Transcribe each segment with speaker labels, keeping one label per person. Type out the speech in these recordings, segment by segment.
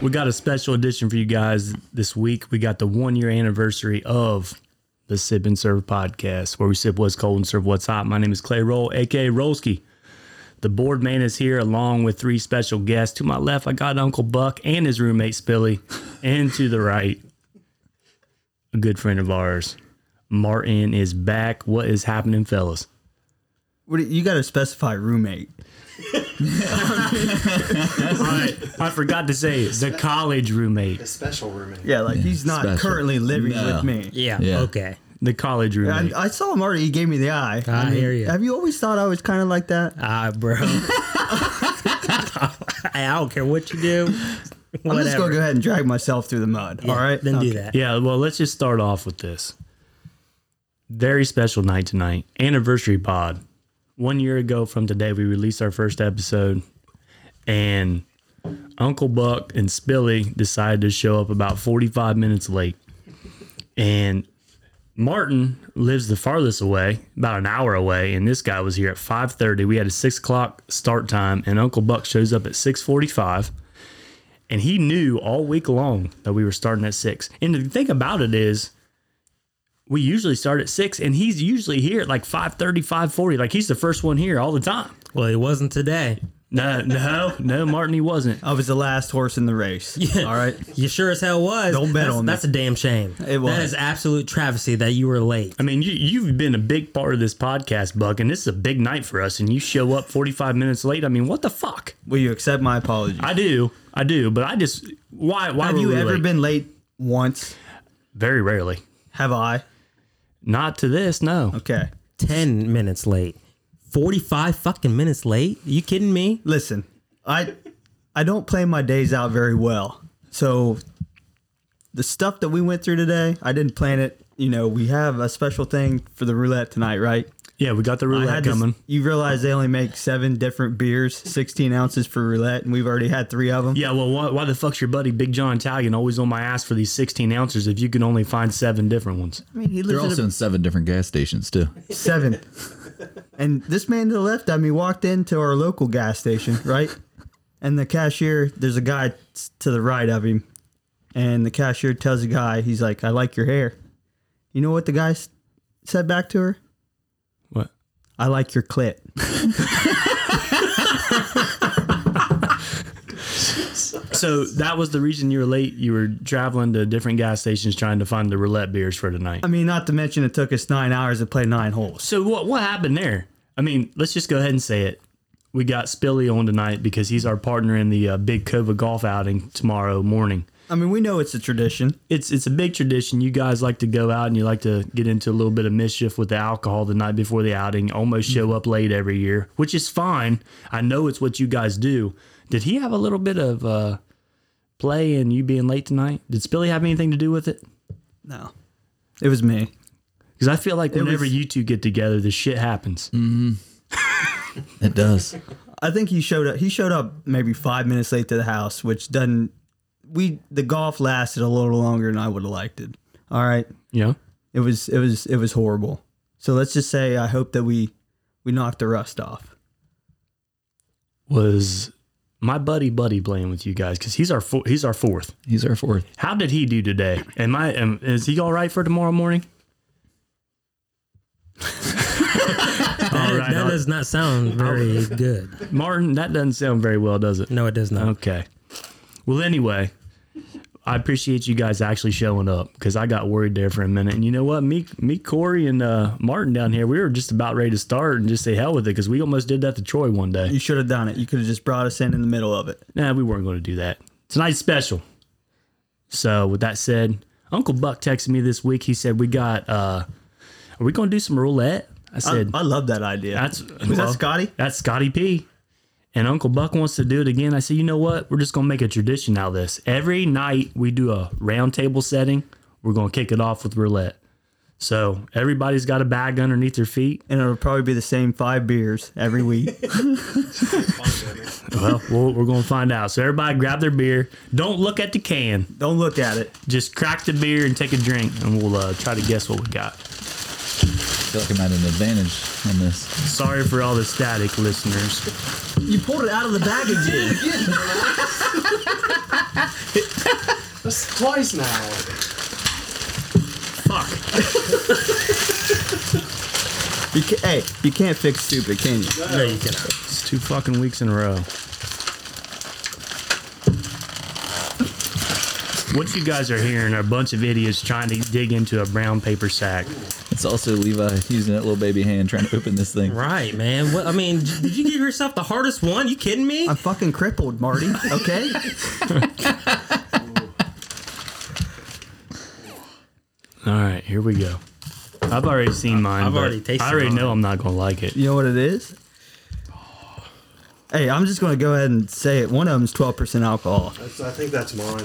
Speaker 1: We got a special edition for you guys this week. We got the one year anniversary of the Sip and Serve podcast, where we sip what's cold and serve what's hot. My name is Clay Roll, aka Rolski. The board man is here along with three special guests. To my left, I got Uncle Buck and his roommate Spilly, and to the right, a good friend of ours, Martin is back. What is happening, fellas?
Speaker 2: What do- you got to specify roommate.
Speaker 1: I forgot to say the college roommate.
Speaker 3: A special roommate.
Speaker 2: Yeah, like he's not
Speaker 4: special.
Speaker 2: currently living
Speaker 4: No.
Speaker 2: with me.
Speaker 5: Yeah.
Speaker 4: Yeah.
Speaker 5: Okay.
Speaker 1: The college
Speaker 2: I,
Speaker 1: roommate.
Speaker 2: I saw him already. He gave me the eye.
Speaker 5: I hear ya.
Speaker 2: Have you always thought I was kind of like that?
Speaker 5: Ah, bro. I don't care what you do.
Speaker 2: I'm
Speaker 5: Whatever.
Speaker 2: just gonna go ahead and drag myself through the mud.
Speaker 5: Yeah,
Speaker 2: all right,
Speaker 5: Then
Speaker 2: Okay.
Speaker 5: do that.
Speaker 1: Yeah, well, let's just start off with this. Very special night tonight. Anniversary pod. One year ago from today, we released our first episode, and Uncle Buck and Spilly decided to show up about 45 minutes late. And Martin lives the farthest away, about an hour away, and this guy was here at 5:30. We had a six o'clock start time, and Uncle Buck shows up at 6:45 and he knew all week long that we were starting at six. And the thing about it is, we usually start at six, and he's usually here at like 5.30, 5.40. Like he's the first one here all the time.
Speaker 5: Well, it wasn't today.
Speaker 1: No, no, no, Martin, he wasn't.
Speaker 2: I was the last horse in the race. All right.
Speaker 5: You sure as hell was.
Speaker 2: Don't bet
Speaker 5: that's,
Speaker 2: on me.
Speaker 5: That's a damn shame.
Speaker 2: It was.
Speaker 5: That is absolute travesty that you were late.
Speaker 1: I mean, you, you've been a big part of this podcast, Buck, and this is a big night for us. And you show up 45 minutes late. I mean, what the fuck?
Speaker 2: Will you accept my apology?
Speaker 1: I do, I do, but I just why? Why
Speaker 2: Have
Speaker 1: were
Speaker 2: you
Speaker 1: we
Speaker 2: ever
Speaker 1: late?
Speaker 2: been late once?
Speaker 1: Very rarely.
Speaker 2: Have I?
Speaker 1: Not to this, no.
Speaker 2: Okay.
Speaker 5: 10 minutes late. 45 fucking minutes late? you kidding me?
Speaker 2: Listen, I I don't plan my days out very well. So the stuff that we went through today, I didn't plan it. You know, we have a special thing for the roulette tonight, right?
Speaker 1: Yeah, we got the
Speaker 2: I
Speaker 1: roulette
Speaker 2: had this-
Speaker 1: coming.
Speaker 2: you realize they only make seven different beers, 16 ounces for roulette, and we've already had three of them.
Speaker 1: Yeah, well, why, why the fuck's your buddy Big John Italian always on my ass for these 16 ounces if you can only find seven different ones?
Speaker 2: I mean, he
Speaker 4: They're
Speaker 2: lives in
Speaker 4: also in seven different gas stations too.
Speaker 2: a, seven. and this man to the left of me walked into our local gas station, right? And the cashier, there's a guy s- to the right of him. And the cashier tells the guy, he's like, I like your hair. You know what the guy s- said back to her?
Speaker 1: What?
Speaker 2: I like your clit.
Speaker 1: So that was the reason you were late. You were traveling to different gas stations trying to find the roulette beers for tonight.
Speaker 2: I mean, not to mention it took us nine hours to play nine holes.
Speaker 1: So what what happened there? I mean, let's just go ahead and say it. We got Spilly on tonight because he's our partner in the uh, big Cova golf outing tomorrow morning.
Speaker 2: I mean, we know it's a tradition.
Speaker 1: It's it's a big tradition. You guys like to go out and you like to get into a little bit of mischief with the alcohol the night before the outing. Almost show up late every year, which is fine. I know it's what you guys do. Did he have a little bit of uh, play in you being late tonight? Did Spilly have anything to do with it?
Speaker 2: No. It was me.
Speaker 1: Because I feel like whenever
Speaker 2: was-
Speaker 1: you two get together, this shit happens.
Speaker 4: It does.
Speaker 2: I think he showed up. He showed up maybe five minutes late to the house, which doesn't. We the golf lasted a little longer than I would have liked it. All right,
Speaker 1: Yeah.
Speaker 2: it was it was it was horrible. So let's just say I hope that we we knocked the rust off.
Speaker 1: Was my buddy Buddy playing with you guys? Because he's our four, he's our fourth.
Speaker 4: He's our fourth.
Speaker 1: How did he do today? Am I am, is he all right for tomorrow morning? all right,
Speaker 5: that
Speaker 1: all-
Speaker 5: does not sound very good.
Speaker 1: Martin. That doesn't sound very well, does it?
Speaker 5: No, it does not.
Speaker 1: Okay. Well, anyway, I appreciate you guys actually showing up because I got worried there for a minute. And you know what? Me, me, Corey, and uh, Martin down here, we were just about ready to start and just say hell with it because we almost did that to Troy one day.
Speaker 2: You should have done it. You could have just brought us in in the middle of it.
Speaker 1: Nah, we weren't going to do that. Tonight's special. So, with that said, Uncle Buck texted me this week. He said, We got, uh, are we going to do some roulette? I
Speaker 2: I,
Speaker 1: said,
Speaker 2: I love that idea.
Speaker 1: That's,
Speaker 2: was
Speaker 1: well,
Speaker 2: that Scotty?
Speaker 1: that's Scotty P. And Uncle Buck wants to do it again. I said, You know what? We're just going to make a tradition out of this. Every night we do a round table setting, we're going to kick it off with roulette. So, everybody's got a bag underneath their feet.
Speaker 2: And it'll probably be the same five beers every week.
Speaker 1: Well, we'll we're going to find out. So, everybody grab their beer. Don't look at the can.
Speaker 2: Don't look at it.
Speaker 1: just crack the beer and take a drink, and we'll uh, try to guess what we got.
Speaker 4: I feel like I'm at an advantage on this.
Speaker 1: Sorry for all the static listeners.
Speaker 2: You pulled it out of the bag again.
Speaker 1: That's twice now. Fuck.
Speaker 2: You ca hey, you can't fix stupid, can you?
Speaker 1: No, you cannot. It's two fucking weeks in a row. What you guys are hearing are a bunch of idiots trying to dig into a brown paper sack.
Speaker 4: It's also Levi using that little baby hand trying to open this thing.
Speaker 5: Right, man. What I mean, j- did you give yourself the hardest one? You kidding me?
Speaker 2: I'm fucking crippled, Marty. Okay.
Speaker 1: All right, here we go. I've already seen mine.
Speaker 5: I've
Speaker 1: but
Speaker 5: already tasted
Speaker 1: I already
Speaker 5: mine.
Speaker 1: know I'm not gonna like it.
Speaker 2: you know what it is? Hey, I'm just gonna go ahead and say it. One of them's 12% alcohol.
Speaker 3: That's, I think that's mine.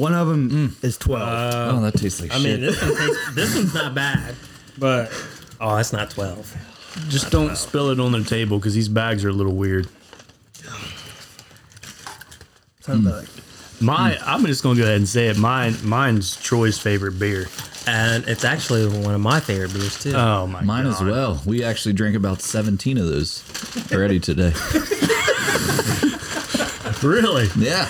Speaker 2: One of them
Speaker 4: Hmm.
Speaker 2: is 12.
Speaker 4: oh, that tastes like
Speaker 5: I mean,
Speaker 4: shit.
Speaker 5: this one tastes, this one's not bad, but oh, that's not twelve.
Speaker 1: Just don't spill it on the table because these bags are a little weird.
Speaker 2: Something about it.
Speaker 1: My, I'm just gonna go ahead and say it. Mine, mine's Troy's favorite beer.
Speaker 5: And it's actually one of my favorite beers too.
Speaker 1: Oh my
Speaker 4: Mine
Speaker 1: god,
Speaker 4: as well. We actually drank about 17 of those already today.
Speaker 1: Really?
Speaker 4: yeah.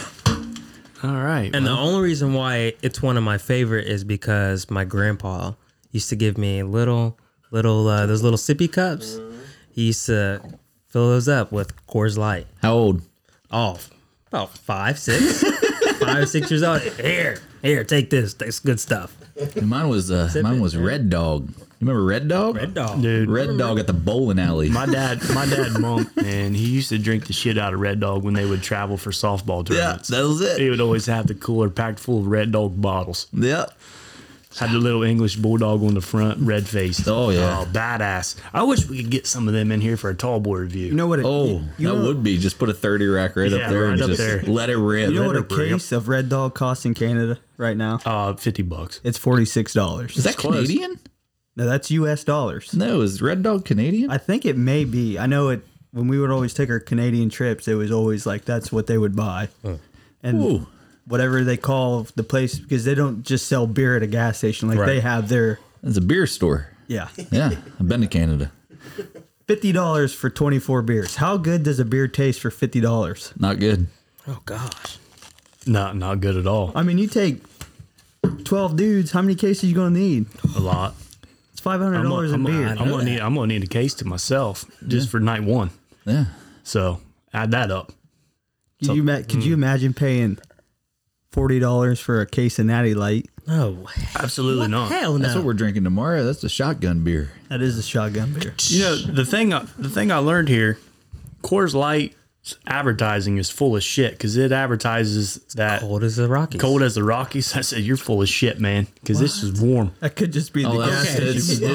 Speaker 1: All right.
Speaker 5: and the only reason why it's one of my favorite is because my grandpa used to give me little, little uh, those little sippy cups. He used to fill those up with Coors Light.
Speaker 4: How old?
Speaker 5: Oh, about five, six, five, six years old. Here, here, take this. That's good stuff.
Speaker 4: And mine was uh, mine was Red Dog. You remember Red Dog?
Speaker 5: Red dog.
Speaker 1: dude,
Speaker 4: Red Dog at the bowling alley.
Speaker 1: my dad, my dad, monk, man, he used to drink the shit out of Red Dog when they would travel for softball
Speaker 4: yeah,
Speaker 1: tournaments.
Speaker 4: that was
Speaker 1: he
Speaker 4: it.
Speaker 1: would always have the cooler packed full of Red Dog bottles.
Speaker 4: Yeah.
Speaker 1: Had the little English bulldog on the front, red faced.
Speaker 4: Oh, yeah.
Speaker 1: oh, badass! I wish we could get some of them in here for a tall boy review.
Speaker 2: You know what? It,
Speaker 4: Oh,
Speaker 2: you
Speaker 4: that
Speaker 2: know,
Speaker 4: would be just put a 30 rack right
Speaker 1: Yeah,
Speaker 4: up there
Speaker 1: right
Speaker 4: and
Speaker 1: up
Speaker 4: just
Speaker 1: there.
Speaker 4: let it rip.
Speaker 2: You know what a
Speaker 1: Red Dog.
Speaker 2: case of Red Dog costs in Canada right now?
Speaker 1: Uh, fifty bucks.
Speaker 2: It's $46.
Speaker 4: Is that
Speaker 1: close.
Speaker 4: Canadian?
Speaker 2: No, that's U.S. dollars.
Speaker 4: No, is Red Dog Canadian?
Speaker 2: I think it may be. I know it. When we would always take our Canadian trips, it was always like that's what they would buy, and
Speaker 4: Ooh.
Speaker 2: whatever they call the place because they don't just sell beer at a gas station. Like they have their
Speaker 4: It's a beer store.
Speaker 2: yeah,
Speaker 4: Yeah, I've been to Canada.
Speaker 2: fifty dollars for twenty four beers. How good does a beer taste for fifty dollars?
Speaker 4: Not good.
Speaker 5: Oh gosh.
Speaker 1: Not not good at all.
Speaker 2: I mean, you take twelve dudes. How many cases you gonna need?
Speaker 1: A lot.
Speaker 2: It's five hundred
Speaker 1: I'm,
Speaker 2: dollars
Speaker 1: gonna-
Speaker 2: in
Speaker 1: I'm,
Speaker 2: beer.
Speaker 1: gonna- I'm gonna need I'm gonna need a case to myself just for night one.
Speaker 4: Yeah.
Speaker 1: So add that up.
Speaker 2: could you ma- could you imagine paying forty dollars for a case of Natty Light?
Speaker 5: No.
Speaker 1: Absolutely not.
Speaker 5: Hell no.
Speaker 4: That's what we're drinking tomorrow. That's the shotgun beer.
Speaker 2: That is a shotgun beer.
Speaker 1: You know the thing I, the thing I learned here, Coors Light's advertising is full of shit because it advertises that cold.
Speaker 5: Cold as the Rockies.
Speaker 1: as the Rockies. I said you're full of shit, man, because this is warm.
Speaker 2: That could just be the
Speaker 4: Oh,
Speaker 2: gas
Speaker 4: that's,
Speaker 5: okay.
Speaker 2: station.
Speaker 4: it's-
Speaker 2: we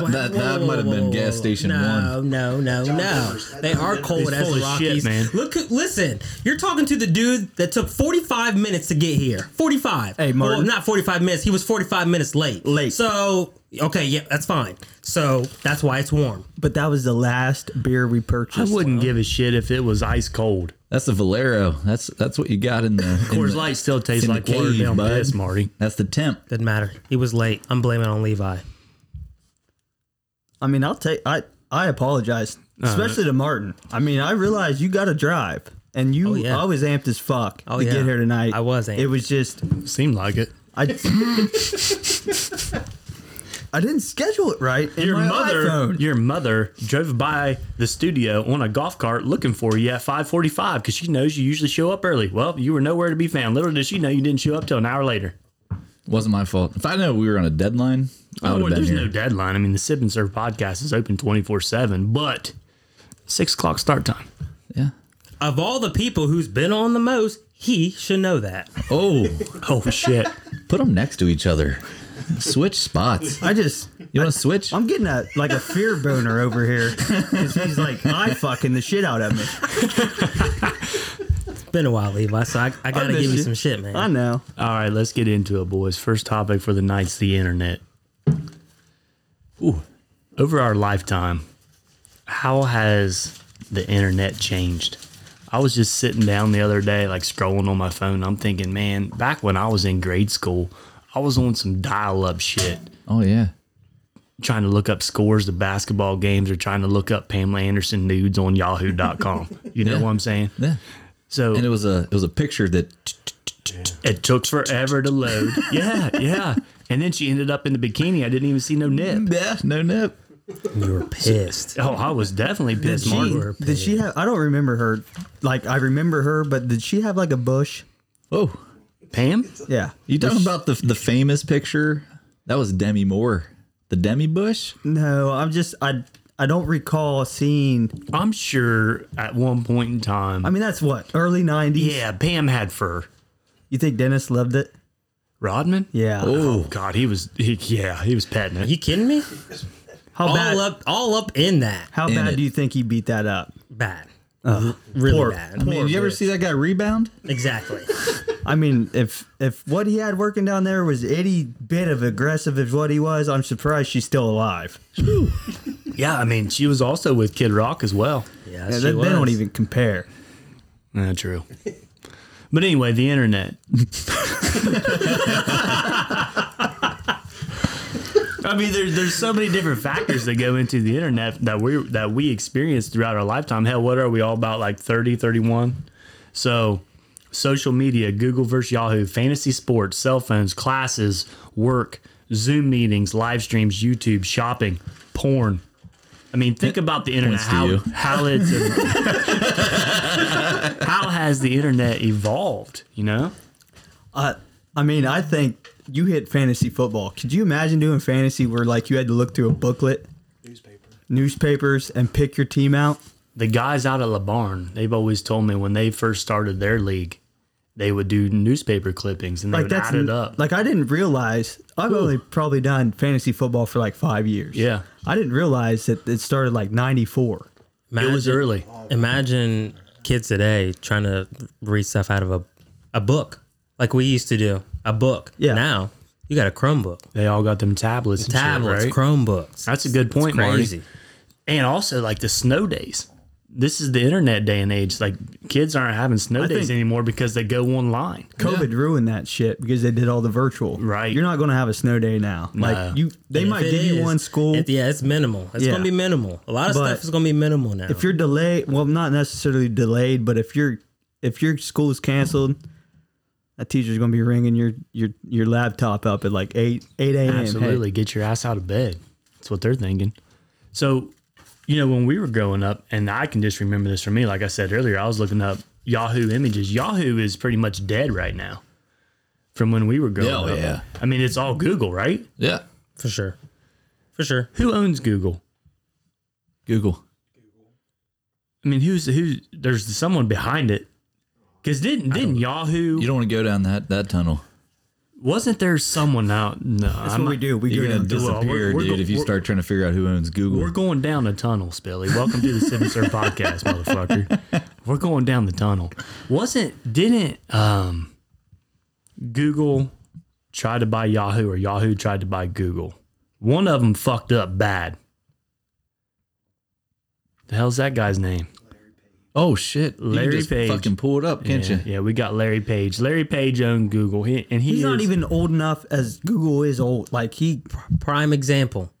Speaker 2: bought
Speaker 4: that, that, that,
Speaker 5: Whoa,
Speaker 4: might have
Speaker 5: whoa,
Speaker 4: been
Speaker 5: whoa,
Speaker 4: gas
Speaker 5: whoa.
Speaker 4: station one.
Speaker 5: no, No, no, no. They are cold
Speaker 1: He's
Speaker 5: as
Speaker 1: full
Speaker 5: the
Speaker 1: of shit,
Speaker 5: Rockies.
Speaker 1: man.
Speaker 5: Look, listen. You're talking to the dude that took 45 minutes to get here. 45.
Speaker 2: Hey, Martin.
Speaker 5: Well, not 45 minutes. He was 45 minutes late.
Speaker 2: Late.
Speaker 5: So, okay, yeah, that's fine. So that's why it's warm.
Speaker 2: But that was the last beer we
Speaker 1: I
Speaker 2: purchased.
Speaker 1: wouldn't give a shit if it was ice cold.
Speaker 4: That's the Valero. That's that's what you got in the. in
Speaker 1: Coors
Speaker 4: the-
Speaker 1: Light still tastes
Speaker 4: in the
Speaker 1: like watered
Speaker 4: cave,
Speaker 1: down
Speaker 4: bud.
Speaker 1: piss, Marty.
Speaker 4: That's the temp.
Speaker 5: Doesn't matter. He was late. I'm blaming on Levi.
Speaker 2: I mean, I'll take. I I apologize, especially to Martin. I mean, I realize you got to drive, and you.
Speaker 5: Oh, yeah.
Speaker 2: I was amped as fuck
Speaker 5: Oh,
Speaker 2: to
Speaker 5: yeah.
Speaker 2: get here tonight.
Speaker 5: I was amped.
Speaker 2: It was just
Speaker 1: Seemed like it.
Speaker 2: I. I didn't schedule it right. in
Speaker 1: Your
Speaker 2: my
Speaker 1: mother,
Speaker 2: iPhone.
Speaker 1: your mother drove by the studio on a golf cart looking for you at 5:45 because she knows you usually show up early. Well, you were nowhere to be found. Little did she know you didn't show up till an hour later.
Speaker 4: Wasn't my fault. If I know we were on a deadline, I
Speaker 1: Well,
Speaker 4: would have been
Speaker 1: Oh, there's
Speaker 4: here.
Speaker 1: no deadline. I mean, the Sip and Serve podcast is open 24 seven, but six o'clock start time.
Speaker 4: yeah.
Speaker 5: Of all the people who's been on the most, he should know that.
Speaker 4: Oh,
Speaker 1: Oh shit!
Speaker 4: put them next to each other. Switch spots.
Speaker 2: I just.
Speaker 4: You want to switch?
Speaker 2: I'm getting a like a fear boner over here because he's like eye fucking the shit out of me.
Speaker 5: It's been a while, Levi, so I, I gotta
Speaker 2: miss
Speaker 5: give you
Speaker 2: you.
Speaker 5: some shit, man.
Speaker 2: I know.
Speaker 1: All right, let's get into it, boys. First topic for the night's the internet.
Speaker 4: Ooh.
Speaker 1: Over our lifetime, how has the internet changed? I was just sitting down the other day, like scrolling on my phone. I'm thinking, man, back when I was in grade school, I was on some dial up shit,
Speaker 4: Oh yeah.
Speaker 1: trying to look up scores of basketball games or trying to look up Pamela Anderson nudes on yahoo.com. You know
Speaker 4: Yeah.
Speaker 1: what I'm saying?
Speaker 4: Yeah.
Speaker 1: So
Speaker 4: And it was a it was a picture that t- t-
Speaker 1: It took forever to load. Yeah, yeah. And then she ended up in the bikini. I didn't even see no nip.
Speaker 4: Yeah, no nip.
Speaker 5: You were pissed.
Speaker 1: Oh, I was definitely
Speaker 2: Did
Speaker 1: pissed,
Speaker 2: she,
Speaker 1: Martin.
Speaker 5: Martin.
Speaker 2: did she have? I don't remember her. Like I remember her, but did she have like a bush?
Speaker 4: Oh,
Speaker 1: Pam?
Speaker 2: Yeah.
Speaker 4: you talking about the the famous picture? That was Demi Moore, the Demi Bush.
Speaker 2: No, I'm just I I don't recall seeing.
Speaker 1: I'm sure at one point in time.
Speaker 2: I mean, that's what early '90s.
Speaker 1: yeah, Pam had fur.
Speaker 2: You think Dennis loved it?
Speaker 1: Rodman?
Speaker 2: Yeah.
Speaker 1: Oh God, he was. He, yeah, he was petting it.
Speaker 5: you kidding me?
Speaker 2: How
Speaker 5: All
Speaker 2: bad?
Speaker 5: up, all up in that.
Speaker 2: how
Speaker 4: in
Speaker 2: bad
Speaker 4: it.
Speaker 2: do you think he beat that up?
Speaker 5: Bad. really
Speaker 2: poor-
Speaker 5: bad.
Speaker 4: I mean, you ever see that guy rebound?
Speaker 5: Exactly.
Speaker 2: I mean, if if what he had working down there was any bit of aggressive as what he was, I'm surprised she's still alive.
Speaker 1: Yeah, I mean, she was also with Kid Rock as well.
Speaker 5: Yeah,
Speaker 2: Yeah,
Speaker 5: she
Speaker 2: they, they
Speaker 5: was.
Speaker 2: don't even compare.
Speaker 1: Nah, true. But anyway, the internet. I mean, there's there's so many different factors that go into the internet that we that we experience throughout our lifetime. Hell, what are we all about? Like 30, 31? So, social media, Google versus Yahoo, fantasy sports, cell phones, classes, work, Zoom meetings, live streams, YouTube, shopping, porn. I mean, think about the internet.
Speaker 4: points to
Speaker 1: How, how
Speaker 4: you.
Speaker 1: it's how has the internet evolved? You know,
Speaker 2: I I mean, I think you hit fantasy football. Could you imagine doing fantasy where like you had to look through a booklet,
Speaker 3: Newspaper.
Speaker 2: newspapers, and pick your team out?
Speaker 1: the guys out of La Barne, they've always told me when they first started their league, they would do newspaper clippings and they
Speaker 2: Like
Speaker 1: would
Speaker 2: that's
Speaker 1: add it up.
Speaker 2: like I didn't realize I've only probably done fantasy football for like five years.
Speaker 1: Yeah.
Speaker 2: I didn't realize that it started like
Speaker 1: it
Speaker 2: '94.
Speaker 5: Imagine,
Speaker 1: was early.
Speaker 5: Imagine kids today trying to read stuff out of a, a book, like we used to do. A book.
Speaker 2: Yeah.
Speaker 5: Now you got a Chromebook,
Speaker 1: They all got them tablets. and shit,
Speaker 5: tablets,
Speaker 1: right?
Speaker 5: Chromebooks.
Speaker 1: That's a good point,
Speaker 5: crazy.
Speaker 1: Marty. And also, like the snow days. This is the internet day and age. Like kids aren't having snow days
Speaker 2: think-
Speaker 1: anymore because they go online.
Speaker 2: COVID ruined that shit because they did all the virtual.
Speaker 1: Right.
Speaker 2: You're not going to have a snow day now. Like you, they
Speaker 5: If
Speaker 2: might
Speaker 5: it
Speaker 2: give you
Speaker 5: is,
Speaker 2: one school.
Speaker 5: it- yeah, it's minimal. It's
Speaker 2: Yeah.
Speaker 5: gonna be minimal. A lot of
Speaker 2: But
Speaker 5: stuff is gonna be minimal now.
Speaker 2: if you're delayed, well, not necessarily delayed, but if your if your school is canceled, that teacher's going to be ringing your your your laptop up at like eight eight a.m. Hey,
Speaker 1: Absolutely. Get your ass out of bed. That's what they're thinking. So, you know, when we were growing up, and I can just remember this for me, like I said earlier, I was looking up Yahoo images. Yahoo is pretty much dead right now from when we were growing
Speaker 4: Oh,
Speaker 1: up.
Speaker 4: yeah.
Speaker 1: I mean, it's all Google, right?
Speaker 4: Yeah,
Speaker 5: for sure, for sure.
Speaker 1: Who owns Google?
Speaker 4: Google.
Speaker 1: I mean, who's who? There's someone behind it. Because didn't didn't Yahoo
Speaker 4: You don't want to go down that that tunnel.
Speaker 1: wasn't there someone out? No,
Speaker 2: that's
Speaker 1: I'm
Speaker 2: what
Speaker 1: not-
Speaker 2: we do. We
Speaker 4: You're
Speaker 2: go
Speaker 4: gonna
Speaker 2: down.
Speaker 1: well,
Speaker 4: disappear,
Speaker 1: we're- we're
Speaker 4: dude,
Speaker 1: go-
Speaker 4: if you
Speaker 1: we're-
Speaker 4: start trying to figure out who owns
Speaker 1: We're
Speaker 4: Google.
Speaker 1: going down a tunnel, Spilly. Welcome to the Seven Sir Podcast, motherfucker. We're going down the tunnel. Wasn't didn't um Google try to buy Yahoo or Yahoo tried to buy Google? One of them fucked up bad. The hell's that guy's name?
Speaker 4: Oh shit, You can
Speaker 1: Larry
Speaker 4: just
Speaker 1: Page.
Speaker 4: fucking pull it up, can't
Speaker 1: yeah,
Speaker 4: you?
Speaker 1: yeah, we got Larry Page. Larry Page owned Google, he, and he
Speaker 2: He's not
Speaker 1: is-
Speaker 2: even old enough as Google is old. Like he,
Speaker 5: Prime example.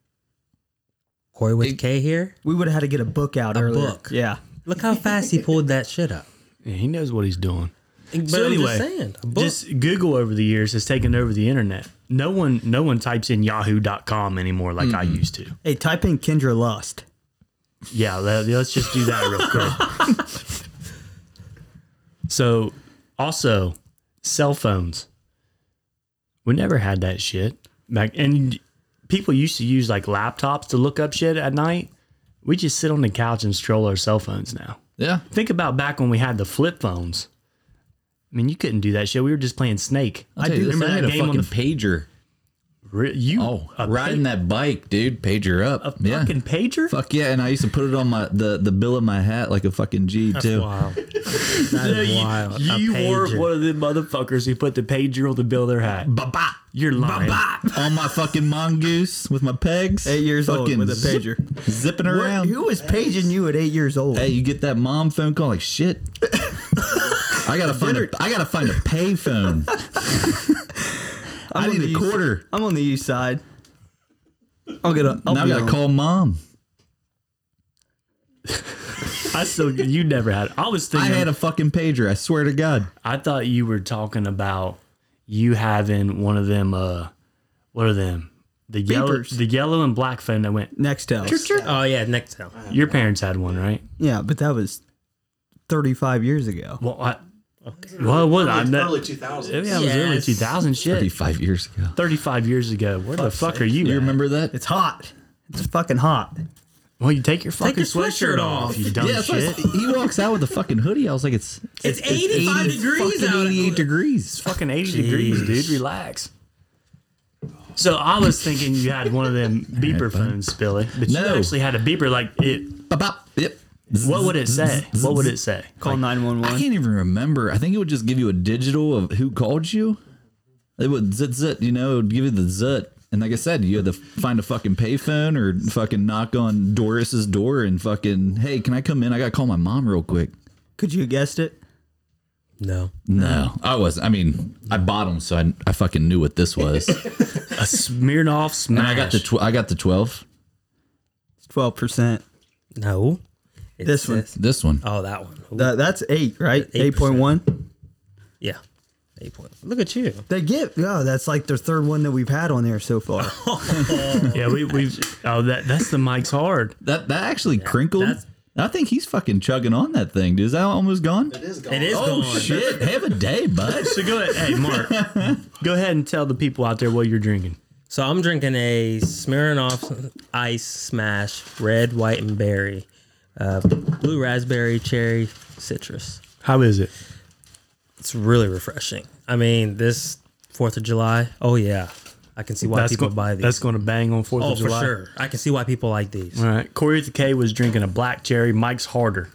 Speaker 5: Corey with K here.
Speaker 2: we would have had to get a book out earlier.
Speaker 5: book.
Speaker 2: Yeah.
Speaker 5: Look how fast he pulled that shit up.
Speaker 1: Yeah, he knows what he's doing.
Speaker 5: But
Speaker 1: So
Speaker 5: I'm
Speaker 1: anyway,
Speaker 5: just saying, a book.
Speaker 1: just Google over the years has taken over the internet. No one, no one types in Yahoo.com anymore like I used to.
Speaker 2: Hey, type in Kendra Lust.
Speaker 1: Yeah, let, us just do that real quick. so, also, cell phones. We never had that shit back, and people used to use like laptops to look up shit at night. We just sit on the couch and stroll our cell phones now.
Speaker 4: Yeah,
Speaker 1: Think about back when we had the flip phones. I mean, you couldn't do that shit. We were just playing Snake.
Speaker 4: I'll tell you this, i
Speaker 1: remember
Speaker 4: had
Speaker 1: that
Speaker 4: a
Speaker 1: game on
Speaker 4: fucking
Speaker 1: the
Speaker 4: pager.
Speaker 1: Re- you
Speaker 4: Oh,
Speaker 1: a
Speaker 4: riding
Speaker 1: pa-
Speaker 4: that bike, dude. Pager up.
Speaker 1: a
Speaker 4: yeah.
Speaker 1: fucking pager?
Speaker 4: Fuck yeah, and I used to put it on my the, the bill of my hat like a fucking G too.
Speaker 5: wow. That is wild. A
Speaker 1: you were
Speaker 5: pager.
Speaker 1: one of the motherfuckers who put the pager on the bill of their hat.
Speaker 4: Ba-ba.
Speaker 1: You're lying.
Speaker 4: on my fucking mongoose with my pegs.
Speaker 2: Eight years old
Speaker 4: fucking
Speaker 2: with a
Speaker 4: zip-
Speaker 2: pager.
Speaker 4: zipping
Speaker 2: What-
Speaker 4: around.
Speaker 2: who was paging you at eight years old?
Speaker 4: Hey, you get that mom phone call like shit. I gotta find a I gotta find a pay phone. I
Speaker 2: on the
Speaker 4: need a
Speaker 2: east-
Speaker 4: quarter.
Speaker 2: I'm on the east side. I'll get a. I'll
Speaker 4: now I
Speaker 2: be
Speaker 4: gotta
Speaker 2: on.
Speaker 4: call mom.
Speaker 1: I still, you never had. I was
Speaker 4: I
Speaker 1: thinking. I,
Speaker 4: had a fucking pager. I swear to God.
Speaker 1: thought you were talking about you having one of them. Uh, what are them? The yellow,
Speaker 2: Beepers.
Speaker 1: the yellow and black phone that went.
Speaker 2: Nextel.
Speaker 5: Oh yeah, Nextel.
Speaker 1: Your parents had one, right?
Speaker 2: Yeah, but that was 35 years ago.
Speaker 1: Well, I, well, what? I'm
Speaker 3: Early,
Speaker 1: not,
Speaker 3: early
Speaker 1: yeah,
Speaker 3: 2000s.
Speaker 1: it was early
Speaker 5: Yes.
Speaker 1: 2000 shit.
Speaker 4: 35 years ago.
Speaker 1: 35 years ago. Where the fuck are you?
Speaker 4: You
Speaker 1: at?
Speaker 4: remember that?
Speaker 2: It's hot. It's fucking hot.
Speaker 1: Well, you take your fucking
Speaker 5: your
Speaker 1: sweatshirt,
Speaker 5: sweatshirt
Speaker 1: off,
Speaker 5: off.
Speaker 1: you dumb
Speaker 4: yeah, that's why I
Speaker 1: shit.
Speaker 4: was- he walks out with a fucking hoodie. I was like, it's
Speaker 5: It's 85 degrees
Speaker 4: fucking
Speaker 5: out.
Speaker 4: 88 degrees.
Speaker 1: fucking 80 degrees, dude. Relax. So I was thinking you had one of them beeper phones, Billy, but
Speaker 4: No.
Speaker 1: you actually had a beeper. Like it,
Speaker 4: Bop, bop. Yep.
Speaker 1: what would it say? What would it say?
Speaker 2: Call
Speaker 4: I
Speaker 2: 911.
Speaker 4: can't even remember. I think it would just give you a digital of who called you. It would zit zit, you know, it would give you the zit. And like I said, you had to find a fucking payphone or fucking knock on Doris's door and fucking, hey, can I come in? I gotta call my mom real quick.
Speaker 2: Could you have guessed it?
Speaker 5: No.
Speaker 4: No, I was. I mean, I bought them, so I, I fucking knew what this was. and
Speaker 1: A Smirnoff smash.
Speaker 4: I got the tw- I got the twelve.
Speaker 2: It's 12%.
Speaker 5: No. It's
Speaker 2: This one.
Speaker 4: This one.
Speaker 5: Oh, that one. Ooh,
Speaker 2: That, that's 8, right?
Speaker 5: 8%.
Speaker 2: 8.1.
Speaker 5: yeah. Eight point. Look at you.
Speaker 2: They get, yeah, that's like their third one that we've had on there so far.
Speaker 1: yeah, we we. Oh, that that's the mic's hard.
Speaker 4: That that actually crinkled.
Speaker 5: that's-
Speaker 4: I think he's fucking chugging on that thing. Dude. Is that almost gone?
Speaker 3: It is gone.
Speaker 5: It is
Speaker 4: Oh
Speaker 5: gone.
Speaker 4: shit! Have a day, bud.
Speaker 1: So go ahead, hey Mark, go ahead and tell the people out there what you're drinking.
Speaker 5: So I'm drinking a Smirnoff Ice Smash Red, White, and Berry, uh, Blue Raspberry, Cherry, Citrus.
Speaker 1: How is it?
Speaker 5: It's really refreshing. I mean, this Fourth of July. Oh yeah, I can see why
Speaker 1: that's
Speaker 5: people
Speaker 1: go-
Speaker 5: buy these.
Speaker 1: That's going to bang on Fourth
Speaker 5: oh
Speaker 1: of July.
Speaker 5: for sure. I can see why people like these.
Speaker 1: All right. Corey with the K was drinking a black cherry. Mike's harder.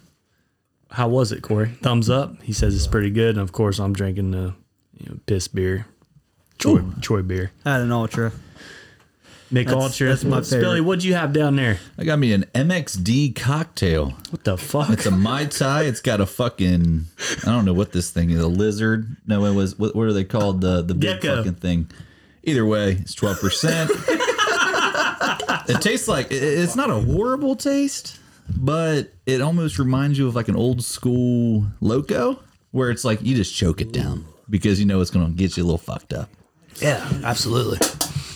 Speaker 1: How was it, Corey? Thumbs up. He says it's pretty good. And of course, I'm drinking the you know, piss beer, Troy, Troy beer.
Speaker 2: had an Ultra.
Speaker 1: Nick
Speaker 2: That's-
Speaker 1: Alcher.
Speaker 2: that's my favorite.
Speaker 1: Billy, what'd you have down there?
Speaker 4: I got me an MXD cocktail.
Speaker 1: What the fuck?
Speaker 4: It's a mai tai. It's got a fucking I don't know what this thing is. A lizard? No, it was what, what are they called? The the big
Speaker 1: Gecko.
Speaker 4: fucking thing. Either way, it's twelve percent. It tastes like it- it's not a horrible taste, but it almost reminds you of like an old school loco, where it's like you just choke it down because you know it's gonna get you a little fucked up.
Speaker 1: yeah, absolutely.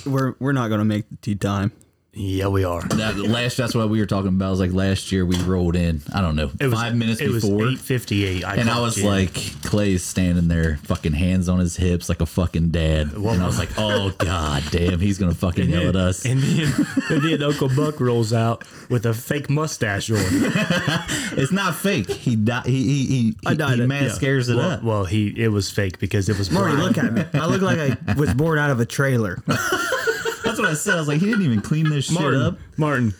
Speaker 2: We're, we're not going to make the tea time.
Speaker 1: Yeah, we are.
Speaker 4: That last that's what we were talking about. It was like last year we rolled in. I don't know
Speaker 1: It was
Speaker 4: five minutes
Speaker 1: It
Speaker 4: before.
Speaker 1: was eight fifty eight.
Speaker 4: And
Speaker 5: Oh,
Speaker 4: I was like, Clay's standing there, fucking hands on his hips, like a fucking dad. And I was like, oh god damn, he's gonna fucking yell at us.
Speaker 1: And then, and then Uncle Buck rolls out with a fake mustache on.
Speaker 4: It's not fake. He di- he he he,
Speaker 2: I dyed
Speaker 4: he
Speaker 2: it,
Speaker 4: man
Speaker 2: yeah.
Speaker 4: scares it
Speaker 1: Well,
Speaker 4: up.
Speaker 1: well, he it was fake because it was
Speaker 2: Marty,
Speaker 1: black.
Speaker 2: look at me. I look like I was born out of a trailer.
Speaker 4: That's what I said. I was like, he didn't even clean this
Speaker 1: Martin,
Speaker 4: shit up.
Speaker 1: Martin,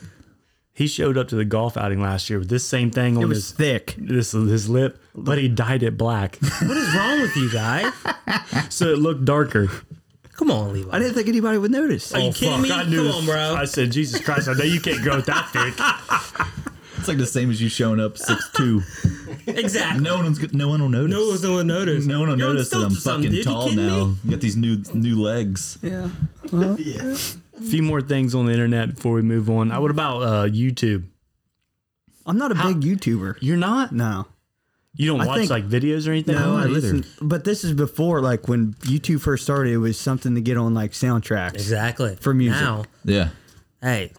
Speaker 1: he showed up to the golf outing last year with this same thing on
Speaker 2: It was
Speaker 1: his
Speaker 2: thick.
Speaker 1: this his lip, but he dyed it black,
Speaker 5: What is wrong with you guys?
Speaker 1: so it looked darker.
Speaker 5: Come on, Levi. Oh,
Speaker 2: I didn't think anybody would notice.
Speaker 4: Oh.
Speaker 5: you kidding me?
Speaker 1: Oh, I knew
Speaker 5: Come
Speaker 1: this-
Speaker 5: on, bro.
Speaker 1: I said, Jesus Christ, I know you can't grow it that thick.
Speaker 4: It's like the same as you showing up six two.
Speaker 5: exactly.
Speaker 4: No one's no one will notice.
Speaker 5: No one's gonna notice.
Speaker 4: No one will
Speaker 5: You're on
Speaker 4: notice that
Speaker 5: stilts
Speaker 4: I'm
Speaker 5: or something,
Speaker 4: fucking
Speaker 5: dude. You
Speaker 4: tall
Speaker 5: kidding
Speaker 4: now.
Speaker 5: me?
Speaker 4: You got these new new legs.
Speaker 2: Yeah.
Speaker 1: A few more things on the internet before we move on. Uh, What about uh, YouTube?
Speaker 2: I'm not a big YouTuber.
Speaker 1: You're not.
Speaker 2: No.
Speaker 1: You don't
Speaker 2: I
Speaker 1: watch
Speaker 2: think-
Speaker 1: like videos or anything.
Speaker 2: No, I
Speaker 4: either.
Speaker 2: listen. But this is before, like, when YouTube first started, it was something to get on, like, soundtracks.
Speaker 5: Exactly.
Speaker 2: For music.
Speaker 5: Now,
Speaker 4: Yeah.
Speaker 5: hey,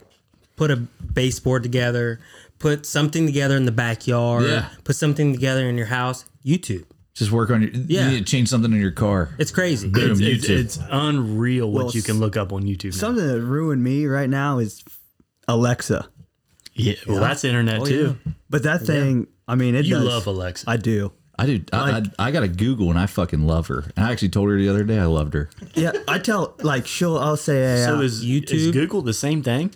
Speaker 5: put a baseboard together, put something together in the backyard,
Speaker 4: Yeah.
Speaker 5: put something together in your house. YouTube.
Speaker 4: Just work on your
Speaker 5: Yeah.
Speaker 4: you need to change something in your car.
Speaker 5: It's crazy.
Speaker 4: Boom,
Speaker 1: It's, it's,
Speaker 4: YouTube.
Speaker 1: it's unreal what
Speaker 2: Well,
Speaker 1: you can look up on YouTube. now.
Speaker 2: Something that ruined me right now is Alexa.
Speaker 1: yeah, well, that's internet
Speaker 5: Oh,
Speaker 1: too.
Speaker 2: But that thing, I mean, it
Speaker 1: You
Speaker 2: does.
Speaker 1: love Alexa.
Speaker 2: I do.
Speaker 4: I do. I, I, I got a Google and I fucking love her. And I actually told her the other day I loved her.
Speaker 2: Yeah, I tell like she'll. I'll say, hey,
Speaker 1: So
Speaker 2: uh,
Speaker 1: is is
Speaker 5: YouTube.
Speaker 1: Google the same thing?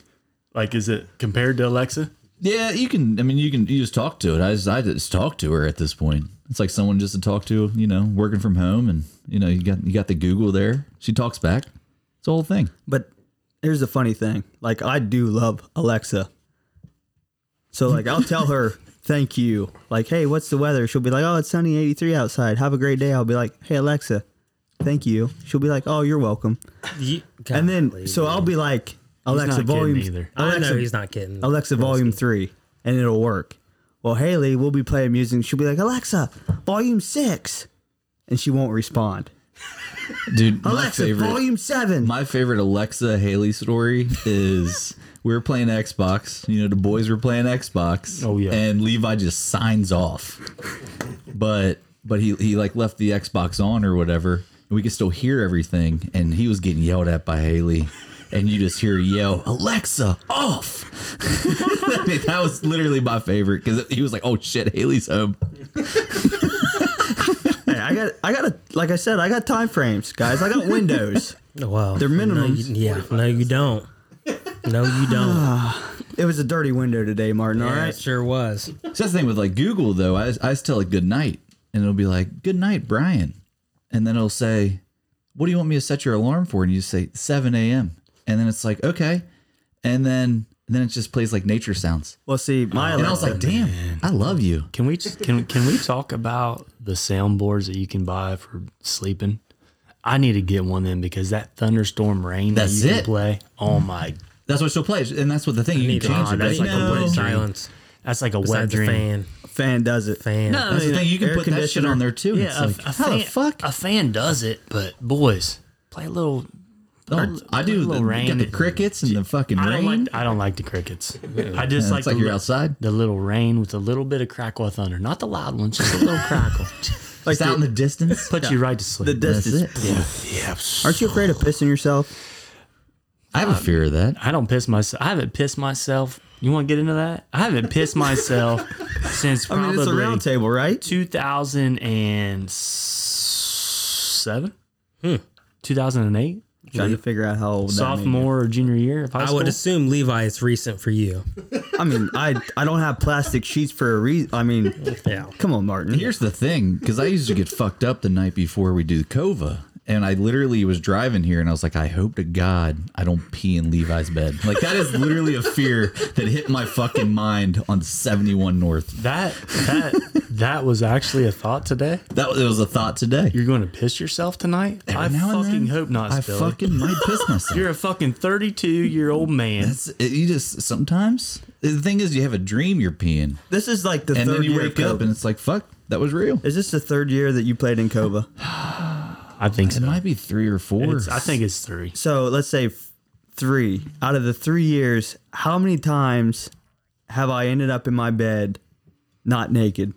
Speaker 1: Like, is it compared to Alexa?
Speaker 4: Yeah, you can. I mean, you can. You just talk to it. I just, I just talk to her at this point. It's like someone just to talk to. You know, working from home, and you know, you got you got the Google there. She talks back. It's the whole thing.
Speaker 2: but here's the funny thing. Like I do love Alexa. So like I'll tell her thank you. Like hey, what's the weather? She'll be like, oh, it's sunny, 83 outside. Have a great day. I'll be like, hey Alexa, thank you. She'll be like, oh, you're welcome.
Speaker 5: You-
Speaker 2: And then
Speaker 5: Golly,
Speaker 2: so I'll be like, Alexa
Speaker 1: not kidding
Speaker 2: volume
Speaker 1: either.
Speaker 5: I know
Speaker 2: Alexa
Speaker 5: he's not kidding.
Speaker 2: Alexa volume three, and it'll work. Well, Haley will be playing music. She'll be like, Alexa, volume six, and she won't respond.
Speaker 4: Dude, my
Speaker 2: Alexa,
Speaker 4: favorite.
Speaker 2: volume seven.
Speaker 4: My favorite Alexa Haley story is we were playing Xbox. You know, the boys were playing Xbox.
Speaker 1: Oh, yeah.
Speaker 4: And Levi just signs off. But but he he like left the Xbox on or whatever. And we could still hear everything. And he was getting yelled at by Haley. And you just hear yell, Alexa, off. I mean, that was literally my favorite because he was like, oh shit, Haley's home.
Speaker 2: Hey, I got, I got a, like I said, I got time frames, guys. I got windows.
Speaker 5: Oh, Well,
Speaker 2: They're
Speaker 5: No,
Speaker 2: minimums.
Speaker 5: you, yeah, no, you don't. No, you don't.
Speaker 2: It was a dirty window today, Martin. all
Speaker 5: Yeah,
Speaker 2: right.
Speaker 5: it sure was.
Speaker 4: So that's the thing with like Google though. I I just tell it good night, and it'll be like good night, Brian, and then it'll say, "What do you want me to set your alarm for?" And you say seven a.m. and then it's like okay, and then and then it just plays like nature sounds.
Speaker 2: Well, see, my
Speaker 4: And I was
Speaker 2: Alexa,
Speaker 4: like, "Damn, I love you."
Speaker 1: Can we just, can can we talk about the soundboards that you can buy for sleeping? I need to get one then because that thunderstorm rain
Speaker 4: That's
Speaker 1: that you
Speaker 4: it.
Speaker 1: can play. Oh my!
Speaker 4: That's what she'll play, and that's what the thing you can change
Speaker 1: God,
Speaker 4: it.
Speaker 1: that's
Speaker 4: but
Speaker 1: like
Speaker 4: no.
Speaker 1: a
Speaker 5: complete
Speaker 1: wet
Speaker 5: silence.
Speaker 1: That's like a wet
Speaker 5: Besides the
Speaker 1: dream.
Speaker 5: fan,
Speaker 2: fan does it.
Speaker 5: fan.
Speaker 1: No,
Speaker 4: That's the
Speaker 1: you know,
Speaker 4: thing you can
Speaker 2: air
Speaker 4: put that shit
Speaker 2: conditioner.
Speaker 4: on there too.
Speaker 1: Yeah,
Speaker 4: it's
Speaker 1: a,
Speaker 4: like
Speaker 1: a
Speaker 4: how
Speaker 1: fan,
Speaker 4: the fuck?
Speaker 1: a fan does it, but boys, play a little.
Speaker 4: Oh, I do.
Speaker 1: little
Speaker 4: The,
Speaker 1: rain
Speaker 4: Got the
Speaker 1: and-
Speaker 4: crickets and the fucking
Speaker 1: I don't
Speaker 4: rain.
Speaker 1: like I don't like the crickets. I just
Speaker 4: it's
Speaker 1: like,
Speaker 4: like,
Speaker 1: the,
Speaker 4: you're
Speaker 1: li-
Speaker 4: outside.
Speaker 1: the little rain with a little bit of crackle of thunder, not the loud ones, just a little crackle.
Speaker 4: It's out in the distance.
Speaker 1: Put you right to sleep.
Speaker 2: The
Speaker 4: That's
Speaker 2: distance.
Speaker 4: it.
Speaker 2: Aren't you afraid of pissing yourself?
Speaker 4: I have a fear of that.
Speaker 1: I don't piss myself. I haven't pissed myself. You want to get into that? I haven't pissed myself since
Speaker 2: I mean,
Speaker 1: probably
Speaker 2: it's a round table, right?
Speaker 1: 2007, 2008,
Speaker 2: Trying to figure out how old That
Speaker 1: sophomore or junior year of high
Speaker 5: I
Speaker 1: school.
Speaker 5: would assume Levi is recent for you.
Speaker 2: may- I mean, I, I don't have plastic sheets for a reason. I mean,
Speaker 5: Yeah.
Speaker 2: come on, Martin.
Speaker 4: Here's the thing, because I used to get fucked up the night before we do Kova, and I literally was driving here, and I was like, I hope to God I don't pee in Levi's bed. Like that is literally a fear that hit my fucking mind on 71 North.
Speaker 1: that that that was actually a thought today.
Speaker 4: That was, it was a thought today.
Speaker 1: You're going to piss yourself tonight? I
Speaker 4: Now and
Speaker 1: fucking
Speaker 4: then,
Speaker 1: hope not,
Speaker 4: I
Speaker 1: Spilly.
Speaker 4: fucking might piss myself.
Speaker 1: You're a fucking 32 year old man.
Speaker 4: It's- it- you just sometimes the thing is you have a dream you're peeing,
Speaker 2: This is like the
Speaker 4: and
Speaker 2: third
Speaker 4: then you
Speaker 2: year.
Speaker 4: wake
Speaker 2: of
Speaker 4: up
Speaker 2: Cova.
Speaker 4: and it's like, fuck, that was real.
Speaker 2: Is this the third year that you played in Cova?
Speaker 1: I think
Speaker 4: It
Speaker 1: so.
Speaker 4: might be three or four.
Speaker 1: It's- I think it's three.
Speaker 2: So let's say f- three out of the three years. How many times have I ended up in my bed not naked?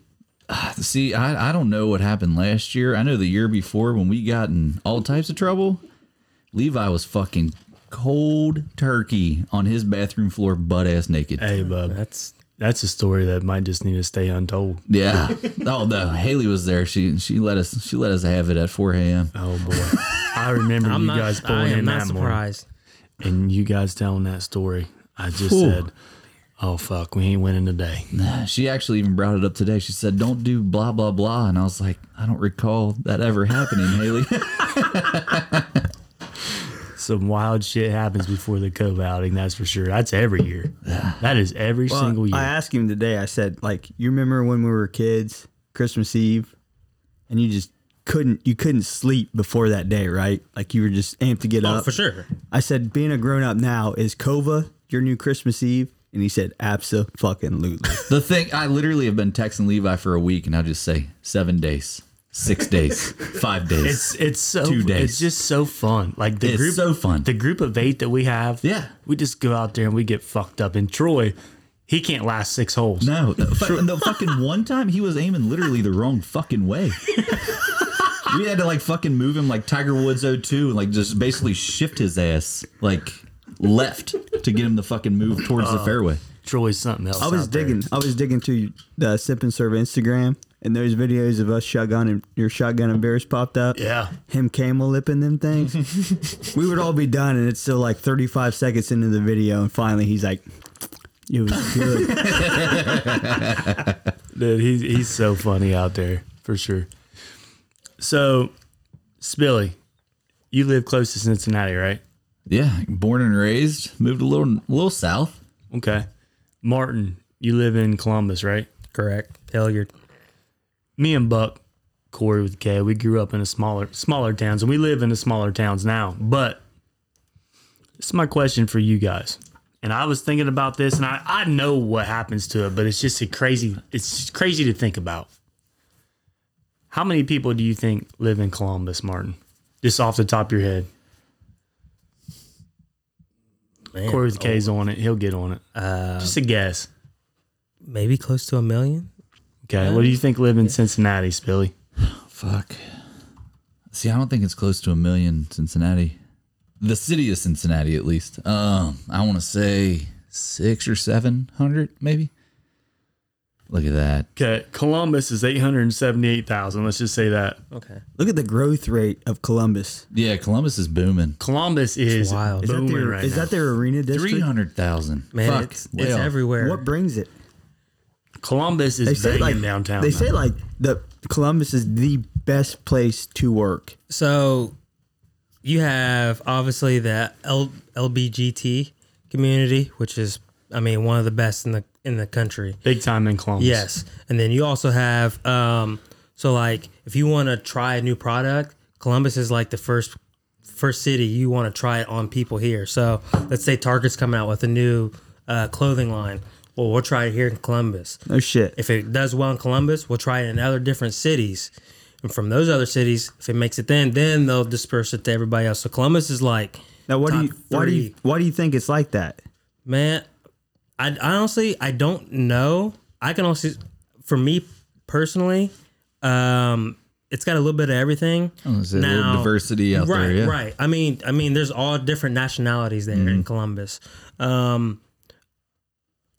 Speaker 4: See, I, I don't know what happened last year. I know the year before when we got in all types of trouble, Levi was fucking cold turkey on his bathroom floor, butt ass naked.
Speaker 1: Hey, bub.
Speaker 5: That's
Speaker 1: That's a story that might just need to stay untold.
Speaker 4: Yeah. oh no, Haley was there. She she let us she let us have it at four a.m.
Speaker 1: Oh boy, I remember
Speaker 5: I'm
Speaker 1: you
Speaker 5: not.
Speaker 1: guys
Speaker 5: I
Speaker 1: pulling
Speaker 5: am
Speaker 1: in that
Speaker 5: not
Speaker 1: morning
Speaker 5: surprised.
Speaker 1: and you guys telling that story. I just
Speaker 4: Whew.
Speaker 1: said, "Oh fuck, we ain't winning today."
Speaker 4: She actually even brought it up today. She said, "Don't do blah blah blah," and I was like, "I don't recall that ever happening, Haley."
Speaker 1: Some wild shit happens before the Cove outing. That's for sure. That's every year. That is every
Speaker 2: Well,
Speaker 1: single year.
Speaker 2: I asked him today. I said, like, you remember when we were kids, Christmas Eve, and you just couldn't you couldn't sleep before that day, right? Like you were just amped to get
Speaker 5: Oh,
Speaker 2: up.
Speaker 5: for sure.
Speaker 2: I said, being a grown up now is Kova your new Christmas Eve, and he said, "Absa fucking lutely."
Speaker 4: The thing I literally have been texting Levi for a week, and I'll just say seven days, six days, five days.
Speaker 1: it's it's so
Speaker 4: Two days.
Speaker 1: it's just so fun. Like the
Speaker 4: It's
Speaker 1: group
Speaker 4: so fun.
Speaker 1: The group of eight that we have.
Speaker 4: Yeah.
Speaker 1: we just go out there and we get fucked up. And Troy, he can't last six holes.
Speaker 4: No, the, fu- the fucking one time he was aiming literally the wrong fucking way. we had to like fucking move him like Tiger Woods 02 and like just basically shift his ass like left to get him to fucking move towards the fairway.
Speaker 1: Troy's something else.
Speaker 2: I was
Speaker 1: out there.
Speaker 2: digging. I was digging through the Sip and Serve Instagram, and those videos of us shotgun and your shotgun and bears popped up.
Speaker 1: Yeah.
Speaker 2: him camel lipping them things. we would all be done, and it's still like 35 seconds into the video, and finally he's like, "It was good."
Speaker 1: Dude, he's he's so funny out there for sure. So, Spilly, you live close to Cincinnati, right?
Speaker 4: Yeah, born and raised, moved a little little south.
Speaker 1: Okay. Martin, you live in Columbus, right?
Speaker 5: Correct. Hilliard.
Speaker 1: Me and Buck, Corey with K, we grew up in a smaller smaller towns, and we live in the smaller towns now. But this is my question for you guys. And I was thinking about this, and I, I know what happens to it, but it's just a crazy it's just crazy to think about. How many people do you think live in Columbus, Martin? Just off the top of your head.
Speaker 5: Man,
Speaker 1: Corey with K's on it. He'll get on it. Just a guess.
Speaker 5: maybe close to a million.
Speaker 1: Okay. what do you think live in Cincinnati, Spilly?
Speaker 4: Fuck. See, I don't think it's close to a million Cincinnati. The city of Cincinnati, at least. Um, I want to say six or seven hundred, maybe. Look at that.
Speaker 1: Okay. Columbus is 878,000. Let's just say that.
Speaker 5: Okay.
Speaker 2: Look at the growth rate of Columbus.
Speaker 4: Yeah, Columbus is booming.
Speaker 1: Columbus is
Speaker 5: wild.
Speaker 2: Is
Speaker 1: booming
Speaker 2: that their
Speaker 1: right
Speaker 2: is
Speaker 1: now.
Speaker 2: that their arena district?
Speaker 4: Three hundred thousand.
Speaker 5: Man,
Speaker 4: Fuck.
Speaker 5: it's,
Speaker 4: Well,
Speaker 5: it's everywhere.
Speaker 2: What brings it?
Speaker 1: Columbus is
Speaker 2: They
Speaker 1: banging
Speaker 2: say like
Speaker 1: downtown.
Speaker 2: They
Speaker 1: now.
Speaker 2: say like the Columbus is the best place to work.
Speaker 5: So you have obviously the L- LBGT community, which is, I mean, one of the best in the in the country.
Speaker 1: big time in Columbus.
Speaker 5: Yes, and then you also have, um, so like if you want to try a new product, Columbus is like the first first city you want to try it on people here. So let's say Target's coming out with a new uh, clothing line. Well, we'll try it here in Columbus.
Speaker 2: Oh shit.
Speaker 5: If it does well in Columbus, we'll try it in other different cities. And from those other cities, if it makes it then, then they'll disperse it to everybody else. So Columbus is like,
Speaker 2: now what do you
Speaker 5: top
Speaker 2: why do you
Speaker 5: three.
Speaker 2: why do you think it's like that?
Speaker 5: man, I I honestly, I don't know. I can also, for me personally, um, it's got a little bit of everything.
Speaker 4: it's Oh, a little diversity out
Speaker 5: right,
Speaker 4: there, yeah. Mm-hmm.
Speaker 5: Right. I mean, I mean, there's all different nationalities there in Columbus. Um,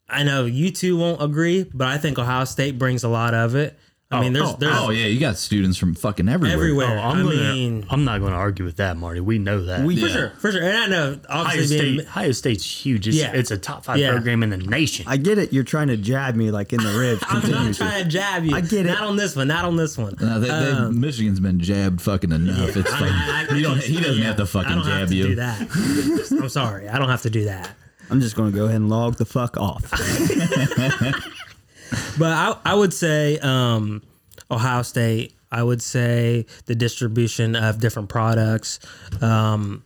Speaker 5: I know you two won't agree, but I think Ohio State brings a lot of it. I mean, there's there's
Speaker 4: oh yeah, you got students from fucking everywhere.
Speaker 5: everywhere.
Speaker 1: Oh, I'm
Speaker 5: I
Speaker 1: gonna,
Speaker 5: mean,
Speaker 1: I'm not going to argue with that, Marty. We know that.
Speaker 2: We-
Speaker 5: for
Speaker 4: Yeah.
Speaker 5: sure, for sure. And I know,
Speaker 1: Ohio
Speaker 5: obviously,
Speaker 1: State.
Speaker 5: being,
Speaker 1: Ohio State's huge. It's,
Speaker 5: Yeah.
Speaker 1: it's a top five
Speaker 5: Yeah.
Speaker 1: program in the nation.
Speaker 2: I get it. You're trying to jab me like in the ribs.
Speaker 5: I'm not
Speaker 2: continuously.
Speaker 5: trying to jab you.
Speaker 2: I get it. Uh,
Speaker 5: Not on this one. Not on this one.
Speaker 4: No, they, they, Michigan's been jabbed fucking enough. It's fine.
Speaker 5: Um, I- I-
Speaker 4: you don't, he doesn't
Speaker 5: yeah,
Speaker 4: have to
Speaker 5: I
Speaker 4: fucking
Speaker 5: don't
Speaker 4: jab
Speaker 5: have to
Speaker 4: you.
Speaker 5: do that. I'm sorry. I don't have to do that.
Speaker 2: I'm just gonna go ahead and log the fuck off.
Speaker 5: But I, I would say um, Ohio State. I would say the distribution of different products. Um,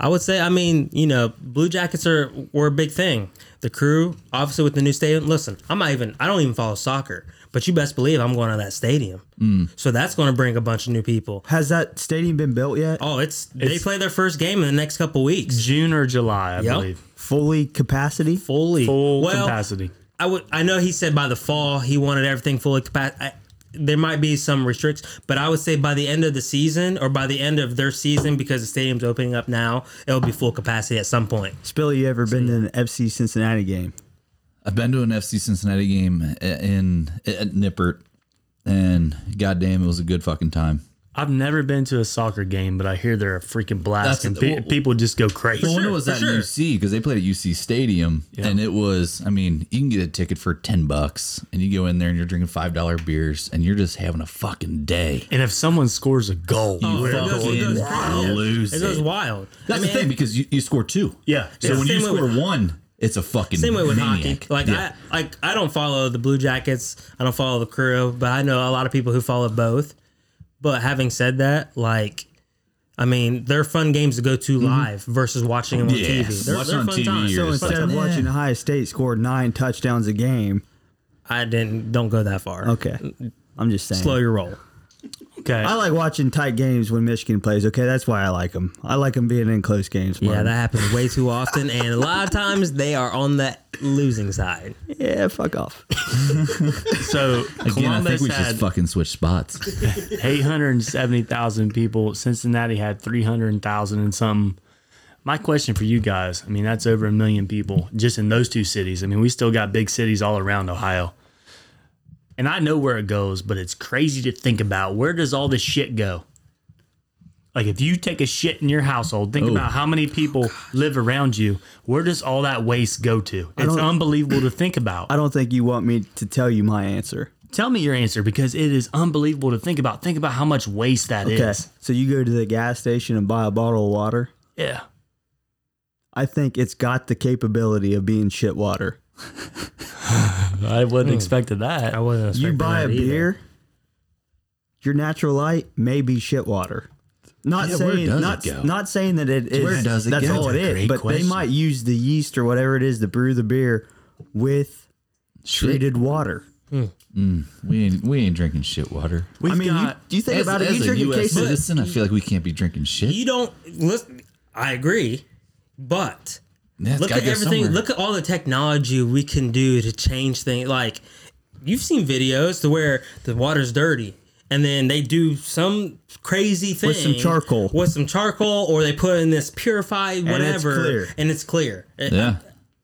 Speaker 5: I would say, I mean, you know, Blue Jackets are were a big thing. The crew, obviously, with the new stadium. Listen, I'm not even. I don't even follow soccer, but you best believe I'm going to that stadium. So that's going to bring a bunch of new people.
Speaker 2: Has that stadium been built yet?
Speaker 5: Oh, it's, they
Speaker 1: It's-
Speaker 5: play their first game in the next couple weeks.
Speaker 1: June or July, I
Speaker 5: Yep.
Speaker 1: believe.
Speaker 2: Fully capacity?
Speaker 5: Fully
Speaker 1: Full
Speaker 5: Well,
Speaker 1: capacity.
Speaker 5: I would. I know he said by the fall he wanted everything fully capacity. There might be some restricts, but I would say by the end of the season or by the end of their season, because the stadium's opening up now, it'll be full capacity at some point.
Speaker 2: Spilly, you ever been to an FC Cincinnati game?
Speaker 4: I've been to an FC Cincinnati game i- in at Nippert, and goddamn, it was a good fucking time.
Speaker 1: I've never been to a soccer game, but I hear they're a freaking blast
Speaker 4: That's-
Speaker 1: and pe-
Speaker 4: well-
Speaker 1: people just go crazy.
Speaker 4: Well, when it was
Speaker 5: for
Speaker 4: at
Speaker 5: sure.
Speaker 4: UC because they played at UC Stadium, and it was. I mean, you can get a ticket for ten bucks, and you go in there and you're drinking five dollar beers, and you're just having a fucking day.
Speaker 1: And if someone scores a goal,
Speaker 5: Oh, it goes- it goes
Speaker 4: Fucking
Speaker 5: crazy.
Speaker 4: lose
Speaker 5: It goes
Speaker 4: it.
Speaker 5: wild.
Speaker 4: That's
Speaker 5: I mean,
Speaker 4: the thing because you, you score two.
Speaker 1: Yeah.
Speaker 4: So
Speaker 1: Yeah.
Speaker 4: when you
Speaker 5: Same way
Speaker 4: score
Speaker 5: with-
Speaker 4: one, it's a fucking
Speaker 5: Same way with
Speaker 4: maniac.
Speaker 5: hockey. Like
Speaker 4: Yeah.
Speaker 5: I, like I don't follow the Blue Jackets. I don't follow the Crew, but I know a lot of people who follow both. But having said that, like, I mean, they're fun games to go to live versus watching them on
Speaker 4: Yeah.
Speaker 5: TV. They're,
Speaker 4: Mm-hmm. Watch
Speaker 5: they're
Speaker 4: on
Speaker 5: fun
Speaker 4: TV,
Speaker 5: times.
Speaker 4: you're
Speaker 2: So
Speaker 4: just
Speaker 2: instead
Speaker 4: like,
Speaker 2: of
Speaker 4: yeah.
Speaker 2: watching Ohio State score nine touchdowns a game,
Speaker 5: I didn't. Don't go that far.
Speaker 2: okay, I'm just saying.
Speaker 5: Slow your roll.
Speaker 1: okay.
Speaker 2: I like watching tight games when Michigan plays. Okay, that's why I like them. I like them being in close games.
Speaker 5: Yeah,
Speaker 2: Martin.
Speaker 5: that happens way too often, and a lot of times they are on the losing side.
Speaker 2: yeah. Fuck off.
Speaker 1: so
Speaker 4: Again, I think
Speaker 1: Columbus
Speaker 4: we
Speaker 1: had
Speaker 4: just fucking switch spots.
Speaker 1: 870,000 people. Cincinnati had 300,000 and something. My question for you guys I mean, that's over a million people just in those two cities. I mean, we still got big cities all around Ohio. And I know where it goes, but it's crazy to think about. Where does all this shit go? Like, if you take a shit in your household,
Speaker 2: Oh.
Speaker 1: think about how many people live around you. Where does all that waste go to? It's
Speaker 2: don't-
Speaker 1: unbelievable to think about.
Speaker 2: I don't think you want me to tell you my answer.
Speaker 1: Tell me your answer because it is unbelievable to think about. Think about how much waste that is.
Speaker 2: Okay. So you go to the gas station and buy a bottle of water.
Speaker 1: Yeah.
Speaker 2: I think it's got the capability of being shit water.
Speaker 1: I wouldn't expected that.
Speaker 5: I wasn't.
Speaker 2: You
Speaker 5: expecting
Speaker 2: buy a
Speaker 5: that either.
Speaker 2: beer, your natural light may be shit water. Not
Speaker 4: Yeah, where
Speaker 2: saying
Speaker 4: does
Speaker 2: not
Speaker 4: it go?
Speaker 2: not saying that it is
Speaker 4: Where does it
Speaker 2: that's
Speaker 4: go?
Speaker 2: all it
Speaker 4: That's a
Speaker 2: is,
Speaker 4: great
Speaker 2: but
Speaker 4: question.
Speaker 2: they might use the yeast or whatever it is to brew the beer with
Speaker 4: Shit.
Speaker 2: treated water.
Speaker 4: We ain't we ain't drinking shit water.
Speaker 1: We've
Speaker 2: I mean,
Speaker 1: got
Speaker 2: you, you think
Speaker 4: As,
Speaker 2: about it.
Speaker 4: as
Speaker 2: You
Speaker 4: a
Speaker 2: drink a
Speaker 4: U.S.
Speaker 2: case of
Speaker 4: citizen, I feel like we can't be drinking shit.
Speaker 5: You don't listen. I agree, but
Speaker 4: That's
Speaker 5: look
Speaker 4: gotta
Speaker 5: at
Speaker 4: go
Speaker 5: everything.
Speaker 4: somewhere.
Speaker 5: Look at all the technology we can do to change things. Like you've seen videos to where the water's dirty, and then they do some crazy thing
Speaker 2: With some charcoal.
Speaker 5: with some charcoal, or they put in this purified
Speaker 2: it's
Speaker 5: whatever,
Speaker 2: clear.
Speaker 5: and it's clear.
Speaker 4: Yeah.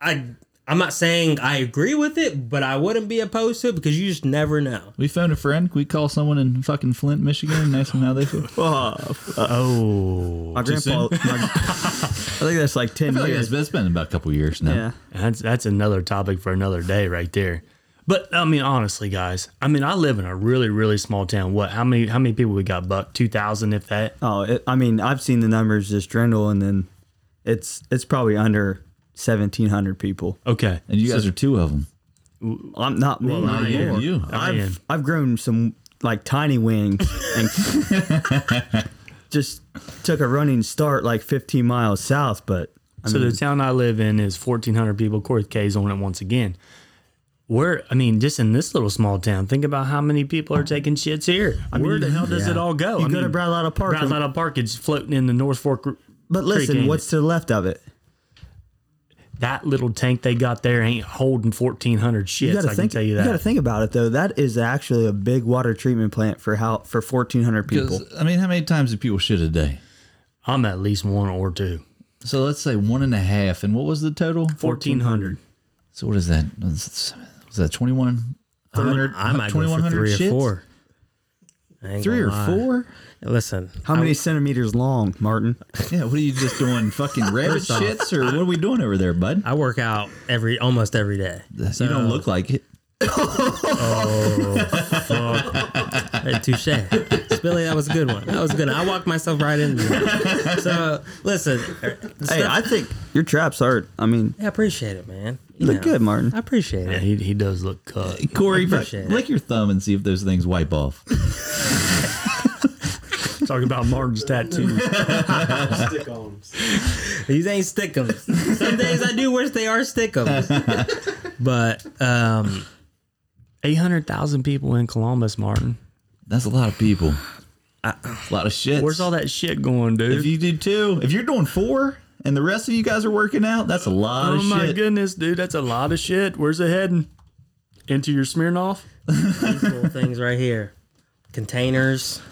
Speaker 5: I. I'm not saying I agree with it, but I wouldn't be opposed to it because you just never know.
Speaker 4: We phone a friend. We call someone in fucking Flint, Michigan, and ask them how they feel.
Speaker 1: oh,
Speaker 2: my grandpa. My, I think that's like ten
Speaker 4: I feel like it's
Speaker 2: years.
Speaker 4: been, it's been about a couple years now.
Speaker 2: yeah,
Speaker 1: that's that's another topic for another day right there. But I mean, honestly, guys, I mean, I live in a really really small town. What? How many how many people we got? Buck two thousand, if that.
Speaker 2: Oh, it, I mean, I've seen the numbers just dwindle, and then it's it's probably under seventeen hundred people.
Speaker 1: Okay,
Speaker 4: And you guys are two of them.
Speaker 2: I'm not me.
Speaker 4: I am
Speaker 2: anymore.
Speaker 4: you.
Speaker 1: I am.
Speaker 2: I've I've grown some like tiny wings and just took a running start like fifteen miles south, but I
Speaker 1: So
Speaker 2: mean,
Speaker 1: the town I live in is fourteen hundred people. Corey K's on it once again. Where I mean, just in this little small town, think about how many people are taking shits here. Where the hell does it all go?
Speaker 2: you
Speaker 1: I
Speaker 2: go to
Speaker 1: mean,
Speaker 2: Bradlotta Park, and-
Speaker 1: Bradlotta Park is floating in the North Fork.
Speaker 2: but
Speaker 1: Creek
Speaker 2: listen,
Speaker 1: ain't
Speaker 2: what's to the left of it?
Speaker 1: That little tank they got there ain't holding fourteen hundred
Speaker 2: You
Speaker 1: shits.
Speaker 2: gotta
Speaker 1: I can
Speaker 2: think.
Speaker 1: tell you
Speaker 2: You gotta
Speaker 1: that.
Speaker 2: think about it though. That is actually a big water treatment plant for how for fourteen hundred people.
Speaker 4: 'Cause, I mean, how many times do people shit a day?
Speaker 1: I'm at least one or two.
Speaker 4: So let's say one and a half. And what was the total?
Speaker 1: Fourteen hundred.
Speaker 4: So what is that? Was that 21?
Speaker 5: I might go for
Speaker 4: 2100
Speaker 5: three or
Speaker 4: shits?
Speaker 5: four. I ain't
Speaker 4: Three or
Speaker 5: gonna lie.
Speaker 4: four?
Speaker 5: Listen,
Speaker 2: How many centimeters long, Martin?
Speaker 4: Yeah, what are you just doing? Fucking rabbit
Speaker 5: off,
Speaker 4: shits? Or what are we doing over there, bud?
Speaker 5: I work out every almost every day. So,
Speaker 4: you don't look like it.
Speaker 5: uh, touche. Spilly, that was a good one. That was a good. One. I walked myself right into it. So listen,
Speaker 2: Hey, I think your traps are. I mean,
Speaker 5: I appreciate it, man.
Speaker 2: you look good, Martin.
Speaker 5: I appreciate
Speaker 1: Yeah,
Speaker 5: it.
Speaker 1: he, he does look cut.
Speaker 4: Corey, lick
Speaker 5: Appreciate it.
Speaker 4: your thumb and see if those things wipe off.
Speaker 1: Talking about Martin's tattoo.
Speaker 3: Stick on.
Speaker 5: These ain't stickums. Some days I do wish they are stickums, but um,
Speaker 1: Eight hundred thousand people in Columbus, Martin.
Speaker 4: That's a lot of people. a lot of shit.
Speaker 1: Where's all that shit going, dude?
Speaker 4: If you do two, if you're doing four and the rest of you guys are working out, that's a lot
Speaker 1: Oh
Speaker 4: of
Speaker 1: my
Speaker 4: shit.
Speaker 1: goodness, dude, that's a lot of shit. Where's it heading? Into your Smirnoff?
Speaker 5: these little things right here, containers,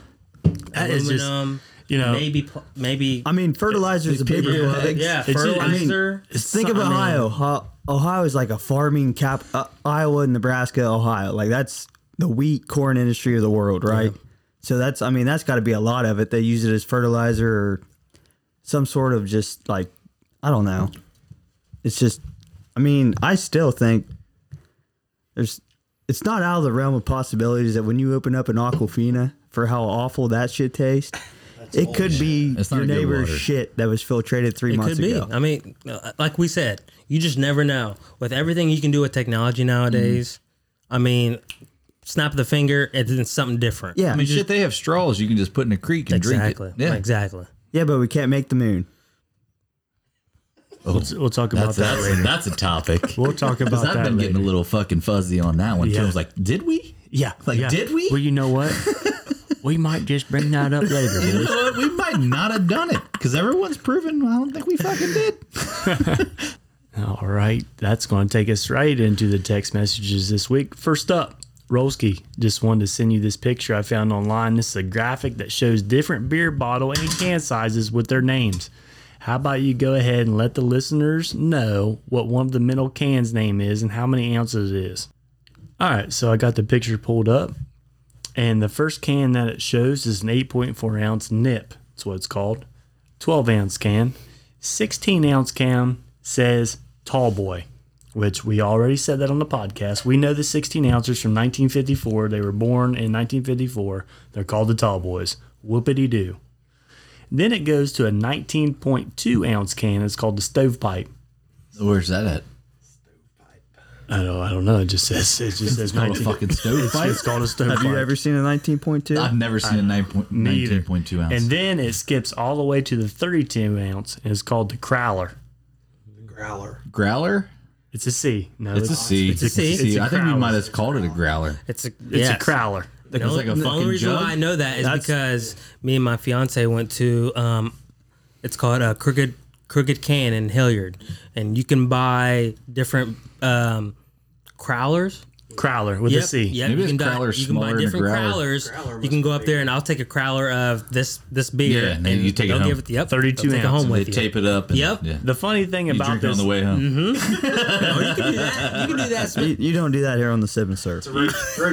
Speaker 1: That is just,
Speaker 5: aluminum,
Speaker 1: you know,
Speaker 5: maybe pl- maybe
Speaker 2: I mean, fertilizer's a big
Speaker 5: yeah, yeah
Speaker 1: it's- I mean,
Speaker 5: fertilizer.
Speaker 1: it's
Speaker 2: Think of
Speaker 1: something-
Speaker 2: Ohio. Ho- Ohio is like a farming cap. Uh, Iowa, Nebraska, Ohio. Like that's the wheat, corn industry of the world, right? So that's. I mean, that's got to be a lot of it. They use it as fertilizer or some sort of just like I don't know. It's just. I mean, I still think there's. It's not out of the realm of possibilities that when you open up an Aquafina for how awful that shit tastes. It could be
Speaker 4: It's not
Speaker 2: your
Speaker 4: a good
Speaker 2: neighbor's
Speaker 4: water.
Speaker 2: shit that was filtrated three
Speaker 5: It
Speaker 2: months
Speaker 5: could be.
Speaker 2: ago.
Speaker 5: I mean, uh, like we said, you just never know. With everything you can do with technology nowadays, I mean, snap of the finger, and then something different.
Speaker 2: Yeah,
Speaker 4: I mean, shit, they have straws you can just put in a creek and
Speaker 5: exactly.
Speaker 4: drink it. Yeah,
Speaker 5: exactly.
Speaker 2: yeah, but we can't make the moon.
Speaker 1: We'll, we'll talk about
Speaker 4: That's,
Speaker 1: that
Speaker 4: that's,
Speaker 1: later.
Speaker 4: that's a topic.
Speaker 1: We'll talk about
Speaker 4: Because
Speaker 1: that
Speaker 4: I've been
Speaker 1: later.
Speaker 4: getting a little fucking fuzzy on that one, too.
Speaker 1: Yeah.
Speaker 4: I was like, did we?
Speaker 1: yeah,
Speaker 4: Like,
Speaker 1: yeah.
Speaker 4: did we?
Speaker 1: Well, you know what? we might just bring that up later.
Speaker 4: You
Speaker 1: dude.
Speaker 4: know what? we might not have done it because everyone's proven. I don't think we fucking did.
Speaker 1: All right, that's going to take us right into the text messages this week. First up, Rolski just wanted to send you this picture I found online. This is a graphic that shows different beer bottle and can sizes with their names. How about you go ahead and let the listeners know what one of the middle cans name is and how many ounces it is? All right, so I got the picture pulled up, and the first can that it shows is an 8.4 ounce nip. That's what it's called. 12 ounce can. 16 ounce can says tall boy, which we already said that on the podcast. We know the 16 ounces from 1954. They were born in 1954. They're called the tall boys. Whoopity doo. Then it goes to a 19.2 ounce can. It's called the stovepipe.
Speaker 4: Where's that at?
Speaker 1: I don't, I don't know. It just says it just says 19.
Speaker 4: fucking stovepipe?
Speaker 1: It's called a stovepipe.
Speaker 2: Have you ever seen a 19.2?
Speaker 4: I've never seen a 9 point,
Speaker 1: Neither.
Speaker 4: 19.2 ounce.
Speaker 1: And then it skips all the way to the 32 ounce, and it's called the crowler.
Speaker 3: Growler.
Speaker 4: Growler?
Speaker 1: It's a C. No,
Speaker 4: It's a C.
Speaker 5: It's a C.
Speaker 4: I
Speaker 1: It's a
Speaker 4: think we
Speaker 1: crowler.
Speaker 4: might have called it a growler.
Speaker 5: It's a
Speaker 1: It's a crowler.
Speaker 5: The,
Speaker 4: It's
Speaker 5: only,
Speaker 4: like a
Speaker 5: the only
Speaker 4: fucking
Speaker 5: reason
Speaker 4: jug?
Speaker 5: why I know that is
Speaker 2: That's-
Speaker 5: because me and my fiance went to um, it's called a crooked crooked can in Hilliard, and you can buy different um, crowlers.
Speaker 1: Crowler with
Speaker 5: Yep,
Speaker 1: a C.
Speaker 5: Yep,
Speaker 4: Maybe
Speaker 5: you
Speaker 4: the
Speaker 5: can, buy,
Speaker 4: crowler's
Speaker 5: you can buy
Speaker 4: smaller than a
Speaker 5: different
Speaker 4: growler.
Speaker 5: crowlers.
Speaker 3: Growler
Speaker 5: you can
Speaker 3: must
Speaker 5: go
Speaker 3: be
Speaker 5: up there and I'll take a crowler of this this beer.
Speaker 4: Yeah, and then you take it
Speaker 5: they'll
Speaker 4: home.
Speaker 5: Give it, yep,
Speaker 1: 32
Speaker 5: they'll take it
Speaker 1: ounce.
Speaker 5: home
Speaker 4: They
Speaker 5: with you.
Speaker 4: tape it up. And,
Speaker 5: Yep.
Speaker 4: Yeah.
Speaker 1: The funny thing
Speaker 4: You
Speaker 1: about
Speaker 4: drink it on
Speaker 1: this,
Speaker 4: the way home.
Speaker 5: you can do that.
Speaker 2: You, you don't do that here on the Sip and Serve.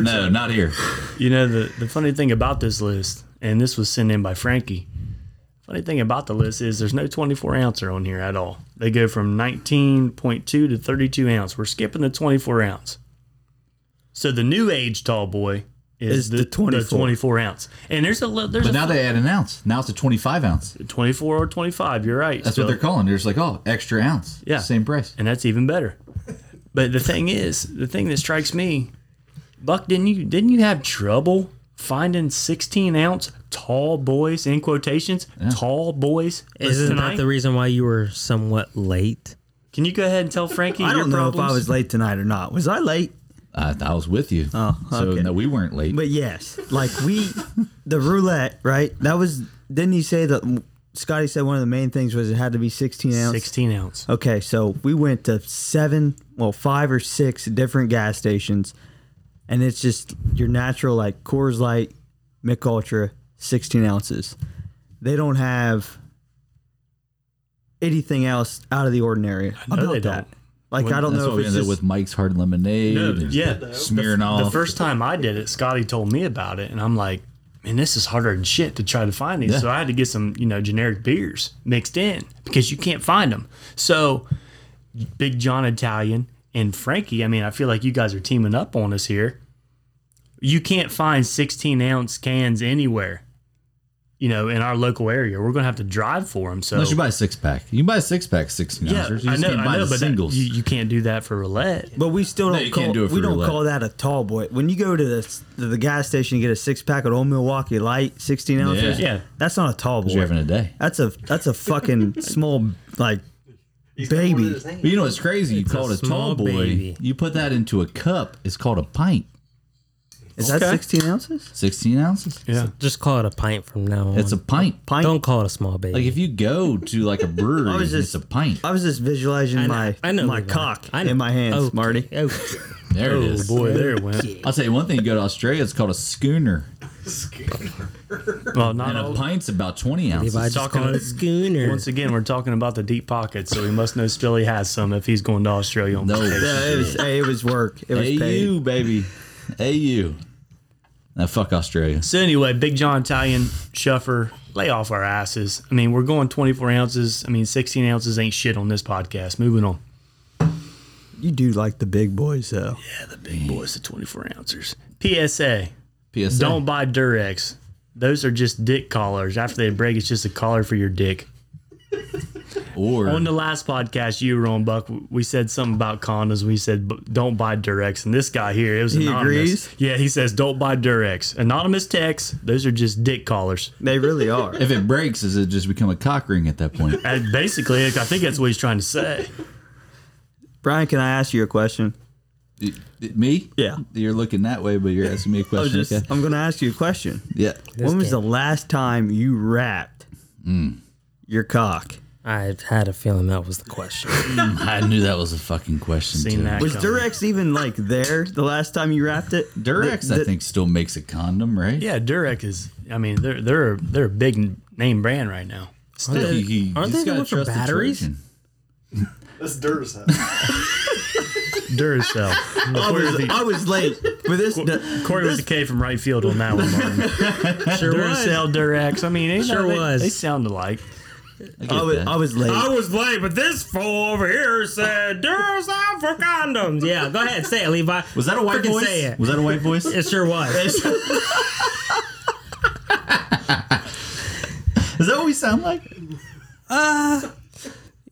Speaker 4: No, not here.
Speaker 1: you know, the, the funny thing about this list, and this was sent in by Frankie. Funny thing about the list is there's no 24 ouncer on here at all. They go from 19.2 to 32 ounce. We're skipping the 24 ounce. So the new age tall boy is,
Speaker 2: Is
Speaker 1: the,
Speaker 2: the
Speaker 1: the 24.
Speaker 2: 24.
Speaker 1: ounce. And there's a li- there's
Speaker 4: But
Speaker 1: a
Speaker 4: now they add an ounce. Now it's a 25 ounce.
Speaker 1: 24 or 25. You're right.
Speaker 4: That's what they're calling. They're just like, oh, extra ounce.
Speaker 1: Yeah.
Speaker 4: Same price.
Speaker 1: and that's even better. But the thing is, the thing that strikes me, Buck, didn't you didn't you have trouble finding sixteen ounce tall boys in quotations tall boys?
Speaker 5: Isn't
Speaker 1: tonight?
Speaker 5: that the reason why you were somewhat late?
Speaker 1: Can you go ahead and tell Frankie
Speaker 2: I
Speaker 1: your
Speaker 2: don't know
Speaker 1: problems?
Speaker 2: if I was late tonight or not. Was I late?
Speaker 4: I, I was with you. Oh, So
Speaker 2: okay.
Speaker 4: no, we weren't late.
Speaker 2: But yes, like we, the roulette, right? That was. Didn't he say that? Scotty said one of the main things was it had to be 16 ounce.
Speaker 1: sixteen ounce.
Speaker 2: Okay, so we went to seven, well, five or six different gas stations, and it's just your natural like Coors Light, Mick Ultra, sixteen ounces. They don't have anything else out of the ordinary
Speaker 1: know
Speaker 2: about
Speaker 1: they
Speaker 2: that.
Speaker 1: don't.
Speaker 2: Like I don't
Speaker 4: That's
Speaker 2: know
Speaker 4: what
Speaker 2: if
Speaker 4: we
Speaker 2: it's
Speaker 4: ended
Speaker 2: just
Speaker 4: up with Mike's Hard Lemonade.
Speaker 1: No,
Speaker 4: and
Speaker 1: yeah.
Speaker 4: Smirnoff.
Speaker 1: The first time I did it, Scotty told me about it, and I'm like, man, this is harder than shit to try to find these.
Speaker 4: Yeah.
Speaker 1: So I had to get some, you know, generic beers mixed in because you can't find them. So Big John Italian and Frankie, I mean, I feel like you guys are teaming up on us here. You can't find 16 ounce cans anywhere, you know, in our local area. We're going to have to drive for them. So,
Speaker 4: Unless you buy a six pack. You can buy a six pack, 16
Speaker 1: yeah,
Speaker 4: ounces. You
Speaker 1: I
Speaker 4: just
Speaker 1: know,
Speaker 4: can't buy
Speaker 1: I know,
Speaker 4: the
Speaker 1: but that-
Speaker 4: singles.
Speaker 1: you, you can't do that for roulette.
Speaker 2: But we still
Speaker 4: No,
Speaker 2: don't
Speaker 4: you
Speaker 2: call
Speaker 4: can't do it for
Speaker 2: we don't
Speaker 4: roulette.
Speaker 2: call that a tall boy. When you go to the to the gas station and get a six pack of Old Milwaukee Light, sixteen ounces.
Speaker 1: Yeah.
Speaker 2: that's not a tall boy.
Speaker 4: you're having a day.
Speaker 2: that's a that's a fucking small like baby.
Speaker 4: But you know what's crazy? You call it a
Speaker 5: small
Speaker 4: tall boy.
Speaker 5: baby.
Speaker 4: You put that into a cup. It's called a pint.
Speaker 2: Is
Speaker 1: Okay.
Speaker 2: that sixteen ounces?
Speaker 4: 16 ounces.
Speaker 1: Yeah.
Speaker 5: Just call it a pint from now on.
Speaker 4: It's a pint.
Speaker 2: Pint.
Speaker 5: don't call it a small baby.
Speaker 4: Like if you go to like a brewery,
Speaker 2: I was
Speaker 4: it's
Speaker 2: just-
Speaker 4: a pint.
Speaker 1: Oh,
Speaker 2: I was just visualizing my my
Speaker 5: Levi.
Speaker 2: cock
Speaker 5: I know.
Speaker 2: in my hands,
Speaker 5: Okay,
Speaker 2: Marty.
Speaker 5: okay.
Speaker 4: There it is.
Speaker 1: Boy, there it went.
Speaker 4: I'll tell you one thing. You go to Australia, it's called a schooner,
Speaker 1: Well, not
Speaker 4: and a
Speaker 1: all,
Speaker 4: pint's about 20
Speaker 5: Levi
Speaker 4: ounces.
Speaker 5: just
Speaker 1: talking
Speaker 5: called
Speaker 1: to-
Speaker 5: it schooner.
Speaker 1: Once again, we're talking about the deep pockets, so we must know Stilly has some if he's going to Australia on
Speaker 4: No.
Speaker 1: vacation.
Speaker 2: Yeah, it was hey, it was work. It was paid.
Speaker 4: AU baby, AU. Now fuck Australia.
Speaker 1: So anyway, Big John Italian Shuffer, lay off our asses. I mean, we're going 24 ounces. I mean, 16 ounces ain't shit on this podcast. Moving on.
Speaker 2: You do like the big boys though.
Speaker 1: Big boys, the 24 ouncers. PSA:
Speaker 4: PSA.
Speaker 1: Don't buy Durex. Those are just dick collars. After they break, it's just a collar for your dick.
Speaker 4: or
Speaker 1: On the last podcast you were on, Buck, we said something about condoms. We said "B- don't buy Durex, and this guy here, it was
Speaker 2: He
Speaker 1: anonymous.
Speaker 2: agrees?
Speaker 1: Yeah, he says don't buy Durex. Anonymous texts, those are just dick callers.
Speaker 2: They really are.
Speaker 4: if it breaks, does it just become a cock ring at that point?
Speaker 1: And basically, I think that's what he's trying to say.
Speaker 2: Brian, can I ask you a question?
Speaker 4: Y- y- Me?
Speaker 2: Yeah.
Speaker 4: You're looking that way, but you're asking me a
Speaker 2: I was
Speaker 4: question.
Speaker 2: just,
Speaker 4: okay.
Speaker 2: I'm gonna ask you a question.
Speaker 4: Yeah.
Speaker 2: when was
Speaker 5: guy.
Speaker 2: the last time you wrapped
Speaker 4: Hmm.
Speaker 2: your cock?
Speaker 5: I had a feeling that was the question.
Speaker 4: I knew that was a fucking question.
Speaker 1: Seen
Speaker 4: too.
Speaker 1: that
Speaker 2: Was
Speaker 1: coming.
Speaker 2: Durex even like there the last time you wrapped it?
Speaker 4: Durex,
Speaker 2: The-
Speaker 4: I
Speaker 2: the-
Speaker 4: think, still makes a condom, right?
Speaker 1: Yeah, Durex is. I mean, they're they're they're a big name brand right now.
Speaker 4: Still,
Speaker 5: they-
Speaker 4: you- you
Speaker 5: aren't
Speaker 4: just
Speaker 5: they the
Speaker 4: gotta
Speaker 5: one for
Speaker 4: trust the
Speaker 5: batteries?
Speaker 4: Trojan.
Speaker 3: That's Duracell.
Speaker 1: Duracell.
Speaker 2: I
Speaker 1: Corey,
Speaker 2: was,
Speaker 1: with the,
Speaker 2: I was late with this. the-
Speaker 1: Corey with the K from right field on that one. Martin.
Speaker 5: sure
Speaker 1: Duracell, Durex. I mean, they,
Speaker 5: Sure
Speaker 1: they-
Speaker 5: was.
Speaker 1: They sound alike.
Speaker 4: I get
Speaker 2: I was,
Speaker 4: that.
Speaker 2: I was late.
Speaker 5: was late, but this fool over here said Duracell for condoms. Yeah, go ahead, say it, Levi.
Speaker 4: Was that a white
Speaker 5: Freaking
Speaker 4: voice?
Speaker 5: Say it.
Speaker 4: Was that a white voice?
Speaker 5: It sure was.
Speaker 4: Is that what we sound like?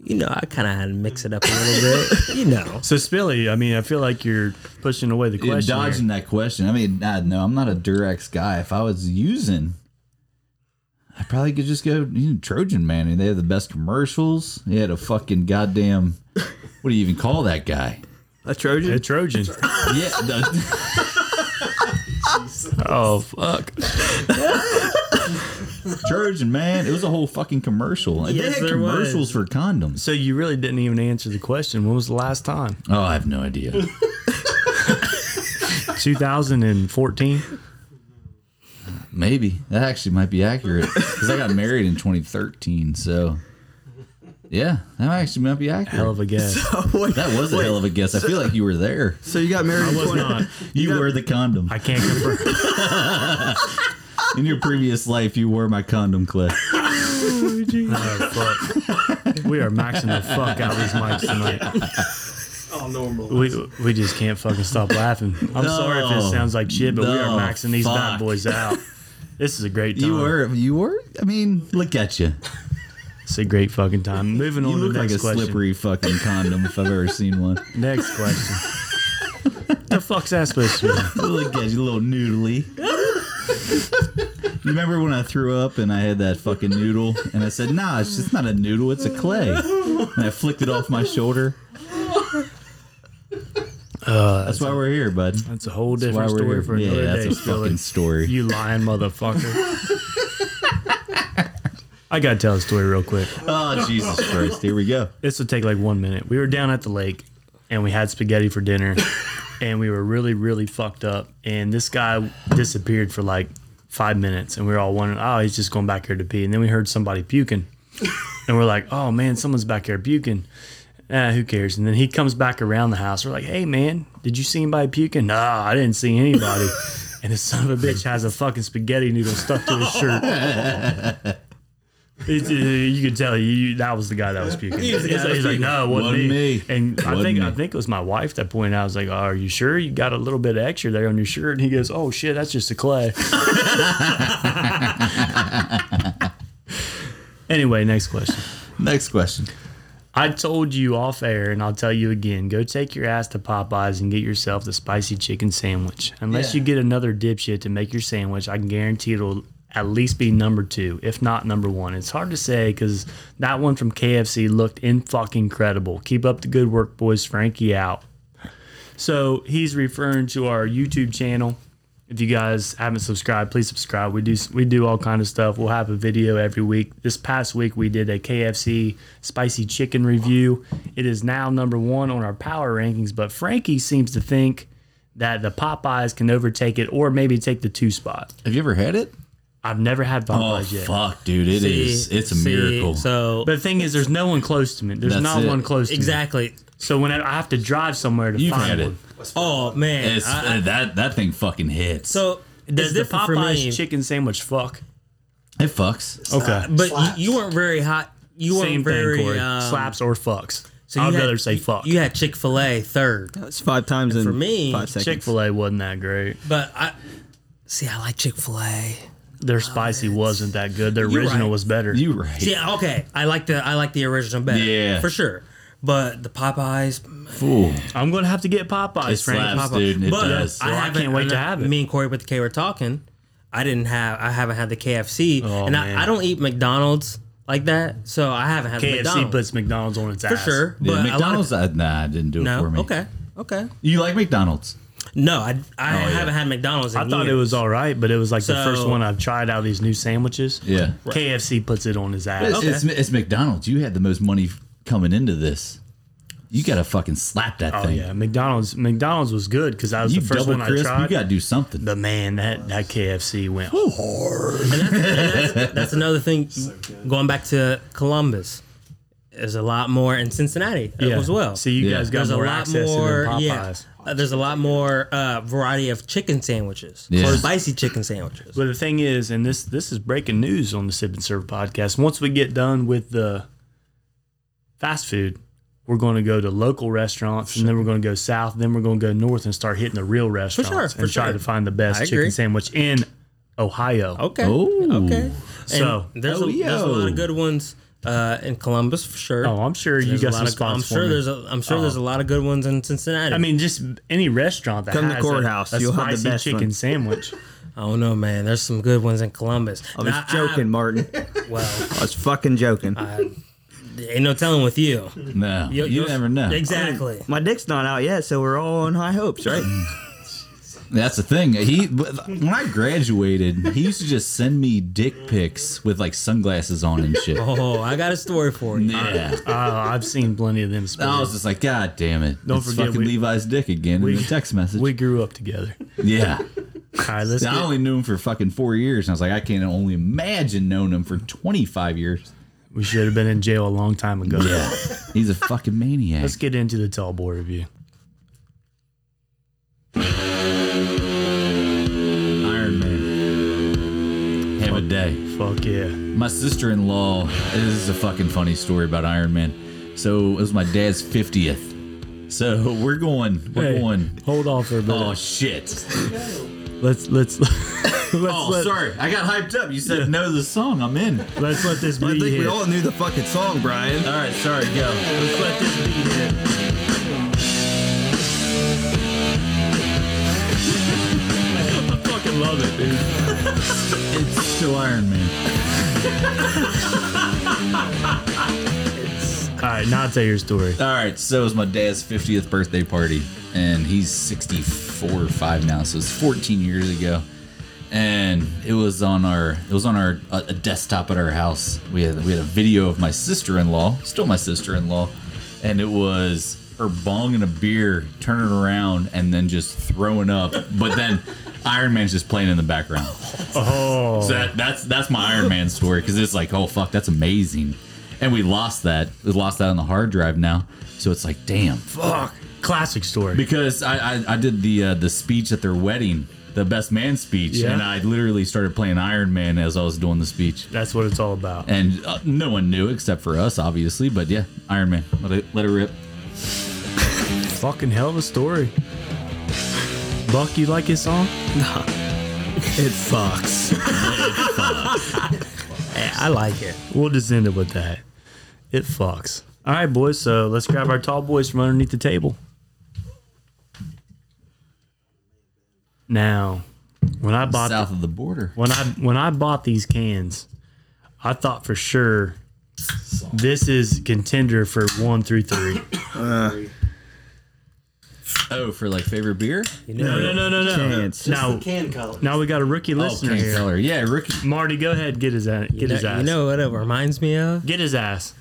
Speaker 5: you know, I kind of had to mix it up a little bit. You know,
Speaker 1: So Spilly, I mean, I feel like you're pushing away the
Speaker 4: You're
Speaker 1: question. here.
Speaker 4: dodging that question. I mean, I, no, I'm not a Durex guy. If I was using, I probably could just go you know, Trojan Man. They have the best commercials. They had a fucking goddamn What do you even call that guy?
Speaker 2: A Trojan?
Speaker 1: A Trojan.
Speaker 4: Yeah. the-
Speaker 1: oh fuck.
Speaker 4: Trojan man. It was a whole fucking commercial. They
Speaker 5: Yes,
Speaker 4: had
Speaker 5: there was.
Speaker 4: commercials for condoms.
Speaker 1: So you really didn't even answer the question. When was the last time?
Speaker 4: Oh, I have no idea.
Speaker 1: 2014.
Speaker 4: Maybe that actually might be accurate because I got married in 2013. So, yeah, that actually might be accurate.
Speaker 1: Hell of a guess.
Speaker 2: Wait,
Speaker 4: that was a hell of a guess. I feel like you were there.
Speaker 2: so you got married? in
Speaker 1: was
Speaker 2: 20
Speaker 1: not.
Speaker 4: You were the condom
Speaker 1: I can't confirm.
Speaker 4: in your previous life. You were my condom clip.
Speaker 1: Oh, fuck. We are maxing the fuck out of these mics tonight.
Speaker 3: Oh, normal.
Speaker 1: We we just can't fucking stop laughing. I'm sorry if this
Speaker 4: No.
Speaker 1: sounds like shit, but we
Speaker 4: No,
Speaker 1: are maxing these
Speaker 4: fuck.
Speaker 1: bad boys out. This is a great time.
Speaker 4: You were. You were. I mean, look at you.
Speaker 1: It's a great fucking time. Moving
Speaker 4: You
Speaker 1: on to
Speaker 4: look
Speaker 1: the
Speaker 4: like
Speaker 1: next
Speaker 4: a
Speaker 1: question.
Speaker 4: slippery fucking condom if I've ever seen one.
Speaker 1: Next question. the fuck's that supposed to be?
Speaker 4: Look at you, little noodly. You remember when I threw up and I had that fucking noodle and I said, "Nah, it's just not a noodle, it's a clay," and I flicked it off my shoulder. that's, why we're here, bud. That's
Speaker 1: That's a whole
Speaker 4: why
Speaker 1: different
Speaker 4: we're
Speaker 1: story
Speaker 4: here.
Speaker 1: for
Speaker 4: yeah,
Speaker 1: another
Speaker 4: that's
Speaker 1: day.
Speaker 4: a
Speaker 1: Philly.
Speaker 4: fucking story.
Speaker 1: You lying motherfucker. I gotta tell a story real quick.
Speaker 4: Oh Jesus Christ! Here we go.
Speaker 1: This will take like one minute. We were down at the lake and we had spaghetti for dinner and we were really, really fucked up. And this guy disappeared for like five minutes and we were all wondering, oh, he's just going back here to pee. And then we heard somebody puking and we're like, oh man, someone's back here puking. Ah, who cares? And then he comes back around the house. We're like, hey man, did you see anybody puking? Nah, I didn't see anybody. and this son of a bitch has a fucking spaghetti noodle stuck to his shirt. It's, uh, you could tell you that was the guy that was puking. He's, he's like, no, it wasn't,
Speaker 4: Wasn't
Speaker 1: me.
Speaker 4: me.
Speaker 1: And I
Speaker 4: Wasn't
Speaker 1: think
Speaker 4: me.
Speaker 1: I think it was my wife that pointed out. I was like, oh, are you sure you got a little bit of extra there on your shirt? And he goes, oh shit, that's just a clay. anyway, next question.
Speaker 4: Next question.
Speaker 1: I told you off air, and I'll tell you again. Go take your ass to Popeyes and get yourself the spicy chicken sandwich. Unless
Speaker 4: Yeah.
Speaker 1: you get another dipshit to make your sandwich, I can guarantee it'll at least be number two, if not number one. It's hard to say because that one from KFC looked in fucking credible. Keep up the good work, boys. Frankie out. So he's referring to our YouTube channel. If you guys haven't subscribed, please subscribe. We do we do all kind of stuff. We'll have a video every week. This past week we did a KFC spicy chicken review. It is now number one on our power rankings, but Frankie seems to think that the Popeyes can overtake it or maybe take the two spot.
Speaker 4: Have you ever had it?
Speaker 1: I've never had
Speaker 4: Oh
Speaker 1: Popeyes yet.
Speaker 4: fuck, dude! It is. It's a
Speaker 5: See,
Speaker 4: miracle.
Speaker 5: So
Speaker 1: But the thing is, there's no one close to me. There's
Speaker 4: That's
Speaker 1: not
Speaker 4: it.
Speaker 1: one close to me.
Speaker 5: exactly.
Speaker 1: So when I, I have to drive somewhere to
Speaker 4: You've
Speaker 1: find
Speaker 4: had it.
Speaker 1: one.
Speaker 5: Oh man.
Speaker 4: It's,
Speaker 5: I- I-
Speaker 4: that that thing fucking hits.
Speaker 5: so
Speaker 1: Does
Speaker 5: that's
Speaker 1: the
Speaker 5: different for me. Uh,
Speaker 1: Popeyes chicken sandwich fuck?
Speaker 4: it fucks.
Speaker 1: Okay.
Speaker 5: But
Speaker 3: Slaps.
Speaker 5: you, you weren't very hot. You weren't
Speaker 1: Same
Speaker 5: very
Speaker 1: thing, Corey.
Speaker 5: um,
Speaker 1: Slaps or fucks.
Speaker 5: you
Speaker 1: I'd
Speaker 5: had-
Speaker 1: rather say
Speaker 5: you-
Speaker 1: fuck.
Speaker 5: You had Chick Fil A third,
Speaker 2: That's five times in
Speaker 5: for me,
Speaker 2: five seconds.
Speaker 1: Chick Fil A wasn't that great.
Speaker 5: but I see. I like Chick Fil A.
Speaker 1: Their spicy wasn't that good. Their
Speaker 5: Oh, You're
Speaker 1: original
Speaker 5: right.
Speaker 1: was better.
Speaker 4: You right?
Speaker 5: Yeah. Okay. I like the I like the original better.
Speaker 4: Yeah.
Speaker 5: For sure. But the Popeyes,
Speaker 4: Fool.
Speaker 1: I'm gonna have to get Popeyes,
Speaker 4: It
Speaker 1: Frank.
Speaker 4: slaps,
Speaker 5: Popeye.
Speaker 4: dude. It
Speaker 5: but
Speaker 4: does.
Speaker 5: I,
Speaker 1: Well, I
Speaker 5: haven't-
Speaker 1: can't wait to have it.
Speaker 5: Me and Corey with the K were talking. I didn't have. I haven't had the KFC,
Speaker 1: Oh,
Speaker 5: and
Speaker 1: man.
Speaker 5: I, I don't eat McDonald's like that, so I haven't had
Speaker 1: KFC
Speaker 5: the McDonald's
Speaker 1: puts McDonald's on its
Speaker 5: for
Speaker 1: ass.
Speaker 5: sure.
Speaker 4: Yeah,
Speaker 5: but
Speaker 4: McDonald's,
Speaker 5: a lot
Speaker 4: I, nah, it didn't do it
Speaker 5: of,
Speaker 4: for me.
Speaker 5: no. Okay. Okay.
Speaker 4: You like McDonald's?
Speaker 5: No, I, I
Speaker 4: yeah.
Speaker 5: haven't had McDonald's. In
Speaker 1: Oh, I thought it
Speaker 5: years.
Speaker 1: was all right, but it was like the
Speaker 5: So-
Speaker 1: first one I've tried out of these new sandwiches.
Speaker 4: Yeah.
Speaker 1: KFC puts it on his ass. Oh,
Speaker 4: It's, it's, it's McDonald's. You had the most money f- coming into this. You got to fucking slap that
Speaker 1: Oh
Speaker 4: thing.
Speaker 1: yeah, McDonald's. McDonald's was good because that was
Speaker 4: You
Speaker 1: the first
Speaker 4: double
Speaker 1: one
Speaker 4: crisp,
Speaker 1: I
Speaker 4: you
Speaker 1: tried.
Speaker 4: got to do something.
Speaker 1: but man, that that KFC went.
Speaker 5: That's another thing. going back to Columbus, there's a lot more in Cincinnati uh,
Speaker 1: Yeah.
Speaker 5: as well.
Speaker 1: So you
Speaker 4: Yeah.
Speaker 1: guys got
Speaker 5: there's a
Speaker 1: more
Speaker 5: lot
Speaker 1: access
Speaker 5: more.
Speaker 1: to the Popeyes.
Speaker 5: Yeah, uh, there's a lot more uh, variety of chicken sandwiches.
Speaker 4: Yeah.
Speaker 5: Spicy chicken sandwiches.
Speaker 1: But the thing is, and this this is breaking news on the Sip and Serve podcast. Once we get done with the fast food, we're going to go to local restaurants, and then we're going to go south, then we're going to go north and start hitting the real restaurants
Speaker 5: for
Speaker 1: and try
Speaker 5: sure.
Speaker 1: to find the best
Speaker 5: I
Speaker 1: chicken
Speaker 5: agree.
Speaker 1: sandwich in Ohio.
Speaker 5: Okay.
Speaker 4: Oh.
Speaker 5: Okay.
Speaker 1: So-
Speaker 5: And there's,
Speaker 4: Oh,
Speaker 5: a, there's a
Speaker 4: yo.
Speaker 5: lot of good ones uh, in Columbus for sure.
Speaker 1: Oh, I'm sure you
Speaker 5: There's a
Speaker 1: got
Speaker 5: lot
Speaker 1: some
Speaker 5: of- I'm
Speaker 1: spots. Oh.
Speaker 5: sure there's a I'm sure there's a lot of good ones in Cincinnati.
Speaker 1: I mean, just any restaurant that
Speaker 2: Come to
Speaker 1: has
Speaker 2: Courthouse,
Speaker 1: a, a
Speaker 2: you'll have
Speaker 1: spicy
Speaker 2: the best
Speaker 1: chicken
Speaker 2: one.
Speaker 1: sandwich.
Speaker 5: I don't know, man. There's some good ones in Columbus.
Speaker 2: I was joking, Martin.
Speaker 5: well,
Speaker 2: I was fucking joking.
Speaker 5: ain't no telling with you.
Speaker 4: No, you,
Speaker 5: You'll- you'll-
Speaker 4: never know.
Speaker 5: Exactly.
Speaker 2: My dick's not out yet, so we're all on high hopes, right?
Speaker 4: That's the thing. He when I graduated, he used to just send me dick pics with like sunglasses on and shit.
Speaker 5: Oh, I got a story for you.
Speaker 4: Yeah.
Speaker 1: Oh, I've seen plenty of them.
Speaker 4: I
Speaker 1: Sports.
Speaker 4: was just like, God damn it!
Speaker 1: Don't
Speaker 4: it's
Speaker 1: forget,
Speaker 4: fucking
Speaker 1: we-
Speaker 4: Levi's dick again in the text message.
Speaker 1: We grew up together.
Speaker 4: yeah,
Speaker 1: All right, let's
Speaker 4: I
Speaker 1: get,
Speaker 4: only knew him for fucking four years, and I was like, I can only imagine knowing him for twenty five years.
Speaker 1: we should have been in jail a long time ago.
Speaker 4: Yeah, he's a fucking maniac.
Speaker 1: Let's get into the tall boy review.
Speaker 4: Iron Man. Have a day.
Speaker 1: Fuck yeah.
Speaker 2: Oh,
Speaker 4: My sister in law, this is a fucking funny story about Iron Man. So it was my dad's 50th. So we're going, we're
Speaker 1: Hey,
Speaker 4: going.
Speaker 1: Hold on for a minute.
Speaker 4: Oh, shit.
Speaker 1: let's let's let's,
Speaker 4: Oh,
Speaker 1: let,
Speaker 4: sorry. I got hyped up. You said know the song. I'm in. All
Speaker 1: let's let this
Speaker 2: I
Speaker 1: be
Speaker 2: think we
Speaker 1: hit.
Speaker 2: all knew the fucking song, Brian.
Speaker 4: right, sorry. Go. Let's let this be it.
Speaker 1: I fucking love it, dude.
Speaker 4: It's still Iron Man.
Speaker 1: All right, now tell your story.
Speaker 4: All right. So it was my dad's 50th birthday party, and he's 64 or 5 now. So it's 14 years ago. and it was on our it was on our a, a desktop at our house. We had we had a video of my sister in law, still my sister in law, and it was her bonging a beer, turning around, and then just throwing up. But then Iron Man's just playing in the background. Oh, so that, that's that's my Iron Man story because it's like, oh fuck, that's amazing. And we lost that. We lost that on the hard drive now. So it's like, damn,
Speaker 1: Fuck. Classic story.
Speaker 4: because I, I, I did the uh, the speech at their wedding, the best man speech,
Speaker 1: Yeah.
Speaker 4: and I literally started playing Iron Man as I was doing the speech,
Speaker 1: That's what it's all about.
Speaker 4: and uh, no one knew except for us, obviously. But yeah, Iron Man, let it let it rip.
Speaker 1: Fucking hell of a story. Buck, you like his song?
Speaker 2: It fucks.
Speaker 5: Yeah, I like it.
Speaker 1: We'll just end it with that. It fucks. All right, boys. So let's grab our tall boys from underneath the table. Now, when I bought
Speaker 4: South of the border.
Speaker 1: when I when I bought these cans, I thought for sure this is contender for one through three.
Speaker 4: Oh, for like favorite beer.
Speaker 5: You know,
Speaker 1: No, no, no, no.
Speaker 2: Chance.
Speaker 1: Now,
Speaker 3: Can color.
Speaker 1: now we got a rookie listener
Speaker 4: oh, King
Speaker 1: here.
Speaker 4: Keller. Yeah, Ricky.
Speaker 1: Marty, go ahead, get his ass. Get
Speaker 5: you
Speaker 1: his
Speaker 5: know,
Speaker 1: ass.
Speaker 5: you know what it reminds me of?
Speaker 1: Get his ass.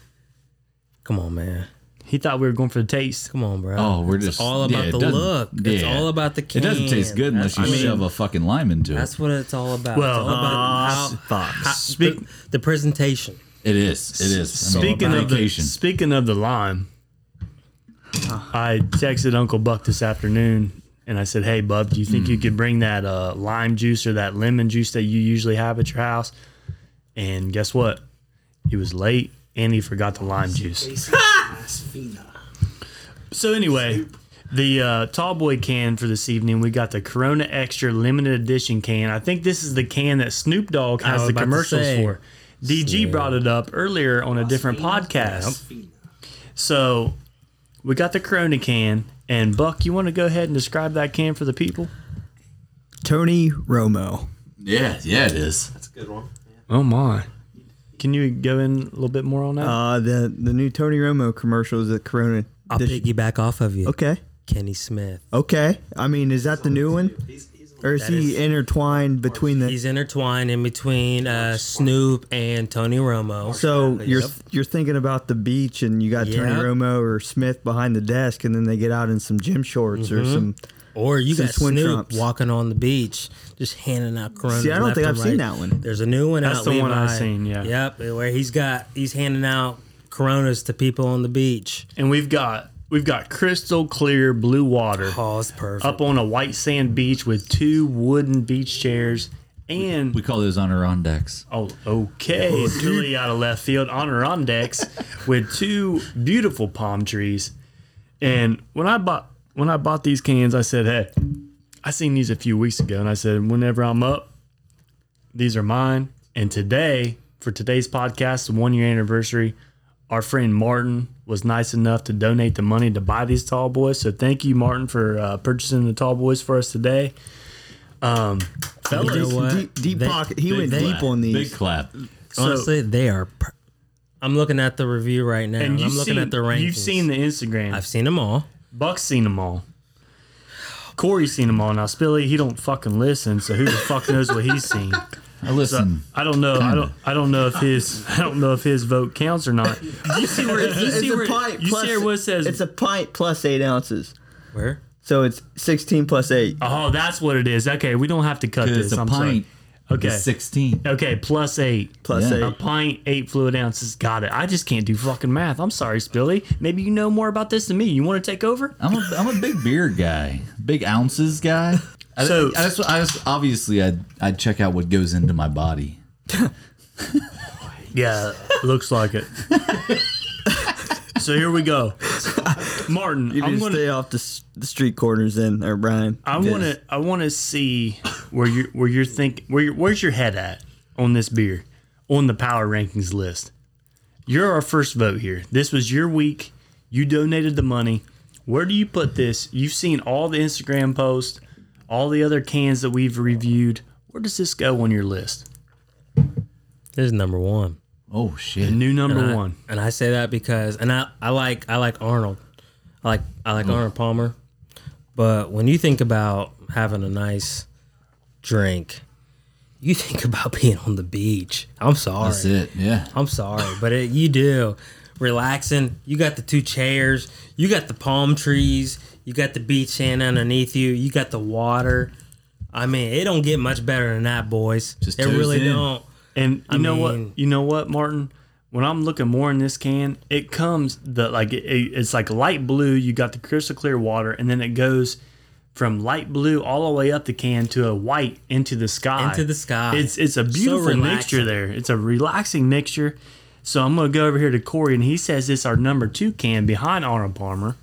Speaker 5: Come on, man.
Speaker 1: He thought we were going for the taste.
Speaker 5: Come on, bro.
Speaker 4: Oh, we're
Speaker 5: it's
Speaker 4: just
Speaker 5: all
Speaker 4: yeah,
Speaker 5: about
Speaker 4: it
Speaker 5: the
Speaker 4: doesn't-
Speaker 5: look. It's
Speaker 4: yeah.
Speaker 5: all about the can.
Speaker 4: It doesn't taste good unless
Speaker 5: That's,
Speaker 4: you
Speaker 5: I mean,
Speaker 4: shove a fucking lime into it.
Speaker 5: That's what it's all about.
Speaker 1: Well, uh,
Speaker 5: it's all about
Speaker 2: Fucks.
Speaker 5: how,
Speaker 1: speak-
Speaker 5: the, the presentation.
Speaker 4: it is. It is. I'm
Speaker 1: Speaking
Speaker 4: on
Speaker 1: of the,
Speaker 4: vacation.
Speaker 1: speaking of the lime, I texted Uncle Buck this afternoon and I said, "Hey, Bub, do you think you
Speaker 5: Hmm.
Speaker 1: could bring that uh, lime juice or that lemon juice that you usually have at your house?" And guess what? He was late and he forgot the lime juice. So anyway, the uh, tall boy can for this evening, we got the Corona Extra limited edition can. I think this is the can that Snoop Dogg has
Speaker 5: was
Speaker 1: the
Speaker 5: about to
Speaker 1: commercials
Speaker 5: say.
Speaker 1: for. DG brought it up earlier on a different podcast. So we got the Corona can, and Buck, you want to go ahead and describe that can for the people?
Speaker 2: Tony Romo.
Speaker 4: yeah, yeah, it is.
Speaker 3: That's a good one.
Speaker 1: Oh my! Can you go in a little bit more on that?
Speaker 2: Uh, the the new Tony Romo commercial is the Corona.
Speaker 5: I'll
Speaker 2: dish-
Speaker 5: piggyback off of you.
Speaker 2: Okay.
Speaker 5: Kenny Smith.
Speaker 2: Okay. I mean, is that the new one,
Speaker 3: He's, he's
Speaker 2: or is
Speaker 5: That
Speaker 2: he
Speaker 5: is-
Speaker 2: intertwined between the?
Speaker 5: He's intertwined in between uh, Snoop and Tony Romo.
Speaker 2: So you're
Speaker 5: Yep.
Speaker 2: you're thinking about the beach, and you got Tony
Speaker 5: Yeah.
Speaker 2: Romo or Smith behind the desk, and then they get out in some gym shorts or some.
Speaker 5: Or you
Speaker 2: Some
Speaker 5: got
Speaker 2: twin
Speaker 5: Snoop
Speaker 2: Trumps.
Speaker 5: walking on the beach, just handing out Corona.
Speaker 2: See, I don't think I've
Speaker 5: right.
Speaker 2: seen that one.
Speaker 5: There's a new one.
Speaker 1: That's
Speaker 5: out,
Speaker 1: the one I've
Speaker 5: Levi.
Speaker 1: seen, yeah.
Speaker 5: Yep. Where he's got he's handing out Coronas to people on the beach.
Speaker 1: and we've got we've got crystal clear blue water
Speaker 5: Oh, it's perfect.
Speaker 1: up on a white sand beach with two wooden beach chairs, and
Speaker 4: We call those Adirondacks.
Speaker 1: Oh, okay. It's really out of left field. Adirondacks with two beautiful palm trees. And when I bought when I bought these cans, I said, "Hey, I seen these a few weeks ago, and I said, whenever I'm up, these are mine." And today, for today's podcast, the one year anniversary, our friend Martin was nice enough to donate the money to buy these tall boys. So thank you, Martin, for uh, purchasing the tall boys for us today. Um,
Speaker 5: You know
Speaker 2: Deep,
Speaker 5: what?
Speaker 2: deep, deep
Speaker 5: They-
Speaker 2: pocket. He went
Speaker 4: Big
Speaker 2: deep
Speaker 4: clap.
Speaker 2: on
Speaker 4: Big
Speaker 2: these.
Speaker 4: clap.
Speaker 5: Honestly, they are per- I'm looking at the review right now. And
Speaker 1: you've
Speaker 5: I'm looking
Speaker 1: seen,
Speaker 5: at the rankings.
Speaker 1: You've seen the Instagram.
Speaker 5: I've seen them all.
Speaker 1: Buck's seen them all. Corey's seen them all. Now Spilly, he don't fucking listen, so who the fuck knows what he's seen?
Speaker 4: I listen.
Speaker 1: I don't know. I don't. I don't know if his. I don't know if his vote counts or not. You see where? You
Speaker 2: It's
Speaker 1: see
Speaker 2: a
Speaker 1: where?
Speaker 2: pint
Speaker 1: You
Speaker 2: plus-
Speaker 1: see where what it says?
Speaker 2: It's a pint plus eight ounces.
Speaker 5: Where?
Speaker 2: So it's 16 plus eight.
Speaker 1: oh, that's what it is. Okay, we don't have to cut this.
Speaker 4: it's a
Speaker 1: I'm
Speaker 4: pint.
Speaker 1: sorry. Okay.
Speaker 4: It's sixteen.
Speaker 1: Okay, plus eight.
Speaker 2: plus
Speaker 4: Yeah.
Speaker 1: A
Speaker 2: eight.
Speaker 1: pint, eight fluid ounces. Got it. I just can't do fucking math. I'm sorry, Spilly. Maybe you know more about this than me. You want to take over?
Speaker 4: I'm a I'm a big beer guy, big ounces guy. I,
Speaker 1: So-
Speaker 4: I just, I just obviously I I check out what goes into my body.
Speaker 1: Yeah, looks like it. so here we go, Martin.
Speaker 2: You need
Speaker 1: I'm
Speaker 2: to
Speaker 1: gonna.
Speaker 2: stay off the, s- the street corners then, or Brian.
Speaker 1: I want to. I want to see where you where you're thinking. Where you where's your head at on this beer, on the power rankings list? You're our first vote here. This was your week. You donated the money. Where do you put this? You've seen all the Instagram posts, all the other cans that we've reviewed. Where does this go on your list?
Speaker 5: This is number one.
Speaker 4: Oh shit!
Speaker 1: New number
Speaker 5: I-
Speaker 1: one.
Speaker 5: And I say that because, and I, I like I like Arnold, I like I
Speaker 4: Mm.
Speaker 5: like Arnold Palmer, but when you think about having a nice drink, you think about being on the beach. I'm sorry,
Speaker 4: That's it. Yeah.
Speaker 5: I'm sorry, but it, you do relaxing. You got the two chairs, you got the palm trees, you got the beach sand underneath you, you got the water. I mean, it don't get much better than that, boys.
Speaker 4: Just
Speaker 5: it
Speaker 4: toes
Speaker 5: really
Speaker 4: in.
Speaker 5: don't.
Speaker 1: And you know
Speaker 5: mean-
Speaker 1: what? You know what, Martin? When I'm looking more in this can, it comes the like it, it's like light blue. You got the crystal clear water, and then it goes from light blue all the way up the can to a white into the sky.
Speaker 5: Into the sky.
Speaker 1: It's it's a beautiful mixture
Speaker 5: relaxing.
Speaker 1: there. It's a relaxing mixture. So I'm gonna go over here to Corey, and he says it's our number two can behind Arnold Palmer.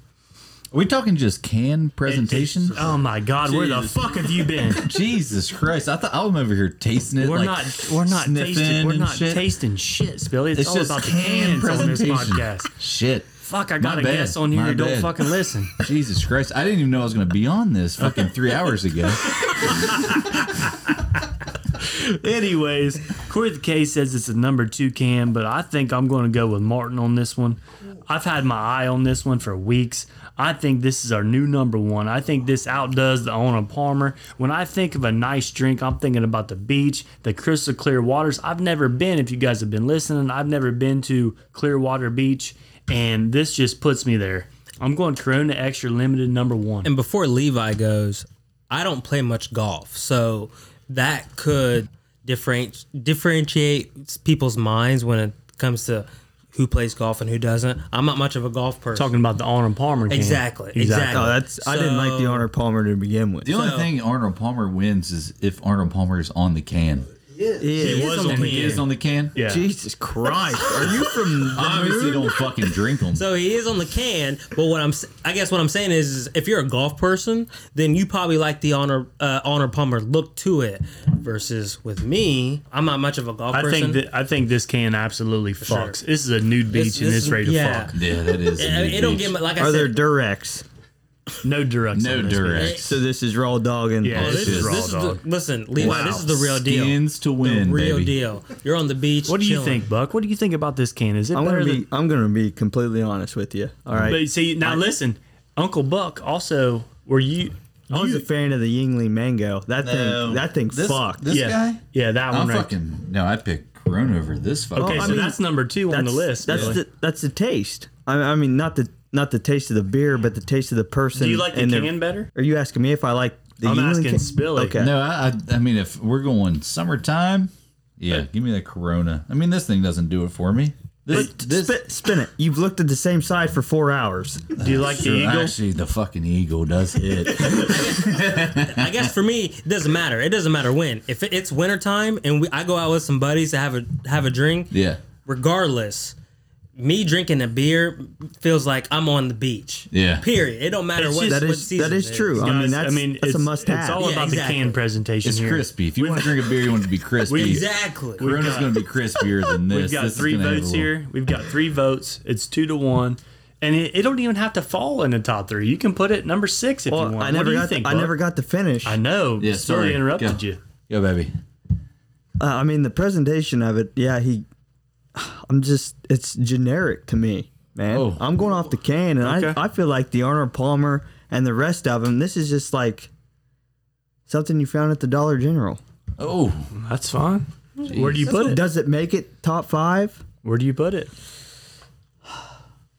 Speaker 4: Are we talking just can presentation?
Speaker 1: Oh my God, where the
Speaker 4: Jesus.
Speaker 1: fuck have you been?
Speaker 4: Jesus Christ! I thought I'm over here tasting it.
Speaker 1: We're
Speaker 4: like,
Speaker 1: not we're not
Speaker 4: sniffing
Speaker 1: tasting we're
Speaker 4: and
Speaker 1: not
Speaker 4: shit.
Speaker 1: tasting shit, Spilly. It's,
Speaker 4: It's
Speaker 1: all
Speaker 4: just
Speaker 1: about the
Speaker 4: can
Speaker 1: cans on this
Speaker 4: presentation.
Speaker 1: podcast.
Speaker 4: Shit.
Speaker 1: Fuck, I
Speaker 4: My
Speaker 1: got a
Speaker 4: bad.
Speaker 1: guest on here.
Speaker 4: My
Speaker 1: who Don't
Speaker 4: bad.
Speaker 1: fucking listen.
Speaker 4: Jesus Christ! I didn't even know I was going to be on this fucking three hours ago.
Speaker 1: Anyways, Corey the K says it's a number two can, but I think I'm going to go with Martin on this one. I've had my eye on this one for weeks. I think this is our new number one. I think this outdoes the Arnold Palmer. When I think of a nice drink, I'm thinking about the beach, the crystal clear waters. I've never been, if you guys have been listening, I've never been to Clearwater Beach, and this just puts me there. I'm going Corona Extra Limited number one.
Speaker 5: and before Levi goes, I don't play much golf, so that could different, differentiate people's minds when it comes to who plays golf and who doesn't. I'm not much of a golf person.
Speaker 1: Talking about the Arnold Palmer can.
Speaker 5: Exactly, exactly.
Speaker 2: Oh, that's I didn't like the
Speaker 5: So-
Speaker 2: Honor Palmer to begin with.
Speaker 4: The only
Speaker 5: So-
Speaker 4: thing Arnold Palmer wins is if Arnold Palmer is on the can.
Speaker 2: Yeah.
Speaker 5: He is
Speaker 1: was on
Speaker 5: on the
Speaker 1: the
Speaker 4: He
Speaker 5: can.
Speaker 4: is on the can.
Speaker 1: Yeah.
Speaker 2: Jesus Christ, are you from?
Speaker 4: I obviously don't fucking drink them.
Speaker 5: So he is on the can, but what I'm, s- I guess what I'm saying is, is if you're a golf person, then you probably like the honor, uh, honor Palmer look to it. Versus with me, I'm not much of a golf
Speaker 1: I
Speaker 5: person.
Speaker 1: think that I think this can absolutely fucks. This is a nude beach
Speaker 5: This-
Speaker 1: and
Speaker 5: this-
Speaker 1: it's ready to
Speaker 5: yeah.
Speaker 1: fuck.
Speaker 4: Yeah, that is.
Speaker 5: I mean, it don't get mu- like I
Speaker 2: Are
Speaker 5: said.
Speaker 2: there Durex?
Speaker 1: No direct.
Speaker 4: no direct.
Speaker 2: So this is raw dog and
Speaker 1: Yeah,
Speaker 4: Oh,
Speaker 5: This
Speaker 1: this
Speaker 5: is,
Speaker 1: is raw
Speaker 5: this is the,
Speaker 1: dog.
Speaker 5: listen, Levi.
Speaker 1: Wow.
Speaker 5: This is the real deal.
Speaker 4: Skins to win,
Speaker 5: the real
Speaker 4: baby.
Speaker 5: deal. You're on the beach.
Speaker 1: What do you
Speaker 5: chilling.
Speaker 1: think, Buck? What do you think about this can? Is it
Speaker 2: I'm
Speaker 1: better
Speaker 2: gonna
Speaker 1: than?
Speaker 2: be I'm gonna be completely honest with you. All right,
Speaker 1: But see, now listen, Uncle Buck. Also, were you?
Speaker 2: I was a fan of the Yingling Mango. That
Speaker 4: No.
Speaker 2: thing that thing
Speaker 4: This-
Speaker 2: fucked.
Speaker 4: this-
Speaker 1: yeah,
Speaker 4: guy?
Speaker 1: yeah, that
Speaker 4: I'm
Speaker 1: one. Right.
Speaker 4: fucking no. I picked Corona over this fucking.
Speaker 1: okay,
Speaker 2: I
Speaker 1: so
Speaker 2: mean,
Speaker 1: that's number two on the list.
Speaker 2: That's
Speaker 1: really.
Speaker 2: the that's the taste. I, I mean, not the not the taste of the beer, but the taste of the person.
Speaker 1: do you like the
Speaker 2: and their-
Speaker 1: can better?
Speaker 2: Are you asking me if I like the
Speaker 1: I'm
Speaker 2: Yingling
Speaker 1: asking
Speaker 2: can?
Speaker 1: Spilly.
Speaker 2: Okay.
Speaker 4: No, I, I, I mean, if we're going summertime, yeah, give me the Corona. I mean, this thing doesn't do it for me. This,
Speaker 2: But
Speaker 4: this
Speaker 2: spin, spin it. You've looked at the same side for four hours.
Speaker 1: Do you like the
Speaker 4: Sure,
Speaker 1: eagle?
Speaker 4: actually, the fucking eagle does it.
Speaker 5: I guess for me, it doesn't matter. It doesn't matter when. If it- it's wintertime and we, I go out with some buddies to have a have a drink,
Speaker 4: yeah,
Speaker 5: regardless, me drinking a beer feels like I'm on the beach.
Speaker 4: Yeah.
Speaker 5: Period. It don't matter
Speaker 1: It's
Speaker 5: what,
Speaker 1: just-
Speaker 2: That
Speaker 5: what
Speaker 2: is
Speaker 5: season
Speaker 2: that is
Speaker 5: it
Speaker 2: true. I mean,
Speaker 1: Guys,
Speaker 2: that's, that's a
Speaker 1: it's-
Speaker 2: must
Speaker 1: It's
Speaker 2: have.
Speaker 1: all
Speaker 5: Yeah,
Speaker 1: about
Speaker 5: exactly.
Speaker 1: the can presentation
Speaker 4: it's
Speaker 1: here.
Speaker 4: crispy. If you want to drink a beer, you want it to be crispy.
Speaker 5: Exactly.
Speaker 4: Corona's
Speaker 1: got-
Speaker 4: going to be crispier than
Speaker 1: We've
Speaker 4: this.
Speaker 1: got
Speaker 4: This is
Speaker 1: three
Speaker 4: gonna have a
Speaker 1: votes
Speaker 4: little-
Speaker 1: here. We've got three votes. It's two to one, and it, it don't even have to fall in the top three. You can put it number six if you
Speaker 2: Well,
Speaker 1: want.
Speaker 2: I
Speaker 1: What do
Speaker 2: never
Speaker 1: you
Speaker 2: got
Speaker 1: think,
Speaker 2: the, I
Speaker 1: Buck?
Speaker 2: never got the finish.
Speaker 1: I know.
Speaker 4: Yeah,
Speaker 1: Spilly
Speaker 4: sorry.
Speaker 1: interrupted
Speaker 4: Go.
Speaker 1: you.
Speaker 4: Yo, baby.
Speaker 2: Uh, I mean, the presentation of it. Yeah, he. I'm just it's generic to me, man.
Speaker 4: Oh.
Speaker 2: I'm going off the can, and
Speaker 3: Okay.
Speaker 2: I I feel like the Arnold Palmer and the rest of them. This is just like something you found at the Dollar General.
Speaker 4: Oh,
Speaker 1: That's fine. Where do you put it?
Speaker 2: Does it make it top five?
Speaker 1: Where do you put it?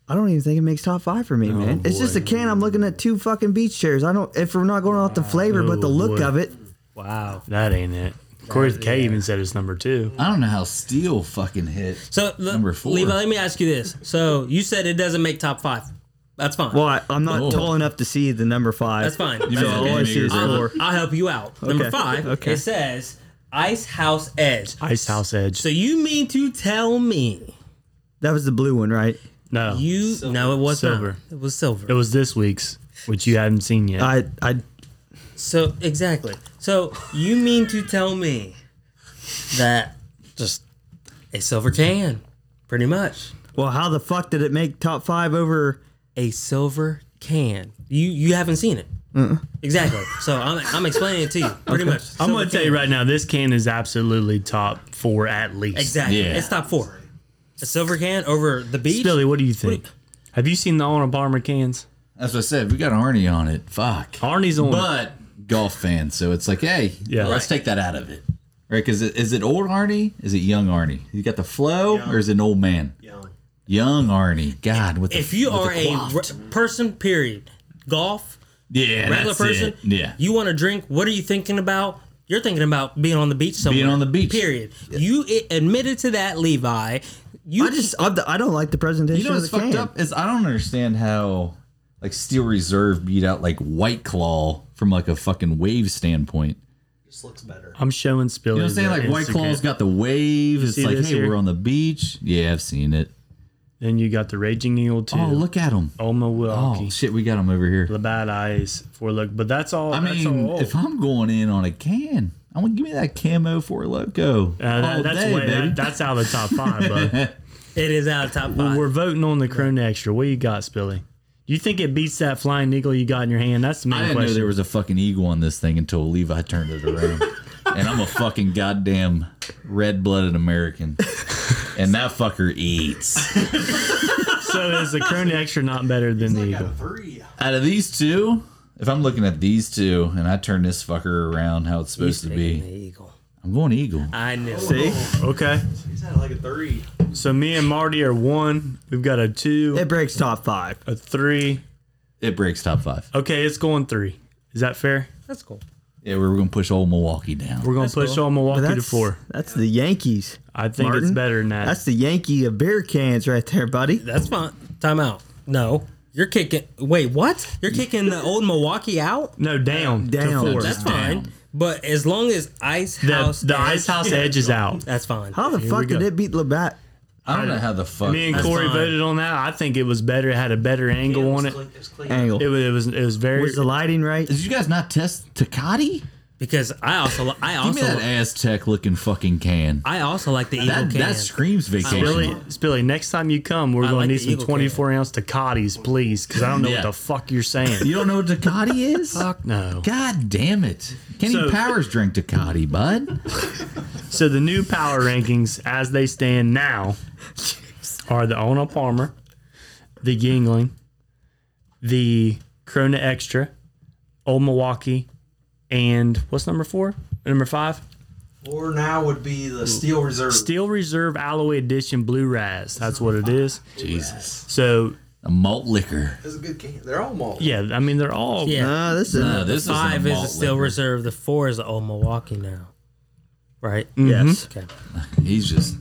Speaker 2: I don't even think it makes top five for me, man. It's just a can. I'm looking at two fucking beach chairs. I don't. If we're not going off the flavor, but the
Speaker 1: Oh,
Speaker 2: look
Speaker 1: boy.
Speaker 2: of it,
Speaker 5: Wow.
Speaker 1: That ain't it. Corey K even said it's number two.
Speaker 4: I don't know how steel fucking hit.
Speaker 5: So le-
Speaker 4: Number four.
Speaker 5: Levi, let me ask you this. So you said it doesn't make top five. That's fine.
Speaker 2: well, I, I'm not
Speaker 4: Oh.
Speaker 2: tall enough to see the number five.
Speaker 5: That's fine.
Speaker 4: You
Speaker 5: So
Speaker 4: mean the
Speaker 5: all I
Speaker 4: game
Speaker 5: see
Speaker 4: makers
Speaker 5: is-
Speaker 4: are-
Speaker 5: I'll, I'll help you out. Number five.
Speaker 2: Okay.
Speaker 5: It says Ice House Edge.
Speaker 1: Ice House Edge.
Speaker 5: So you mean to tell me
Speaker 2: That was the blue one, right?
Speaker 1: No,
Speaker 5: you? No, it was silver.
Speaker 1: Silver.
Speaker 5: It was silver.
Speaker 1: it was this week's, which you haven't seen yet.
Speaker 2: I I
Speaker 5: So exactly. So you mean to tell me that just a silver can, pretty much
Speaker 2: well, how the fuck did it make top five over?
Speaker 5: a silver can. You you haven't seen it. Exactly. So I'm, I'm explaining it to you pretty much.
Speaker 1: I'm
Speaker 5: Silver
Speaker 1: gonna tell
Speaker 5: can.
Speaker 1: you right now, this can is absolutely top four at least.
Speaker 5: Exactly.
Speaker 4: Yeah.
Speaker 5: It's top four. A silver can over the beach.
Speaker 1: Billy, what do you think? Have you seen the Arnold Palmer cans?
Speaker 4: That's what I said. We got Arnie on it. Fuck.
Speaker 1: Arnie's on. it.
Speaker 4: But golf fan, so it's like, hey,
Speaker 1: Yeah.
Speaker 4: let's
Speaker 5: Right.
Speaker 4: take that out of it. Right? Because is it old Arnie? Is it young Arnie? You got the flow, or is it an old man?
Speaker 3: Young.
Speaker 4: Young Arnie. God, with the,
Speaker 5: If you
Speaker 4: with the
Speaker 5: are a
Speaker 4: quaff.
Speaker 5: re- person, period, golf,
Speaker 4: yeah,
Speaker 5: regular
Speaker 4: that's
Speaker 5: person,
Speaker 4: it. yeah,
Speaker 5: you want to drink. What are you thinking about? You're thinking about being on the beach somewhere.
Speaker 4: on the beach.
Speaker 5: Period. You i- admitted to that, Levi. You
Speaker 2: I just I'm the, I don't like the presentation
Speaker 4: you know
Speaker 2: of
Speaker 4: what's
Speaker 2: the
Speaker 4: fucked
Speaker 2: can.
Speaker 4: up is I don't understand how like Steel Reserve beat out like White Claw from like a fucking wave standpoint.
Speaker 3: Just looks better.
Speaker 1: I'm showing Spilly.
Speaker 4: You know what I'm saying? Like White Claw's got the wave. It's
Speaker 1: see
Speaker 4: like, hey,
Speaker 1: this here?
Speaker 4: we're on the beach. Yeah, I've seen it.
Speaker 1: Then you got the Raging Eagle too.
Speaker 4: Oh, look at him.
Speaker 1: Old Milwaukee.
Speaker 4: Oh shit, we got him over here.
Speaker 1: The Bad Eyes. Four Look. But that's all.
Speaker 4: I
Speaker 1: that's
Speaker 4: mean,
Speaker 1: all old.
Speaker 4: if I'm going in on a can, I'm gonna give me that camo for loco.
Speaker 1: Uh, that-
Speaker 4: all
Speaker 1: that's
Speaker 4: day,
Speaker 1: way,
Speaker 4: baby.
Speaker 1: that, that's out of the top five, but
Speaker 5: it is out of top five.
Speaker 1: we're voting on the Corona Extra. What you got, Spilly? You think it beats that flying eagle you got in your hand? That's the
Speaker 4: I
Speaker 1: main
Speaker 4: didn't know
Speaker 1: question.
Speaker 4: there was a fucking eagle on this thing until Levi turned it around. and I'm a fucking goddamn red blooded American. And that fucker eats.
Speaker 1: so is the Corona Extra not better than the
Speaker 3: I
Speaker 1: eagle?
Speaker 3: got three.
Speaker 4: Out of these two, if I'm looking at these two and I turn this fucker around how it's supposed to
Speaker 5: Taking the
Speaker 4: be, Oh.
Speaker 5: eagle.
Speaker 4: I'm going eagle.
Speaker 5: I knew.
Speaker 2: See,
Speaker 1: Okay.
Speaker 3: He's had like a three.
Speaker 1: So me and Marty are one. We've got a two,
Speaker 2: it breaks top five.
Speaker 1: a three.
Speaker 4: It breaks top five.
Speaker 1: Okay, it's going three. Is that fair?
Speaker 5: That's cool.
Speaker 4: Yeah, we're going to push old Milwaukee down.
Speaker 1: We're gonna
Speaker 5: That's
Speaker 1: push
Speaker 5: cool.
Speaker 1: on Milwaukee
Speaker 2: But
Speaker 1: to
Speaker 2: that's
Speaker 1: four.
Speaker 2: That's the Yankees.
Speaker 1: I think it's
Speaker 2: Martin,
Speaker 1: better than that.
Speaker 2: That's the Yankee of beer cans right there, buddy.
Speaker 5: That's fine. Time out. No, you're kicking. Wait, what? You're kicking the old Milwaukee out?
Speaker 1: no, down,
Speaker 2: Down.
Speaker 1: to four.
Speaker 5: That's
Speaker 4: Damn.
Speaker 5: fine. But as long as Ice House,
Speaker 1: the the ice house edge is out.
Speaker 5: That's fine.
Speaker 2: How the
Speaker 1: Here we
Speaker 2: fuck did
Speaker 1: go.
Speaker 2: it beat Labatt?
Speaker 4: I don't know how the fuck.
Speaker 1: Me and
Speaker 5: That's
Speaker 1: Corey
Speaker 5: fine.
Speaker 1: voted on that. I think it was better. It had a better angle on it.
Speaker 3: Clean, it's clean.
Speaker 2: Angle.
Speaker 1: It was it was it was very.
Speaker 2: was the lighting right?
Speaker 4: Did you guys not test Takati?
Speaker 5: Because I also, I
Speaker 4: Give me that
Speaker 5: also,
Speaker 4: Aztec looking fucking can.
Speaker 5: I also like the eagle
Speaker 4: That,
Speaker 5: can.
Speaker 4: that screams vacation.
Speaker 1: Spilly, Spilly, next time you come, we're
Speaker 5: I
Speaker 1: gonna
Speaker 5: like
Speaker 1: need
Speaker 5: the
Speaker 1: some
Speaker 5: Eagle
Speaker 1: 24 ounce Takatis, please, because I don't know
Speaker 4: Yeah.
Speaker 1: what the fuck you're saying.
Speaker 4: You don't know what Ducati is?
Speaker 1: fuck no.
Speaker 4: God damn it. Kenny
Speaker 1: So-
Speaker 4: Powers drank Ducati, bud.
Speaker 1: So the new power rankings, as they stand now, are the Arnold Palmer, the Yingling, the Corona Extra, Old Milwaukee, and what's number four? Number five?
Speaker 3: Four now would be the Steel Reserve.
Speaker 1: Steel Reserve Alloy Edition Blue Raz. That's what it is.
Speaker 4: Jesus.
Speaker 1: So
Speaker 4: A malt liquor.
Speaker 3: That's a good can. They're all malt.
Speaker 1: yeah, I mean they're all
Speaker 5: yeah.
Speaker 2: Ah, this is
Speaker 4: No, Uh, this
Speaker 5: Uh, Five is
Speaker 4: is a
Speaker 5: the
Speaker 4: malt
Speaker 5: still
Speaker 4: liquor.
Speaker 5: reserve. The four is the old Milwaukee now, right?
Speaker 4: Mm-hmm.
Speaker 2: yes.
Speaker 5: Okay.
Speaker 4: He's just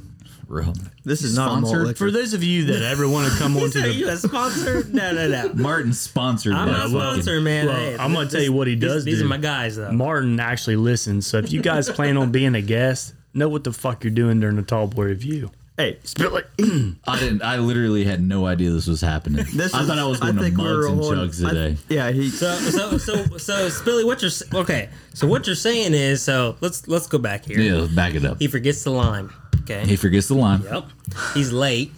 Speaker 4: real.
Speaker 2: This is not malt
Speaker 4: Sponsored
Speaker 2: liquor.
Speaker 1: For those of you that ever want to come onto the
Speaker 5: a sponsor? No, no, no.
Speaker 4: Martin sponsored
Speaker 5: I'm not
Speaker 4: that.
Speaker 5: a
Speaker 4: fucking-
Speaker 5: sponsor, man.
Speaker 1: Well,
Speaker 5: Hey,
Speaker 1: I'm gonna
Speaker 5: this-
Speaker 1: tell you what he
Speaker 5: these-
Speaker 1: does
Speaker 5: These
Speaker 1: do.
Speaker 5: are my guys, though.
Speaker 1: Martin actually listens. So if you guys plan on being a guest, know what the fuck you're doing during the tall boy review.
Speaker 2: hey,
Speaker 1: Spill it.
Speaker 4: I didn't. I literally had no idea this was happening.
Speaker 2: this
Speaker 4: I
Speaker 2: is,
Speaker 4: thought I was going to
Speaker 2: think we
Speaker 4: mugs
Speaker 2: were
Speaker 4: and
Speaker 2: on-
Speaker 4: chugs
Speaker 2: I-
Speaker 4: today.
Speaker 2: yeah, he.
Speaker 5: So, so, so, so, Spilly, what you're s- okay? So, what you're saying is, so let's let's go back here.
Speaker 4: yeah, let's back it up.
Speaker 5: He
Speaker 4: He, Mm-hmm.
Speaker 5: forgets the lime. Okay.
Speaker 4: forgets the lime.
Speaker 5: yep. He's late.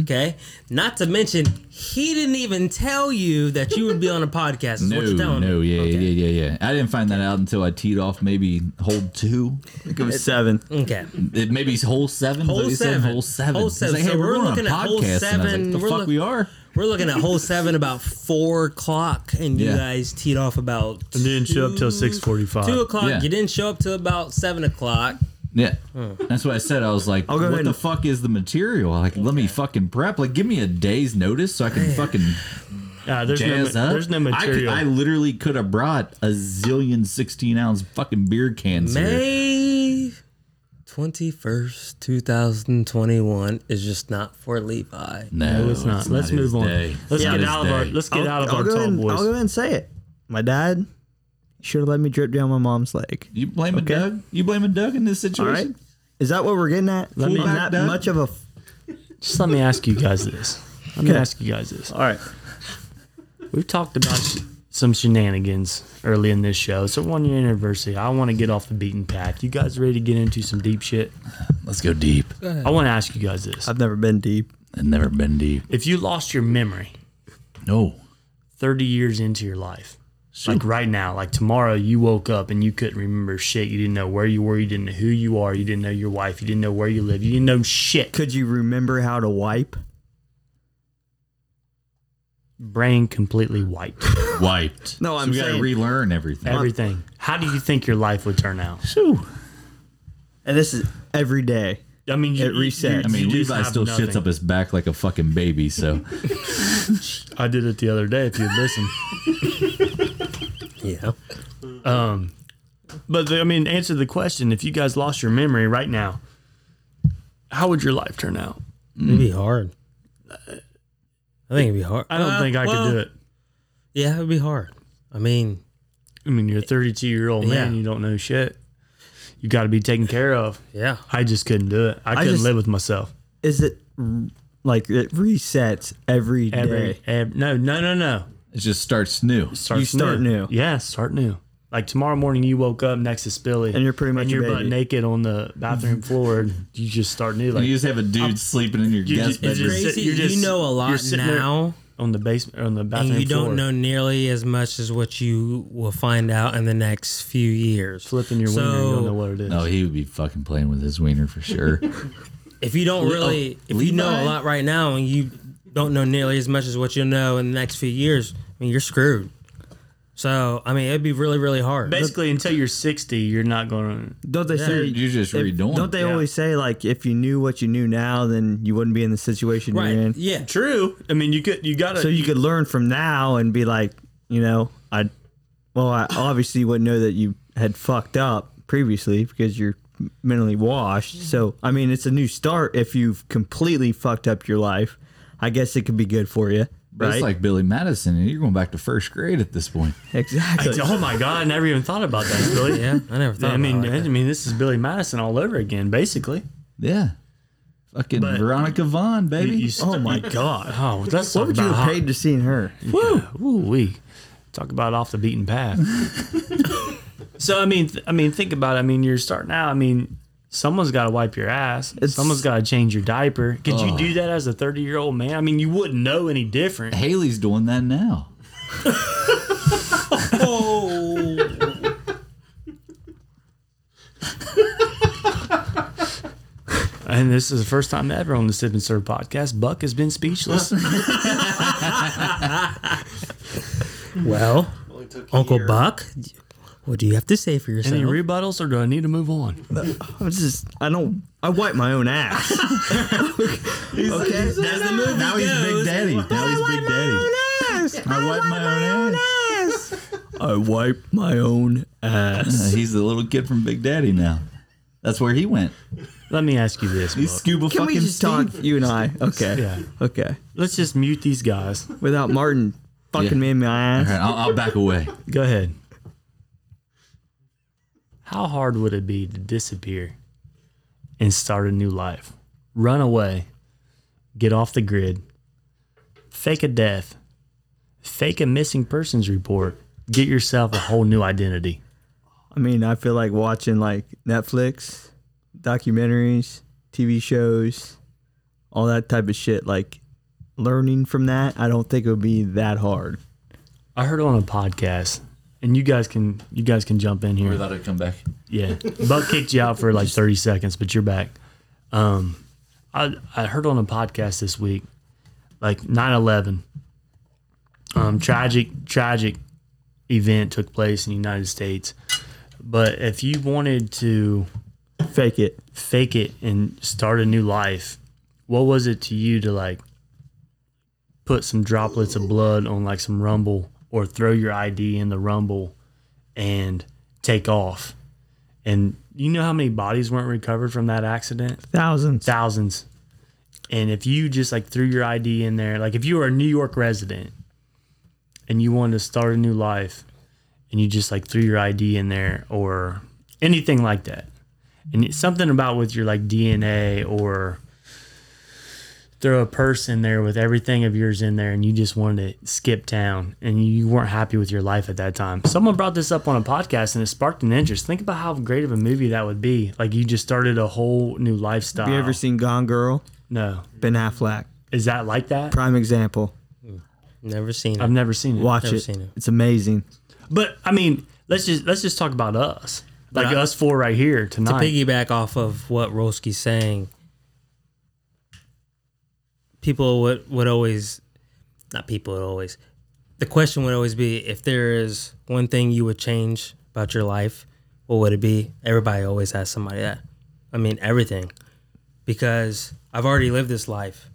Speaker 5: Okay. Not to mention, he didn't even tell you that you would be on a podcast. Is
Speaker 4: No,
Speaker 5: what you're telling
Speaker 4: no,
Speaker 5: me.
Speaker 4: yeah,
Speaker 5: okay.
Speaker 4: yeah, yeah, yeah. I didn't find that out until I teed off maybe hold two.
Speaker 2: I think it was seven.
Speaker 5: Okay.
Speaker 4: It maybe hole seven. is what
Speaker 5: Hole
Speaker 4: he said,
Speaker 5: seven.
Speaker 4: Hole seven.
Speaker 5: Hole
Speaker 4: He's
Speaker 5: seven.
Speaker 4: Like, hey,
Speaker 5: So
Speaker 4: we're,
Speaker 5: we're
Speaker 4: going
Speaker 5: looking
Speaker 4: on
Speaker 5: at
Speaker 4: a
Speaker 5: hole
Speaker 4: podcast. And I was
Speaker 5: seven.
Speaker 4: like, the
Speaker 5: We're
Speaker 4: fuck
Speaker 5: look-
Speaker 4: we are.
Speaker 5: We're looking at hole seven about four o'clock, and you
Speaker 4: Yeah.
Speaker 5: guys teed off about.
Speaker 1: And didn't show up till
Speaker 5: two-
Speaker 1: 6:45.
Speaker 5: Two o'clock.
Speaker 4: Yeah.
Speaker 5: You didn't show up till about seven o'clock.
Speaker 4: Yeah,
Speaker 1: Hmm.
Speaker 4: that's what I said. I was like,
Speaker 2: go
Speaker 4: what
Speaker 2: ahead
Speaker 4: the
Speaker 2: and-
Speaker 4: fuck is the material? Like, let me fucking prep. Like, give me a day's notice so I can fucking
Speaker 1: Uh, there's, no,
Speaker 4: jazz
Speaker 1: ma-
Speaker 4: up.
Speaker 1: there's no
Speaker 4: I could-
Speaker 1: material.
Speaker 4: I, literally could have brought a zillion sixteen ounce fucking beer cans. here.
Speaker 5: May twenty first, two thousand twenty one is just not for Levi.
Speaker 4: No,
Speaker 1: no, it's not. Let's
Speaker 4: his
Speaker 1: move on.
Speaker 4: day.
Speaker 1: Let's
Speaker 4: It's not
Speaker 1: get
Speaker 4: his
Speaker 1: out of our
Speaker 4: day.
Speaker 1: let's get out of
Speaker 2: I'll
Speaker 1: our
Speaker 2: go
Speaker 1: tall
Speaker 2: ahead, and- I'll go
Speaker 1: boys.
Speaker 2: ahead and say it. My dad should have let me drip down my mom's leg.
Speaker 4: You blaming
Speaker 2: Okay.
Speaker 4: Doug? You blaming Doug in this
Speaker 2: All
Speaker 4: situation?
Speaker 2: right. Is that what we're getting at? Let
Speaker 4: me-
Speaker 2: not
Speaker 4: Dad?
Speaker 2: much of a. f-
Speaker 1: Just let me ask you guys this. Let me
Speaker 2: Okay.
Speaker 1: ask you guys this.
Speaker 2: All right.
Speaker 1: We've talked about sh- some shenanigans early in this show. It's a one year anniversary. I want to get off the beaten path. You guys ready to get into some deep shit?
Speaker 4: Let's go deep.
Speaker 1: I want to ask you guys this.
Speaker 2: I've never been deep.
Speaker 4: I've never been deep.
Speaker 1: If you lost your memory
Speaker 4: No.
Speaker 1: 30 years into your life, like right now, like tomorrow, you woke up and you couldn't remember shit. You didn't know where you were. You didn't know who you are. You didn't know your wife. You didn't know where you live. You didn't know shit.
Speaker 2: Could you remember how to wipe?
Speaker 1: Brain completely wiped.
Speaker 4: Wiped.
Speaker 2: No, I'm
Speaker 4: so we gotta
Speaker 2: saying-
Speaker 4: relearn everything.
Speaker 1: Everything. How do you think your life would turn out?
Speaker 4: Shoo.
Speaker 2: And this is every day.
Speaker 1: I mean, you,
Speaker 2: It resets.
Speaker 4: I mean,
Speaker 1: you just
Speaker 4: Levi
Speaker 1: have
Speaker 4: still
Speaker 1: nothing.
Speaker 4: shits up his back like a fucking baby. So
Speaker 1: I did it the other day. If you'd listen.
Speaker 5: Yeah.
Speaker 1: But I mean, answer the question: If you guys lost your memory right now, how would your life turn out?
Speaker 5: It'd be hard. I think it'd be hard.
Speaker 1: I don't
Speaker 5: Uh,
Speaker 1: think I
Speaker 5: well,
Speaker 1: could do it.
Speaker 5: Yeah, it'd be hard. I mean,
Speaker 1: I mean, you're a 32 year old man.
Speaker 5: Yeah.
Speaker 1: You don't know shit. You got to be taken care of.
Speaker 5: yeah.
Speaker 1: I just couldn't do it. I couldn't
Speaker 2: just-
Speaker 1: live with myself.
Speaker 2: Is it r- like it resets every day?
Speaker 1: Every, ev- no, no, no, no.
Speaker 4: it just starts new.
Speaker 1: Start
Speaker 2: You start new.
Speaker 1: Yeah, start new. Like tomorrow morning, you woke up next to Spilly,
Speaker 2: And you're pretty
Speaker 1: and
Speaker 2: much a
Speaker 1: you're butt
Speaker 2: baby.
Speaker 1: naked on the bathroom floor. and You just start new,
Speaker 4: you
Speaker 1: like
Speaker 4: just have a dude sleeping in your
Speaker 1: you
Speaker 4: guest
Speaker 1: just- you
Speaker 4: bedroom.
Speaker 1: just-
Speaker 5: Crazy.
Speaker 1: you're
Speaker 5: you know a
Speaker 1: you're
Speaker 5: lot
Speaker 1: sitting there
Speaker 5: now,
Speaker 1: on the basement, on the
Speaker 5: and
Speaker 1: bathroom.
Speaker 5: you
Speaker 1: floor,
Speaker 5: don't know nearly as much as what you will find out in the next few years.
Speaker 1: flipping your
Speaker 5: so
Speaker 1: wiener. You don't know what it is.
Speaker 4: oh, he would be fucking playing with his wiener for sure.
Speaker 5: if you
Speaker 1: oh,
Speaker 5: don't really, if you know a
Speaker 4: Levi?
Speaker 5: lot right now, and you don't know nearly as much as what you'll know in the next few years, I mean, you're screwed. So I mean, it'd be really, really hard.
Speaker 1: Basically, until you're 60, you're not going to.
Speaker 2: Don't they say
Speaker 4: You're just
Speaker 2: if-
Speaker 4: redoing.
Speaker 2: Don't they
Speaker 1: Yeah.
Speaker 2: always say like if you knew what you knew now, then you wouldn't be in the situation
Speaker 5: right?
Speaker 2: you're in?
Speaker 5: Yeah.
Speaker 1: True. I mean, you could, you got to.
Speaker 2: So you could learn from now and be like, you know, I, well, I obviously wouldn't know that you had fucked up previously because you're mentally washed. So I mean, it's a new start if you've completely fucked up your life. I guess it could be good for you,
Speaker 4: But
Speaker 2: right?
Speaker 4: It's like Billy Madison, and you're going back to first grade at this point.
Speaker 2: exactly.
Speaker 1: oh my God, I never even thought about that, Billy.
Speaker 5: Yeah, I never thought.
Speaker 1: I mean,
Speaker 5: about it like
Speaker 1: I
Speaker 5: that.
Speaker 1: mean, this is Billy Madison all over again, basically.
Speaker 4: Yeah, fucking
Speaker 1: But-
Speaker 4: Veronica Vaughn, baby.
Speaker 1: You- you-
Speaker 2: oh my god.
Speaker 1: Oh, that's
Speaker 2: What would you have paid to seeing her?
Speaker 1: Woo wee. Talk about off the beaten path. so I mean, th- I mean, think about. it. I mean, you're starting out. I mean, someone's got to wipe your ass. someone's got to change your diaper. Could you do that as a 30 year old man? I mean, you wouldn't know any different.
Speaker 4: Haley's doing that now.
Speaker 3: Oh.
Speaker 1: And this is the first time ever on the Sip and Serve podcast. Buck has been speechless.
Speaker 5: well,
Speaker 3: Only took a
Speaker 5: Uncle
Speaker 3: year.
Speaker 5: Buck, what do you have to say for yourself?
Speaker 1: Any rebuttals, or do I need to move on?
Speaker 2: I was just, I don't, I wipe my own ass. okay.
Speaker 5: As the movie
Speaker 4: Now he's Big
Speaker 5: goes,
Speaker 4: Daddy. Now he's Big Daddy. I wipe my own ass.
Speaker 2: I wipe my own ass.
Speaker 4: Uh, He's the little kid from Big Daddy now. That's where he went.
Speaker 1: Let me ask you this.
Speaker 4: He's
Speaker 1: Buck.
Speaker 4: scuba
Speaker 2: Can we
Speaker 4: fucking
Speaker 2: just talk,
Speaker 4: Steve.
Speaker 2: you and I? Okay.
Speaker 1: Yeah.
Speaker 2: Okay.
Speaker 1: Let's just mute these guys.
Speaker 2: Without Martin fucking
Speaker 4: Yeah. Uh-huh.
Speaker 2: me in my ass.
Speaker 4: All right, I'll, I'll back away.
Speaker 1: Go ahead. How hard would it be to disappear and start a new life? Run away, get off the grid, fake a death, fake a missing persons report, get yourself a whole new identity.
Speaker 2: I mean, I feel like watching like Netflix, documentaries, TV shows, all that type of shit. Like learning from that, I don't think it would be that hard.
Speaker 1: I heard it on a podcast, and you guys can you guys can jump in here.
Speaker 4: thought it'd come back.
Speaker 1: Yeah, Buck kicked you out for like thirty seconds, but you're back. Um, I I heard on a podcast this week, like 9-11, um, tragic tragic event took place in the United States. But if you wanted to
Speaker 2: Fake it.
Speaker 1: fake it and start a new life, what was it to you to like put some droplets of blood on like some rumble or throw your ID in the rumble and take off? And you know how many bodies weren't recovered from that accident?
Speaker 2: Thousands.
Speaker 1: Thousands. And if you just like threw your ID in there, like if you were a New York resident and you wanted to start a new life and you just like threw your ID in there or anything like that. And it's something about with your like DNA or throw a purse in there with everything of yours in there and you just wanted to skip town and you weren't happy with your life at that time. Someone brought this up on a podcast and it sparked an interest. Think about how great of a movie that would be. Like you just started a whole new lifestyle.
Speaker 2: Have you ever seen Gone Girl?
Speaker 1: No.
Speaker 2: Ben Affleck,
Speaker 1: Is that like that?
Speaker 2: prime example.
Speaker 5: Never seen
Speaker 1: I've
Speaker 5: it.
Speaker 1: never seen it.
Speaker 2: Watch
Speaker 5: Never
Speaker 2: it.
Speaker 5: seen it.
Speaker 2: It's amazing.
Speaker 1: But I mean, let's just let's just talk about us. Like
Speaker 5: I-
Speaker 1: us four right here
Speaker 5: To
Speaker 1: tonight.
Speaker 5: piggyback off of what Rolski's saying, people would, would always, not people would always, the question would always be if there is one thing you would change about your life, what would it be? Everybody always asks somebody that. I mean, everything. Because I've already lived this life.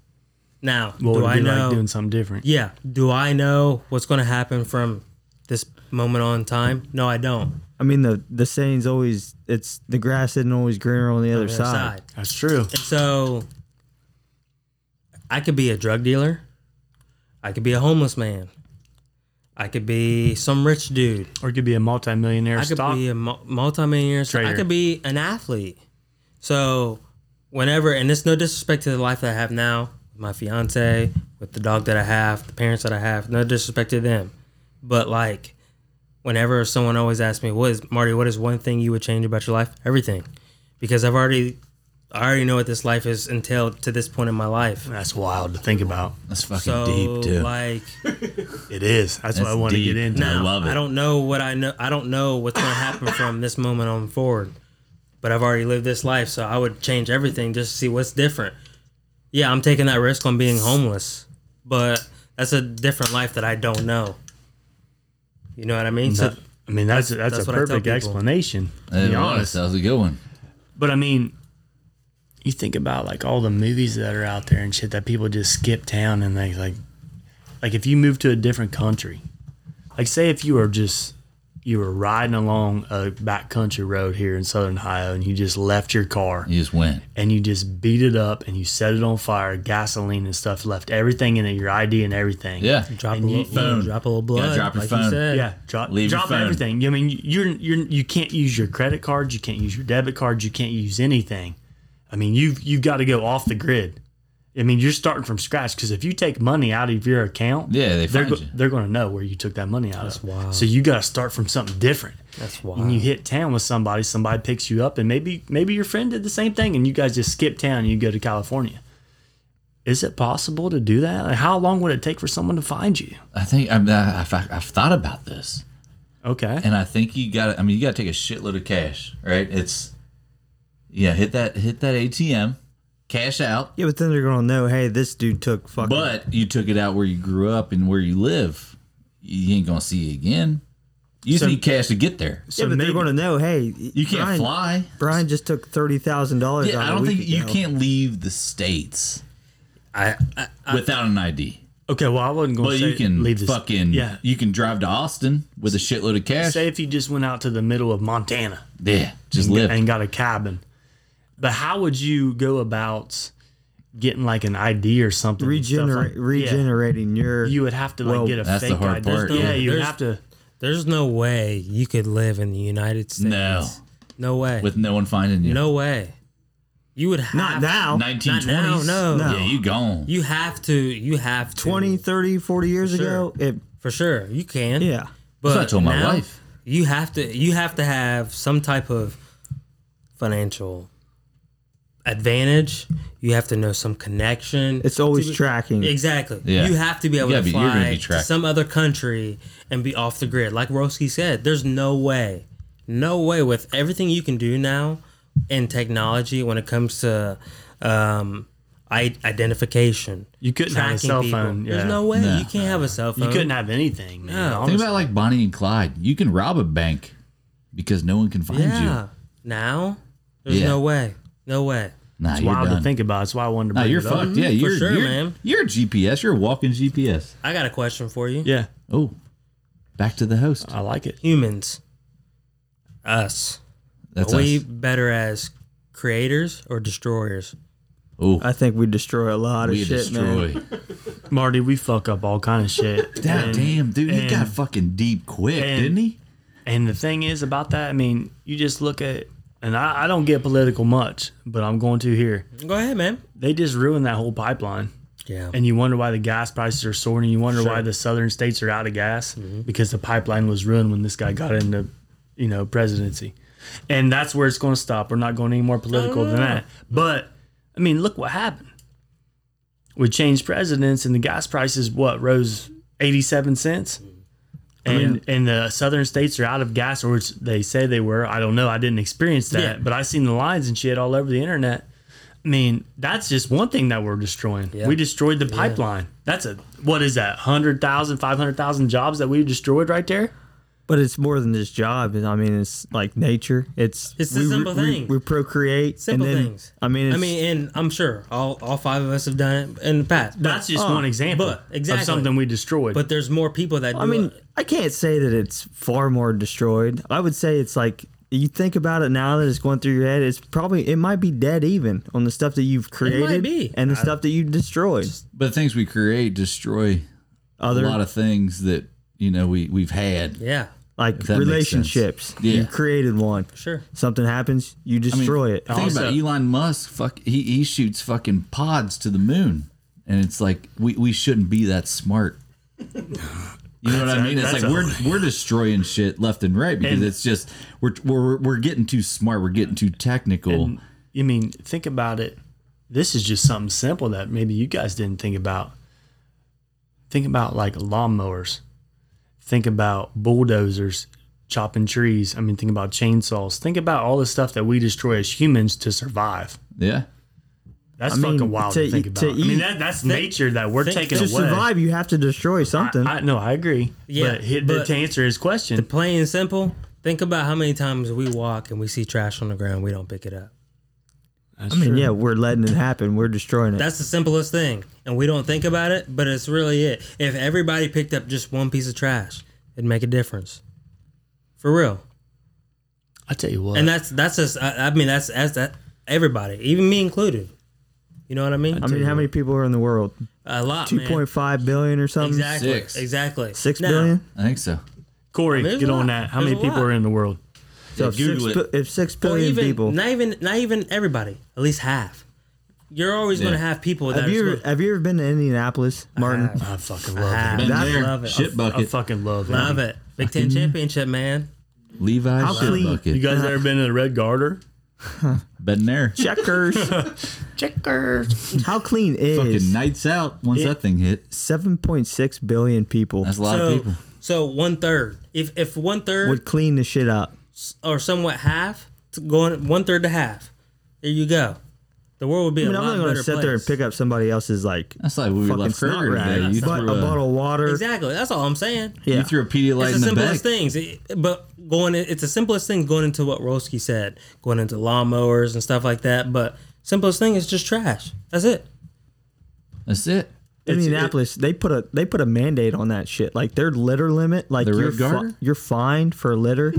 Speaker 5: Now,
Speaker 1: what
Speaker 5: do
Speaker 1: would it
Speaker 5: I
Speaker 1: be
Speaker 5: know?
Speaker 1: like doing something different?
Speaker 5: yeah, do I know what's going to happen from this moment on time? No, I don't.
Speaker 2: I mean the the saying's always it's the grass isn't always greener on the other side.
Speaker 5: Side.
Speaker 1: That's true.
Speaker 5: And so I could be a drug dealer. I could be a homeless man. I could be some rich dude.
Speaker 1: Or it could be a multimillionaire
Speaker 5: I could
Speaker 1: stock.
Speaker 5: be a mu- multimillionaire. So I
Speaker 1: Trader.
Speaker 5: could be an athlete. So whenever, and it's no disrespect to the life that I have now, my fiance, with the dog that I have, the parents that I have, no disrespect to them, but like, whenever someone always asks me, "What is Marty? What is one thing you would change about your life?" Everything, because I've already, I already know what this life is entailed to this point in my life.
Speaker 1: That's wild to think about.
Speaker 4: That's fucking
Speaker 5: So
Speaker 4: deep, too.
Speaker 5: like.
Speaker 1: It is. That's, what I
Speaker 4: That's
Speaker 1: want to
Speaker 4: deep.
Speaker 1: get into.
Speaker 4: I
Speaker 5: Now,
Speaker 4: love it.
Speaker 5: I don't know what I know. I don't know what's going to happen from this moment on forward. But I've already lived this life, so I would change everything just to see what's different. Yeah, I'm taking that risk on being homeless, but that's a different life that I don't know. You know what I mean? So
Speaker 1: That- I mean, that's that's,
Speaker 5: that's
Speaker 1: a
Speaker 5: what I tell
Speaker 1: perfect
Speaker 5: people.
Speaker 1: explanation. To
Speaker 4: Hey,
Speaker 1: be
Speaker 4: well,
Speaker 1: honest.
Speaker 4: That was a good one.
Speaker 1: But I mean, you think about like all the movies that are out there and shit that people just skip town and they like, like if you move to a different country, like say if you were just you were riding along a backcountry road here in Southern Ohio and you just left your car
Speaker 4: You just went.
Speaker 1: and you just beat it up and you set it on fire, gasoline and stuff, left everything in it, your ID and everything.
Speaker 4: Yeah.
Speaker 5: drop a
Speaker 1: And you-
Speaker 5: little,
Speaker 4: phone.
Speaker 5: drop a little
Speaker 4: gotta
Speaker 5: blood,
Speaker 4: drop your
Speaker 5: like you
Speaker 4: phone.
Speaker 5: said.
Speaker 1: Yeah, drop,
Speaker 4: Leave your
Speaker 1: drop
Speaker 4: phone.
Speaker 1: everything. I mean, you're you're you can't use your credit cards, you can't use your debit cards, you can't use anything. I mean, you've you've got to go off the grid. I mean, you're starting from scratch because if you take money out of your account,
Speaker 4: Yeah, they
Speaker 1: they're go-
Speaker 4: find you.
Speaker 1: they're going to know where you took that money out of.
Speaker 5: wild.
Speaker 1: So you got to start from something different.
Speaker 5: That's
Speaker 1: When you
Speaker 5: wild.
Speaker 1: hit town with somebody, somebody picks you up, and maybe maybe your friend did the same thing, and you guys just skip town and you go to California. Is it possible to do that? Like, how long would it take for someone to find you?
Speaker 4: I think I'm, I- I've, I've thought about this,
Speaker 1: Okay,
Speaker 4: and I think you got. to I mean, you got to take a shitload of cash, right? It's yeah, hit that hit that ATM, cash out,
Speaker 2: Yeah, but then they're gonna know, hey, this dude took fucking
Speaker 4: but you took it out where you grew up and where you live. You ain't gonna see it again. You just
Speaker 1: So-
Speaker 4: need cash to get there.
Speaker 2: yeah, but they're gonna know, hey,
Speaker 4: You can't
Speaker 2: Brian,
Speaker 4: fly.
Speaker 2: Brian just took thirty thousand dollars.
Speaker 4: Yeah, I don't think you can't leave the states
Speaker 5: I, I,
Speaker 4: without an ID.
Speaker 1: Okay, well, I wasn't going
Speaker 4: Well,
Speaker 1: to say
Speaker 4: you can
Speaker 1: leave this.
Speaker 4: fucking
Speaker 1: yeah.
Speaker 4: You can drive to Austin with a shitload of cash.
Speaker 1: Say if you just went out to the middle of Montana
Speaker 4: yeah, just live.
Speaker 1: and got a cabin, but how would you go about getting like an ID or something? and stuff
Speaker 2: regenerate
Speaker 1: like- yeah.
Speaker 2: regenerating your
Speaker 1: You would have to like
Speaker 2: Well,
Speaker 1: get a
Speaker 4: that's the
Speaker 1: fake
Speaker 4: hard
Speaker 1: ID. There's
Speaker 4: part,
Speaker 1: no-
Speaker 4: yeah.
Speaker 1: yeah, you would
Speaker 5: There's-
Speaker 1: have to.
Speaker 5: there's no way you could live in the United States.
Speaker 4: No.
Speaker 5: no way.
Speaker 4: with no one finding you.
Speaker 5: no way. You would have
Speaker 2: not now.
Speaker 5: Not
Speaker 4: 1920s.
Speaker 5: now, no. No.
Speaker 4: Yeah, you gone.
Speaker 5: You have to. You have to.
Speaker 2: 20, 30, 40 years ago, it
Speaker 5: for sure. You can.
Speaker 2: yeah.
Speaker 5: But
Speaker 4: That's what I told my
Speaker 5: now
Speaker 4: wife.
Speaker 5: You have to. You have to have some type of financial advantage. You have to know some connection.
Speaker 2: It's always
Speaker 5: To be-
Speaker 2: tracking.
Speaker 5: Exactly.
Speaker 4: Yeah.
Speaker 5: You have to be able
Speaker 4: You
Speaker 5: to
Speaker 4: gotta be- you're gonna
Speaker 5: fly
Speaker 4: be
Speaker 5: to
Speaker 4: tracked.
Speaker 5: some other country and be off the grid. Like Roski said, there's no way, no way with everything you can do now in technology when it comes to um, I- identification.
Speaker 1: You couldn't have a cell phone, yeah.
Speaker 5: There's no way
Speaker 4: No.
Speaker 5: you can't have a cell phone.
Speaker 1: You couldn't have anything. Man,
Speaker 5: No.
Speaker 1: honestly.
Speaker 4: Think about like Bonnie and Clyde. You can rob a bank because no one can find
Speaker 5: Yeah.
Speaker 4: you.
Speaker 5: Now, there's
Speaker 4: Yeah.
Speaker 5: no way. No way.
Speaker 4: Nah,
Speaker 1: it's
Speaker 4: you're
Speaker 1: wild to
Speaker 4: done.
Speaker 1: think about. That's why I wanted to
Speaker 4: Nah,
Speaker 1: bring
Speaker 4: you're
Speaker 1: it up.
Speaker 4: fucked. Yeah, you're,
Speaker 5: sure,
Speaker 4: you're,
Speaker 5: man.
Speaker 4: You're GPS. You're a walking GPS.
Speaker 5: I got a question for you.
Speaker 1: Yeah,
Speaker 4: Oh, back to the host.
Speaker 1: I like it.
Speaker 5: Humans, us,
Speaker 4: That's
Speaker 5: are we
Speaker 4: us.
Speaker 5: better as creators or destroyers?
Speaker 4: Oh,
Speaker 2: I think we destroy a lot of
Speaker 4: we
Speaker 2: shit, man.
Speaker 4: destroy.
Speaker 1: Marty, we fuck up all kind of shit.
Speaker 4: Damn,
Speaker 1: And-
Speaker 4: damn, dude, he
Speaker 1: and-
Speaker 4: got fucking deep quick,
Speaker 1: and-
Speaker 4: didn't he?
Speaker 1: And the thing is about that, I mean, you just look at, and I, I don't get political much, but I'm going to here.
Speaker 5: Go ahead, man.
Speaker 1: They just ruined that whole pipeline.
Speaker 5: Yeah.
Speaker 1: And you wonder why the gas prices are soaring. You wonder why the southern states are out of gas because the pipeline was ruined when this guy got into, you know, presidency. And that's where it's going to stop. We're not going any more political than that. But I mean, look what happened. We changed presidents, and the gas prices what rose eighty-seven cents, and and the southern states are out of gas, or it's- they say they were. I don't know. I didn't experience that,
Speaker 5: Yeah.
Speaker 1: but I seen the lines and shit all over the internet. I mean, that's just one thing that we're destroying.
Speaker 5: Yeah.
Speaker 1: We destroyed the pipeline. That's a what is that? 100,000, 500,000 jobs that we destroyed right there?
Speaker 2: But it's more than just job. I mean, it's like nature. It's
Speaker 5: It's the
Speaker 2: we-
Speaker 5: simple
Speaker 2: we-
Speaker 5: thing.
Speaker 2: We, procreate.
Speaker 5: Simple
Speaker 2: and then,
Speaker 5: things.
Speaker 2: I mean, it's,
Speaker 5: I mean, and I'm sure all, all five of us have done it in the past. But, uh,
Speaker 1: That's just one example
Speaker 5: but- exactly.
Speaker 1: of something we destroyed.
Speaker 5: but there's more people that do
Speaker 2: I mean,
Speaker 5: it.
Speaker 2: I can't say that it's far more destroyed. I would say it's like you think about it now that it's going through your head. It's probably it might be dead even on the stuff that you've created
Speaker 5: be.
Speaker 2: and the stuff that you destroyed.
Speaker 4: But the things we create destroy
Speaker 2: Other
Speaker 4: a lot of things that you know we we've had.
Speaker 5: Yeah,
Speaker 2: like
Speaker 4: that makes sense.
Speaker 2: relationships,
Speaker 4: Yeah.
Speaker 2: you created one.
Speaker 5: sure.
Speaker 2: Something happens, you destroy it.
Speaker 4: Think about Elon Musk. Fuck, he he shoots fucking pods to the moon, and it's like we we shouldn't be that smart. You know what I mean? It's
Speaker 1: that's
Speaker 4: like
Speaker 1: a-
Speaker 4: we're we're destroying shit left and right because
Speaker 1: And-
Speaker 4: it's just we're we're we're getting too smart. We're getting too technical.
Speaker 1: I mean, think about it. This is just something simple that maybe you guys didn't think about. Think about like lawnmowers. Think about bulldozers chopping trees. I mean, think about chainsaws. Think about all the stuff that we destroy as humans to survive.
Speaker 4: yeah,
Speaker 1: That's
Speaker 2: I mean,
Speaker 1: fucking wild to,
Speaker 2: to
Speaker 1: think
Speaker 2: eat-
Speaker 1: about.
Speaker 2: to
Speaker 1: I mean,
Speaker 2: eat-
Speaker 1: that, that's nature that we're
Speaker 5: think-
Speaker 1: taking
Speaker 2: To
Speaker 1: away.
Speaker 2: survive, you have to destroy something.
Speaker 1: I, I, no, I agree.
Speaker 5: Yeah,
Speaker 1: but, he-
Speaker 5: but-
Speaker 1: to answer his question,
Speaker 5: Plain and simple. Think about how many times we walk and we see trash on the ground, we don't pick it up.
Speaker 1: that's
Speaker 2: I mean,
Speaker 1: true.
Speaker 2: yeah, we're letting it happen. We're destroying it.
Speaker 5: That's the simplest thing, and we don't think about it, but it's really it. If everybody picked up just one piece of trash, it'd make a difference, for real.
Speaker 1: I tell you what,
Speaker 5: And that's that's just I, I mean that's that's that everybody, even me included. You know what I mean?
Speaker 2: I mean, how many people are in the world?
Speaker 5: A lot,
Speaker 2: Two
Speaker 5: man.
Speaker 2: point five billion or something.
Speaker 5: Exactly.
Speaker 4: Six.
Speaker 5: Exactly.
Speaker 2: Six
Speaker 5: Now,
Speaker 2: billion?
Speaker 4: I think so.
Speaker 1: Corey,
Speaker 5: there's
Speaker 1: get
Speaker 5: a
Speaker 1: on
Speaker 5: lot.
Speaker 1: that. How
Speaker 5: There's
Speaker 1: many
Speaker 5: a
Speaker 1: people
Speaker 5: lot.
Speaker 1: are in the world?
Speaker 2: So if
Speaker 4: Google
Speaker 2: six,
Speaker 4: it.
Speaker 2: bi- if six
Speaker 5: Well,
Speaker 2: billion
Speaker 5: even,
Speaker 2: people,
Speaker 5: Not even not even everybody. At least half. You're always going to
Speaker 4: Yeah.
Speaker 5: have people that
Speaker 2: have
Speaker 5: are
Speaker 2: you
Speaker 5: just
Speaker 2: ever, have you ever been to Indianapolis, Martin?
Speaker 5: have.
Speaker 1: I fucking
Speaker 5: gonna-
Speaker 1: love it.
Speaker 5: Ah,
Speaker 4: Been
Speaker 2: That's-
Speaker 4: there.
Speaker 5: love it.
Speaker 4: Shit
Speaker 1: I
Speaker 4: bucket.
Speaker 1: fucking love it.
Speaker 5: love it. Big Ten championship, man.
Speaker 4: Levi's
Speaker 2: How
Speaker 4: shit
Speaker 2: clean-
Speaker 4: bucket.
Speaker 1: You guys ever been to the Red Garter?
Speaker 4: Been there.
Speaker 2: Checkers.
Speaker 1: Checkers.
Speaker 2: How clean
Speaker 4: Fucking
Speaker 2: is
Speaker 4: nights out. Once that thing hit,
Speaker 2: seven point six billion people
Speaker 4: that's a lot of
Speaker 5: So
Speaker 4: people.
Speaker 5: so one third. If if one
Speaker 2: would
Speaker 5: third
Speaker 2: clean the shit up?
Speaker 5: or somewhat half, it's going one third to half. There you go. The world would be
Speaker 2: I
Speaker 5: a
Speaker 2: mean, I'm
Speaker 5: lot
Speaker 2: not going
Speaker 5: better
Speaker 2: to sit there and
Speaker 5: place.
Speaker 2: pick up somebody else's like
Speaker 4: That's like when we
Speaker 2: fucking
Speaker 4: left
Speaker 2: snot
Speaker 4: Kroger today.
Speaker 2: rag,
Speaker 4: You
Speaker 2: but a
Speaker 4: threw a-
Speaker 2: bottle of water.
Speaker 5: Exactly. That's all I'm saying.
Speaker 2: Yeah.
Speaker 4: You threw a Pedialyte
Speaker 5: It's the
Speaker 4: in the back.
Speaker 5: simplest things, It- but going in- it's the simplest thing going into what Rolski said, going into lawnmowers and stuff like that. But simplest thing is just trash. That's it.
Speaker 4: That's it.
Speaker 2: Indianapolis, they put a they put a mandate on that shit. Like their litter limit, like
Speaker 4: The
Speaker 2: your
Speaker 4: Red Garter?
Speaker 2: fi- your fine for litter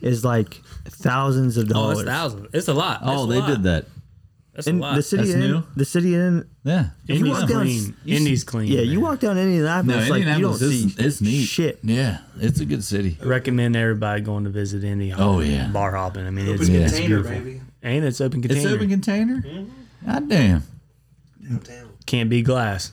Speaker 2: is like thousands of
Speaker 5: Oh,
Speaker 2: dollars.
Speaker 5: it's thousand. It's a lot. It's
Speaker 4: Oh,
Speaker 5: a
Speaker 4: they
Speaker 5: lot.
Speaker 4: did that.
Speaker 5: That's
Speaker 2: And
Speaker 5: a lot.
Speaker 2: the city
Speaker 4: That's
Speaker 2: in
Speaker 4: new.
Speaker 2: the city in
Speaker 4: Yeah.
Speaker 2: you
Speaker 1: Indy's
Speaker 2: walk down-
Speaker 1: clean. Indy's clean.
Speaker 2: yeah,
Speaker 1: man.
Speaker 2: you walk down Indianapolis,
Speaker 4: No,
Speaker 2: like
Speaker 4: Indianapolis
Speaker 2: you don't
Speaker 4: is
Speaker 2: see
Speaker 4: it's neat.
Speaker 2: shit.
Speaker 4: Yeah, it's a good city.
Speaker 1: Recommend everybody going to visit Indy.
Speaker 4: Oh, yeah.
Speaker 1: bar hopping. I mean,
Speaker 3: Open
Speaker 1: it's, it's
Speaker 3: container,
Speaker 1: beautiful.
Speaker 3: baby.
Speaker 1: And it's open
Speaker 4: It's
Speaker 1: container.
Speaker 4: open container.
Speaker 1: Mm-hmm.
Speaker 4: God damn.
Speaker 3: Downtown.
Speaker 1: can't be glass.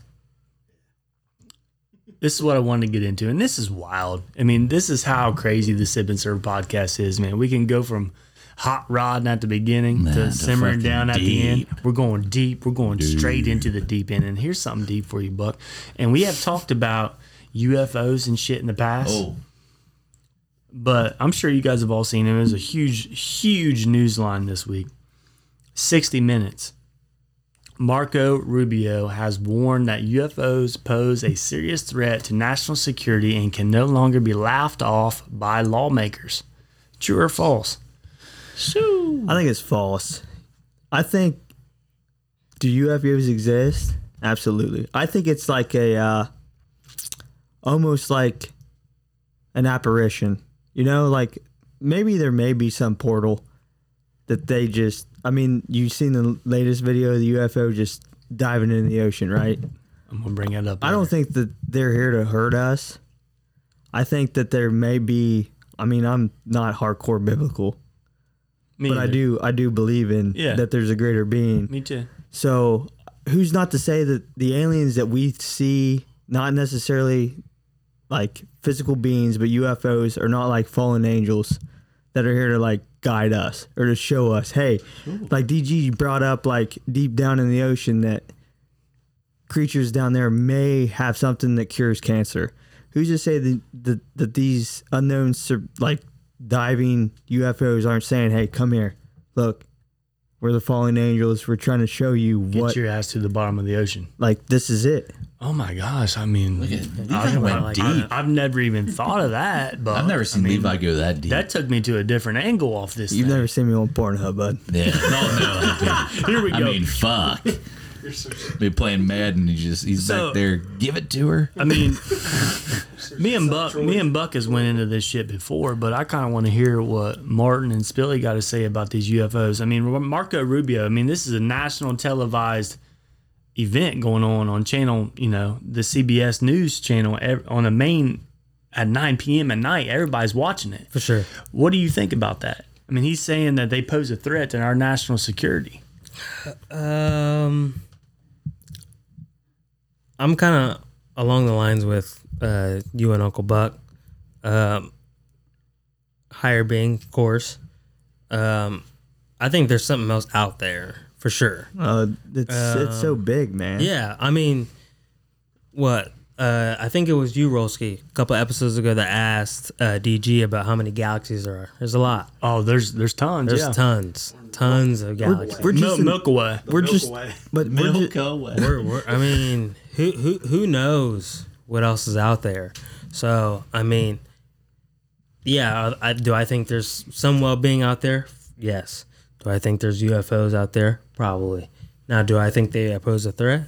Speaker 1: This is what I wanted to get into, and this is wild. I mean, this is how crazy the Sip and Serve podcast is, man. We can go from hot rodding at the beginning to
Speaker 4: to
Speaker 1: simmering
Speaker 4: fucking
Speaker 1: down at the end.
Speaker 4: deep.
Speaker 1: We're going deep. We're going straight into the deep end. And here's something deep for you, Buck. And we have talked about UFOs and shit in the past
Speaker 4: Oh,
Speaker 1: but I'm sure you guys have all seen him. It was a huge, huge news line this week. 60 Minutes. Marco Rubio has warned that UFOs pose a serious threat to national security and can no longer be laughed off by lawmakers. True or false?
Speaker 2: I think it's false. I think do UFOs exist? Absolutely. I think it's like a uh, almost like an apparition. You know, like maybe there may be some portal that they just. I mean, you've seen the latest video of the UFO just diving in the ocean, right?
Speaker 1: I'm going to bring it up.
Speaker 2: I don't
Speaker 1: later.
Speaker 2: think that they're here to hurt us. I think that there may be. I mean, I'm not hardcore biblical,
Speaker 1: Me
Speaker 2: but I
Speaker 1: either.
Speaker 2: do I do believe in
Speaker 1: Yeah.
Speaker 2: that there's a greater being.
Speaker 1: Me too.
Speaker 2: So who's not to say that the aliens that we see, not necessarily like physical beings, but UFOs are not like fallen angels that are here to like guide us or to show us, hey, like DG brought up like deep down in the ocean that creatures down there may have something that cures cancer. Who's to say that, that, that these unknown sur- like diving UFOs aren't saying, hey, come here, look, we're the fallen angels. We're trying to show you
Speaker 1: Get
Speaker 2: what,
Speaker 1: your ass to the bottom of the ocean.
Speaker 2: like, this is it.
Speaker 1: Oh my gosh. I mean, I
Speaker 4: Levi went
Speaker 1: like,
Speaker 4: deep.
Speaker 1: I, have never even thought of that. But
Speaker 4: I've never seen
Speaker 1: I mean,
Speaker 4: Levi go that deep.
Speaker 1: That took me to a different angle off this.
Speaker 2: You've
Speaker 1: thing.
Speaker 2: never seen me on Pornhub, bud.
Speaker 4: yeah. No, no. dude.
Speaker 1: Here we
Speaker 4: I
Speaker 1: go.
Speaker 4: mean, fuck. Be playing Madden. He just he's
Speaker 1: So-
Speaker 4: back there. Give it to her.
Speaker 1: I mean, me and Buck, me and Buck has went into this shit before, but I kind of want to hear what Martin and Spilly got to say about these UFOs. I mean, Marco Rubio. I mean, this is a national televised event going on on channel, you know, the CBS News channel ev- on the main at 9 p.m. at night. Everybody's watching it.
Speaker 5: for sure.
Speaker 1: What do you think about that? I mean, he's saying that they pose a threat to our national security.
Speaker 5: Um, I'm kind of along the lines with uh, you and Uncle Buck. Um, higher being, of course. Um, I think there's something else out there for sure.
Speaker 2: Uh, it's it's so
Speaker 1: Um,
Speaker 2: big, man.
Speaker 5: Yeah, I mean, what? Uh, I think it was you, Rolski, a couple episodes ago that asked uh, DG about how many galaxies there are. There's a lot.
Speaker 1: Oh, there's there's tons.
Speaker 5: There's
Speaker 1: yeah.
Speaker 5: tons, tons of galaxies.
Speaker 2: We're
Speaker 1: Mil-
Speaker 2: just, in-
Speaker 1: Milky Way.
Speaker 2: we're
Speaker 3: Milky
Speaker 2: just,
Speaker 3: Way.
Speaker 2: but we're just,
Speaker 4: away.
Speaker 5: we're, we're, I mean, who who who knows what else is out there? So I mean, yeah. I, I- do I think there's some well-being out there? Yes. Do I think there's UFOs out there? Probably. Now, do I think they pose a threat?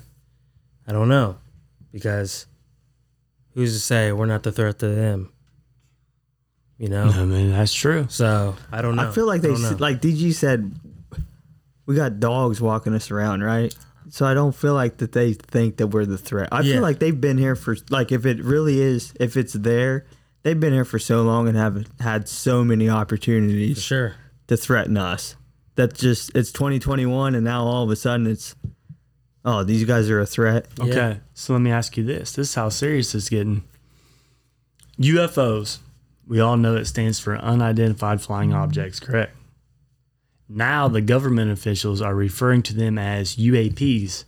Speaker 5: I don't know, because who's to say we're not the threat to them? You know.
Speaker 1: I mean, that's true.
Speaker 5: So I don't know.
Speaker 2: I feel like they
Speaker 5: don't know.
Speaker 2: s- like DG said we got dogs walking us around, right? So I don't feel like that they think that we're the threat. I
Speaker 5: Yeah.
Speaker 2: feel like they've been here for like if it really is if it's there, they've been here for so long and have had so many opportunities
Speaker 5: sure.
Speaker 2: to threaten us. That's just it's 2021 and now all of a sudden it's oh, these guys are a threat.
Speaker 1: Okay. So let me ask you this. This is how serious it's getting. UFOs, we all know it stands for unidentified flying objects, correct? Now the government officials are referring to them as UAPs,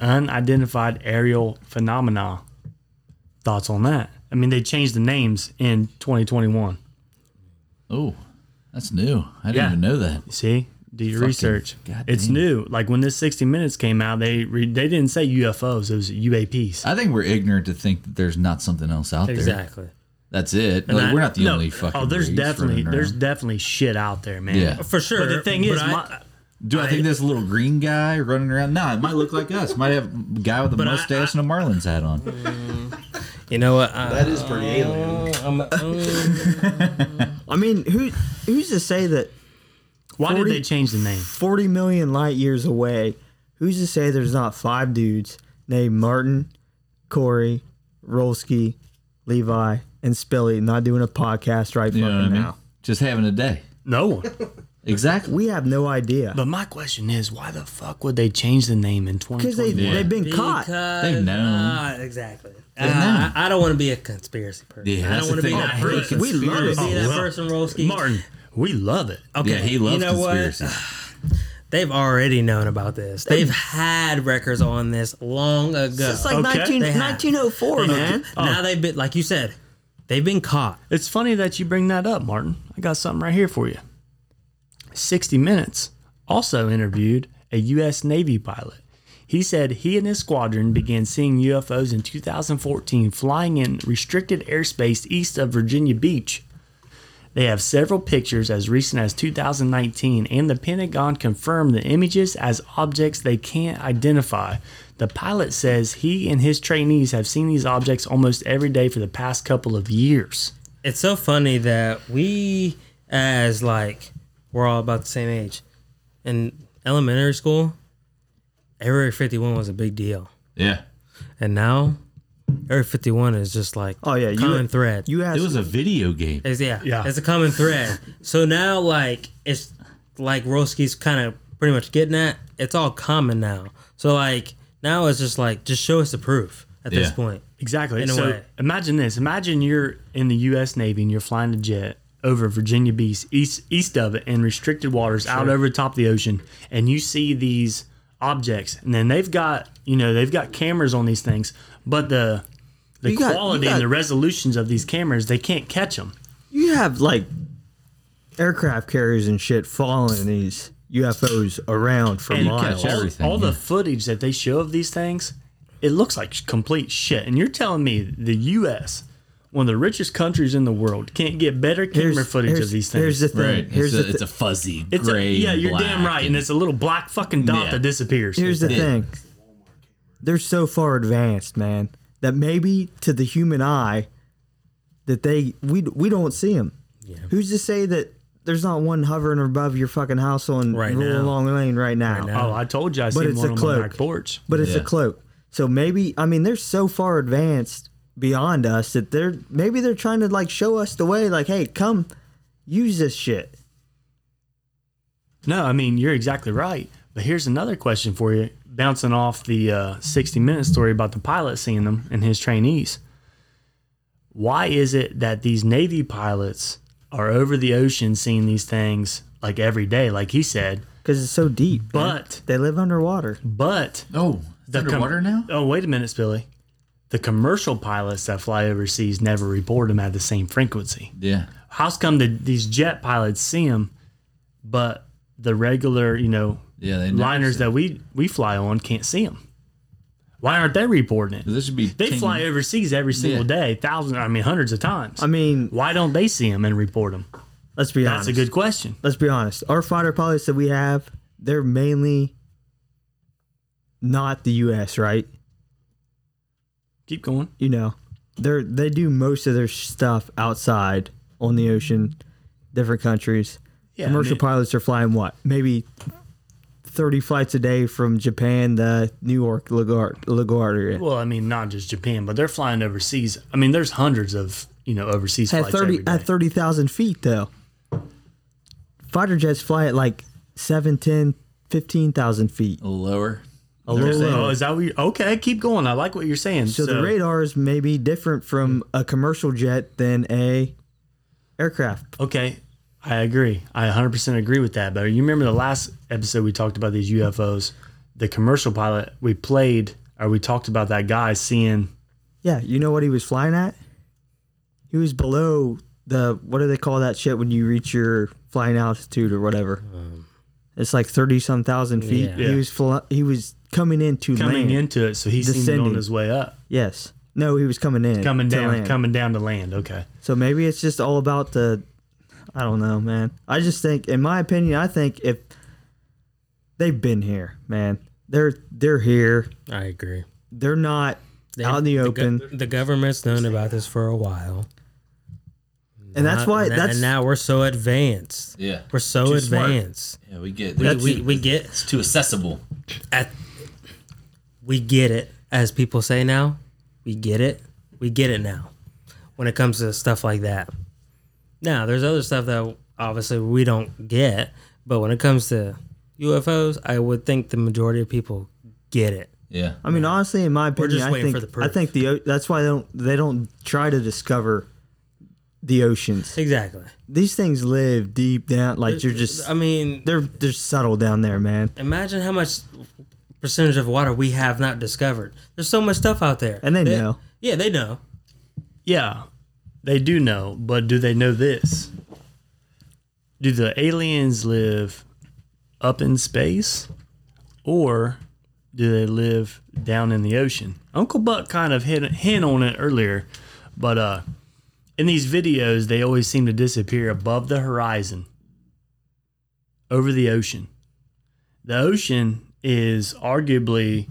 Speaker 1: unidentified aerial phenomena. Thoughts on that? I mean, they changed the names in 2021.
Speaker 4: Oh, that's new. I didn't
Speaker 1: Yeah.
Speaker 4: even know that.
Speaker 1: See, do your research.
Speaker 4: goddamn.
Speaker 1: It's new. Like when this 60 Minutes came out, they re- they didn't say UFOs; it was UAPs.
Speaker 4: I think we're ignorant to think that there's not something else out there.
Speaker 5: Exactly.
Speaker 4: That's it.
Speaker 1: And
Speaker 4: Like,
Speaker 1: I-
Speaker 4: we're not the
Speaker 1: no,
Speaker 4: only fucking.
Speaker 1: Oh, there's
Speaker 4: breeds
Speaker 1: definitely
Speaker 4: running around.
Speaker 1: there's definitely shit out there, man.
Speaker 4: Yeah.
Speaker 5: For sure.
Speaker 1: But the thing
Speaker 5: but
Speaker 1: is,
Speaker 5: I-
Speaker 1: my,
Speaker 4: Do I, think this little green guy running around? No, it might look like us. Might have a guy with a
Speaker 5: I-
Speaker 4: mustache and a Marlins hat on.
Speaker 5: you know what? I,
Speaker 3: That is pretty alien.
Speaker 5: I'm, I'm-
Speaker 2: I mean, who who's to say that
Speaker 1: why did
Speaker 2: 40
Speaker 1: they change the name?
Speaker 2: 40 million light years away, who's to say there's not five dudes named Martin, Corey, Rolski, Levi, and Spilly not doing a podcast right
Speaker 4: You know what I
Speaker 2: fucking
Speaker 4: mean?
Speaker 2: now?
Speaker 4: Just having a day.
Speaker 1: No one.
Speaker 4: Exactly.
Speaker 2: We have no idea.
Speaker 1: but my question is, why the fuck would they change the name in
Speaker 2: Because they,
Speaker 1: 2020?
Speaker 2: they've been caught.
Speaker 5: Because,
Speaker 4: They know.
Speaker 5: Ah, exactly. Uh,
Speaker 4: know.
Speaker 5: I, I don't want to be a conspiracy person.
Speaker 4: Yeah,
Speaker 5: I
Speaker 4: that's
Speaker 5: don't want
Speaker 4: the
Speaker 5: to be
Speaker 4: thing. I
Speaker 5: that
Speaker 4: hate
Speaker 5: person.
Speaker 2: We love it.
Speaker 5: I don't wanna be
Speaker 1: Oh,
Speaker 5: that
Speaker 1: well.
Speaker 5: person, Rolski.
Speaker 1: Martin, We love it.
Speaker 5: Okay,
Speaker 4: Yeah, he loves
Speaker 5: you know what?
Speaker 4: conspiracies.
Speaker 5: They've already known about this. They've had records on this long ago.
Speaker 2: It's like
Speaker 1: Okay.
Speaker 2: 19,
Speaker 5: They have.
Speaker 2: 1904, man.
Speaker 4: Oh.
Speaker 5: Now they've been, like you said, they've been caught.
Speaker 1: It's funny that you bring that up, Martin. I got something right here for you. 60 Minutes also interviewed a U.S. Navy pilot. He said he and his squadron began seeing UFOs in 2014 flying in restricted airspace east of Virginia Beach. They have several pictures as recent as 2019, and the Pentagon confirmed the images as objects they can't identify. The pilot says he and his trainees have seen these objects almost every day for the past couple of years.
Speaker 5: It's so funny that we, as like, we're all about the same age. In elementary school, Area 51 was a big deal.
Speaker 4: Yeah.
Speaker 5: And now, Area 51 is just like
Speaker 2: Oh, yeah, you-
Speaker 5: common thread.
Speaker 2: You asked.
Speaker 4: It was a video game.
Speaker 5: It's, yeah,
Speaker 1: Yeah.
Speaker 5: It's a common thread. so now, like, it's like Roski's kind of pretty much getting at. It's all common now. So like now it's just like just show us the proof at this
Speaker 4: Yeah.
Speaker 5: point.
Speaker 1: Exactly.
Speaker 5: In a
Speaker 1: so
Speaker 5: way.
Speaker 1: imagine this. Imagine you're in the U.S. Navy and you're flying a jet over Virginia Beach, east east of it, in restricted waters, out over the top of the ocean, and you see these objects. And then they've got you know they've got cameras on these things, but the the
Speaker 2: You got- you
Speaker 1: quality
Speaker 2: got-
Speaker 1: and the resolutions of these cameras, they can't catch them.
Speaker 2: you have like aircraft carriers and shit following these UFOs around for
Speaker 1: And you
Speaker 2: miles.
Speaker 4: catch every- everything,
Speaker 1: all the
Speaker 4: yeah.
Speaker 1: footage that they show of these things, it looks like complete shit. And you're telling me the U.S., one of the richest countries in the world, can't get better camera footage
Speaker 2: here's,
Speaker 1: of these things.
Speaker 2: Here's the thing.
Speaker 4: Right.
Speaker 2: Here's
Speaker 4: it's,
Speaker 2: the
Speaker 4: a,
Speaker 2: thi-
Speaker 4: it's a fuzzy
Speaker 1: It's a-
Speaker 4: gray.
Speaker 1: yeah,
Speaker 4: and
Speaker 1: you're
Speaker 4: black
Speaker 1: damn right, and it's a little black fucking dot
Speaker 4: Yeah.
Speaker 1: that disappears.
Speaker 2: Here's the
Speaker 4: Yeah.
Speaker 2: thing. They're so far advanced, man, that maybe to the human eye that they we we don't see them. Who's to say that there's not one hovering above your fucking house on
Speaker 5: Right
Speaker 2: rolling
Speaker 5: now.
Speaker 2: along lane right now?
Speaker 5: now.
Speaker 1: oh, I told you I
Speaker 2: But
Speaker 1: seen
Speaker 2: it's
Speaker 1: one
Speaker 2: a
Speaker 1: on
Speaker 2: cloak.
Speaker 1: my back porch.
Speaker 2: But it's
Speaker 4: Yeah.
Speaker 2: a cloak. So maybe I mean they're so far advanced beyond us that they're maybe they're trying to like show us the way like hey, come use this shit.
Speaker 1: No, I mean you're exactly right. But here's another question for you, bouncing off the uh, 60 Minutes story about the pilot seeing them and his trainees. Why is it that these Navy pilots are over the ocean seeing these things like every day, like he said?
Speaker 2: Cuz it's so deep. man.
Speaker 1: But-
Speaker 2: they live underwater.
Speaker 1: But
Speaker 4: Oh, it's
Speaker 1: com-
Speaker 4: underwater now?
Speaker 1: Oh, wait a minute, Spilly. The commercial pilots that fly overseas never report them at the same frequency.
Speaker 4: Yeah.
Speaker 1: how's come the, these jet pilots see them, but the regular, you know,
Speaker 4: Yeah, they never
Speaker 1: liners
Speaker 4: see
Speaker 1: that we we fly on can't see them? Why aren't they reporting it?
Speaker 4: This should be.
Speaker 1: They fly overseas every single
Speaker 4: Yeah.
Speaker 1: day, thousands, I mean, hundreds of times.
Speaker 2: I mean,
Speaker 1: Why don't they see them and report them?
Speaker 2: let's be
Speaker 1: That's
Speaker 2: honest.
Speaker 1: a good question.
Speaker 2: let's be honest. Our fighter pilots that we have, they're mainly not the US, right?
Speaker 1: Keep going.
Speaker 2: You know. They're they do most of their stuff outside on the ocean, different countries.
Speaker 1: Yeah,
Speaker 2: commercial
Speaker 1: I mean,
Speaker 2: pilots are flying what maybe 30 flights a day from japan to new york laguardia, LaGuardia.
Speaker 1: Well, I mean, not just Japan, but they're flying overseas. I mean, there's hundreds of you know overseas
Speaker 2: at
Speaker 1: flights every
Speaker 2: 30
Speaker 1: day.
Speaker 2: at 30000 feet though fighter jets fly at like 7 10 15000 feet
Speaker 4: A little lower.
Speaker 2: a little
Speaker 1: oh,
Speaker 2: lower.
Speaker 1: is that what you? Okay, keep going. I like what you're saying.
Speaker 2: so the radars may be different from a commercial jet than a aircraft
Speaker 1: Okay, I agree. I 100% agree with that. But you remember the last episode we talked about these UFOs, the commercial pilot we played, or we talked about that guy seeing.
Speaker 2: yeah you know what he was flying at he was below the what do they call that shit when you reach your flying altitude or whatever It's like thirty some thousand feet.
Speaker 5: Yeah.
Speaker 1: Um, Yeah.
Speaker 2: He was fl- he was coming in to
Speaker 1: Coming
Speaker 2: land.
Speaker 1: into it, so he's seen it on
Speaker 2: Descending.
Speaker 1: his way up,
Speaker 2: Yes. No, he was coming in.
Speaker 1: coming
Speaker 2: to
Speaker 1: down,
Speaker 2: land.
Speaker 1: coming down to land. Okay,
Speaker 2: So maybe it's just all about the. I don't know, man. I just think, in my opinion, I think if they've been here, man, they're they're here.
Speaker 5: I agree.
Speaker 2: They're not
Speaker 5: They-
Speaker 2: out in the
Speaker 5: go-
Speaker 2: open,
Speaker 5: the government's known about this for a while,
Speaker 2: and that's why
Speaker 5: And,
Speaker 2: that's
Speaker 5: and now we're so advanced.
Speaker 4: Yeah.
Speaker 5: We're so
Speaker 2: Too smart.
Speaker 5: advanced.
Speaker 4: Yeah, we get.
Speaker 5: We,
Speaker 4: That's
Speaker 5: we, we get
Speaker 4: it's too accessible.
Speaker 5: at we get it as people say now we get it we get it now when it comes to stuff like that now there's other stuff that obviously we don't get but when it comes to ufos i would think the majority of people get it
Speaker 4: Yeah.
Speaker 2: I mean, honestly, in my
Speaker 5: We're
Speaker 2: opinion,
Speaker 5: just
Speaker 2: I
Speaker 5: waiting
Speaker 2: think
Speaker 5: for the proof.
Speaker 2: I think the that's why they don't they don't try to discover the oceans.
Speaker 5: Exactly.
Speaker 2: These things live deep down. Like you're just,
Speaker 5: I mean,
Speaker 2: they're they're subtle down there, man.
Speaker 5: imagine how much percentage of water we have not discovered. There's so much stuff out there,
Speaker 2: And they know.
Speaker 5: Yeah, they know.
Speaker 1: Yeah, they do know, but do they know this? Do the aliens live up in space or do they live down in the ocean? Uncle Buck kind of hit hint on it earlier, but uh in these videos they always seem to disappear above the horizon over the ocean. The ocean is arguably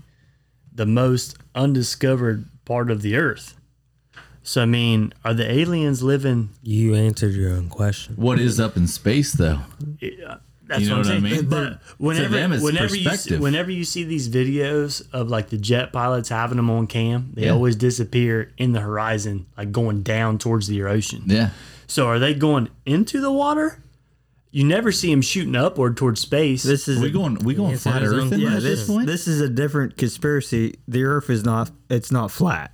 Speaker 1: the most undiscovered part of the earth. So I mean, are the aliens living?
Speaker 5: You answered your own question.
Speaker 4: What is up in space, though?
Speaker 1: Uh, That's
Speaker 4: You
Speaker 1: what I'm
Speaker 4: know what I
Speaker 1: saying.
Speaker 4: mean?
Speaker 1: But whenever,
Speaker 4: them, it's
Speaker 1: whenever you see,
Speaker 4: perspective.
Speaker 1: whenever you see these videos of like the jet pilots having them on cam, they always disappear in the horizon, like going down towards the ocean.
Speaker 4: Yeah.
Speaker 1: So are they going into the water? You never see them shooting upward towards space.
Speaker 2: This is
Speaker 4: We
Speaker 2: a-
Speaker 4: going we going
Speaker 5: Yes,
Speaker 4: flat
Speaker 5: that is
Speaker 4: Earth
Speaker 5: on-
Speaker 4: in
Speaker 5: yeah,
Speaker 4: at this point?
Speaker 2: this is a different conspiracy. The Earth is not it's not flat.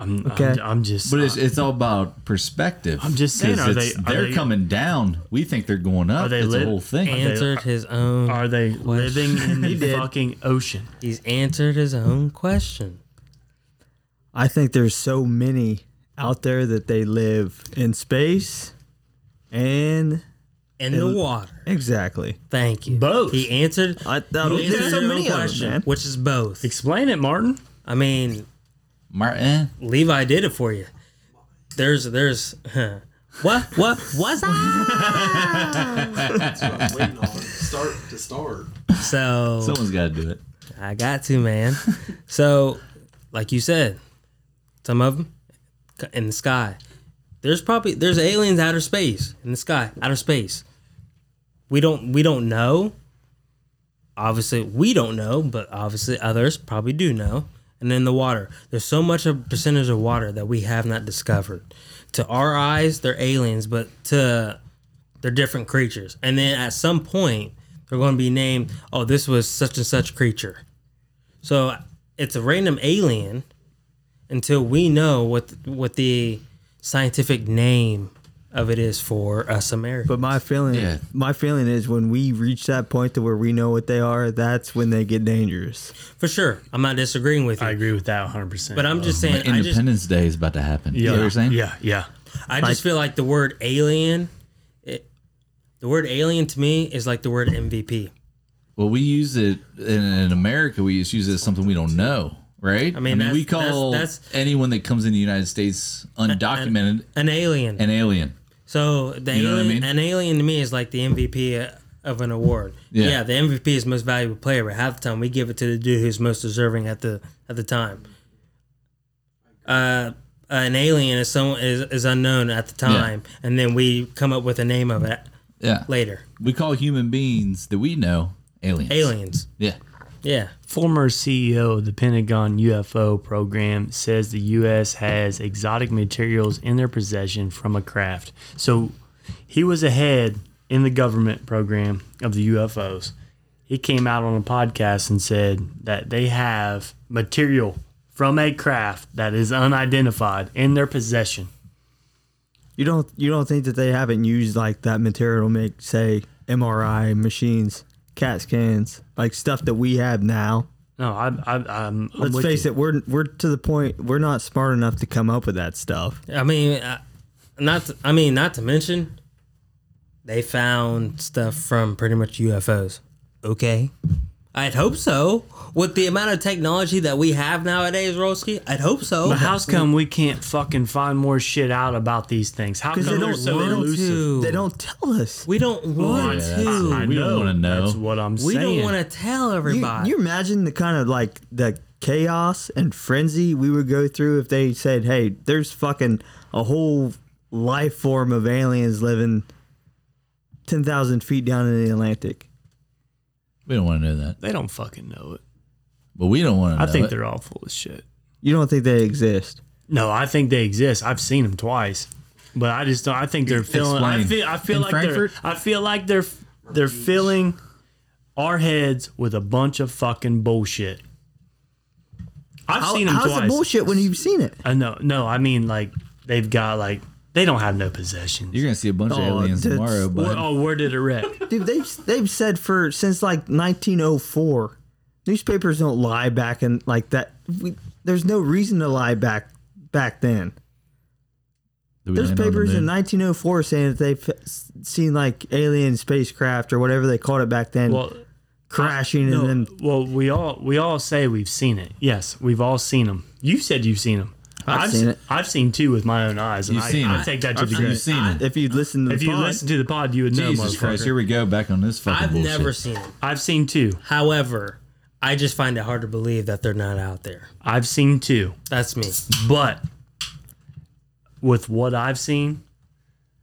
Speaker 1: I'm,
Speaker 2: okay.
Speaker 1: I'm, I'm just.
Speaker 4: but it's, it's all about perspective. I'm
Speaker 1: just saying, are they- are
Speaker 4: they're
Speaker 1: they-
Speaker 4: coming down. We think they're going up.
Speaker 1: Are they
Speaker 4: it's a
Speaker 1: lit?
Speaker 4: whole thing.
Speaker 5: Answered his own.
Speaker 1: are they living in the fucking ocean?
Speaker 5: He's answered his own question.
Speaker 2: I think there's so many out there that they live in space and
Speaker 5: In the water.
Speaker 2: exactly.
Speaker 5: Thank you.
Speaker 1: Both.
Speaker 5: He answered.
Speaker 2: I thought
Speaker 5: he answered
Speaker 2: there's so
Speaker 5: your own
Speaker 2: many of
Speaker 5: question,
Speaker 2: them, man.
Speaker 5: which is both.
Speaker 1: Explain it, Martin.
Speaker 5: I mean,
Speaker 4: Martin,
Speaker 5: Levi did it for you. There's, there's, huh. what, what was I?
Speaker 3: That's what I'm waiting on. Start to start.
Speaker 5: So,
Speaker 4: someone's got to do it.
Speaker 5: I got to, man. so, like you said, some of them in the sky. There's probably there's aliens outer space in the sky, outer space. We don't we don't know. Obviously, we don't know, but obviously others probably do know. And then the water. There's so much of percentage of water that we have not discovered. To our eyes, they're aliens, but to they're different creatures. And then at some point, they're going to be named, oh, this was such and such creature. So it's a random alien until we know what what the scientific name of it is for us Americans.
Speaker 2: But my feeling,
Speaker 4: Yeah.
Speaker 2: my feeling is when we reach that point to where we know what they are, that's when they get dangerous.
Speaker 5: for sure, I'm not disagreeing with you.
Speaker 1: I agree with that 100. percent
Speaker 5: but I'm just saying, I just
Speaker 4: Independence Day is about to happen. You know what I'm saying?
Speaker 1: Yeah, yeah.
Speaker 5: I just feel like the word alien, it, the word alien to me is like the word MVP.
Speaker 4: Well, we use it in, in America. We just use it as something we don't know, right? I
Speaker 5: mean, that's-
Speaker 4: we call
Speaker 5: that's- that's-
Speaker 4: anyone that comes in the United States undocumented
Speaker 5: An alien.
Speaker 4: an alien.
Speaker 5: So the
Speaker 4: You know what I
Speaker 5: alien,
Speaker 4: mean?
Speaker 5: an alien to me is like the MVP uh, of an award.
Speaker 4: Yeah.
Speaker 5: Yeah. the MVP is most valuable player, but half the time we give it to the dude who's most deserving at the at the time. Uh, an alien is someone is, is unknown at the time, and then we come up with a name of it
Speaker 4: Yeah,
Speaker 5: later.
Speaker 4: we call human beings that we know aliens.
Speaker 5: Aliens,
Speaker 4: Yeah,
Speaker 5: yeah,
Speaker 1: Former CEO of the Pentagon UFO program says the U.S. has exotic materials in their possession from a craft. So he was ahead in the government program of the UFOs. He came out on a podcast and said that they have material from a craft that is unidentified in their possession.
Speaker 2: You don't, you don't think that they haven't used like that material to make say MRI machines, CAT scans, like stuff that we have now.
Speaker 1: No, I, I, I'm, I'm
Speaker 2: Let's
Speaker 1: with
Speaker 2: face
Speaker 1: you.
Speaker 2: it, we're we're to the point we're not smart enough to come up with that stuff.
Speaker 5: I mean, uh, not to, I mean, not to mention, they found stuff from pretty much UFOs. Okay, I'd hope so. With the amount of technology that we have nowadays, Rolski, I'd hope so.
Speaker 1: But how's come we can't fucking find more shit out about these things? How come
Speaker 2: they
Speaker 1: they're
Speaker 2: don't
Speaker 1: so
Speaker 2: want
Speaker 1: elusive?
Speaker 5: to.
Speaker 2: They don't tell us.
Speaker 5: We don't want
Speaker 4: Oh, yeah,
Speaker 5: to.
Speaker 1: I
Speaker 4: We don't
Speaker 1: know.
Speaker 4: wanna know.
Speaker 1: That's what I'm
Speaker 5: we
Speaker 1: saying.
Speaker 5: don't want to tell
Speaker 2: You,
Speaker 5: everybody.
Speaker 2: you imagine the kind of like the chaos and frenzy we would go through if they said, "Hey, there's fucking a whole life form of aliens living ten thousand feet down in the Atlantic."
Speaker 4: we don't want to know that,
Speaker 1: They don't fucking know it.
Speaker 4: but we don't want to.
Speaker 1: I
Speaker 4: know
Speaker 1: think
Speaker 4: it.
Speaker 1: they're all full of shit.
Speaker 2: You don't think they exist?
Speaker 1: No, I think they exist. I've seen them twice, but I just don't. I think they're feeling. I
Speaker 4: Explain.
Speaker 1: feel. I feel
Speaker 4: In
Speaker 1: like
Speaker 4: Frankfurt?
Speaker 1: they're. I feel like they're. They're filling our heads with a bunch of fucking bullshit. I've
Speaker 2: How,
Speaker 1: seen them
Speaker 2: how's
Speaker 1: twice. Uh,
Speaker 2: the bullshit when you've seen it?
Speaker 1: I know. No, I mean like they've got like They don't have no possessions.
Speaker 4: You're gonna see a bunch of
Speaker 2: Oh,
Speaker 4: aliens
Speaker 2: that's-
Speaker 4: tomorrow,
Speaker 1: Where-
Speaker 4: but
Speaker 1: oh, where did it wreck?
Speaker 2: Dude, they've they've said for since like 1904, newspapers don't lie back and like that. We, there's no reason to lie back back then. There's papers in 1904 saying that they've s- seen like alien spacecraft or whatever they called it back then
Speaker 1: well,
Speaker 2: crashing
Speaker 1: no,
Speaker 2: and then
Speaker 1: well, we all we all say we've seen it. Yes, we've all seen them. You said you've seen them.
Speaker 2: I've seen
Speaker 1: se-
Speaker 2: it.
Speaker 1: I've seen two with my own eyes, and
Speaker 4: You've
Speaker 1: I,
Speaker 4: seen
Speaker 1: I
Speaker 4: it.
Speaker 1: take that to the
Speaker 4: You've
Speaker 1: grave.
Speaker 4: seen it.
Speaker 2: if you'd listen to
Speaker 1: If
Speaker 2: the
Speaker 1: you
Speaker 2: pod-
Speaker 1: listen to the pod, you would know.
Speaker 4: Jesus
Speaker 1: motherfucker.
Speaker 4: Christ! Here we go back on this fucking
Speaker 5: I've
Speaker 4: bullshit.
Speaker 5: never seen them.
Speaker 1: I've seen two.
Speaker 5: However, I just find it hard to believe that they're not out there.
Speaker 1: I've seen two.
Speaker 5: That's me.
Speaker 1: But with what I've seen,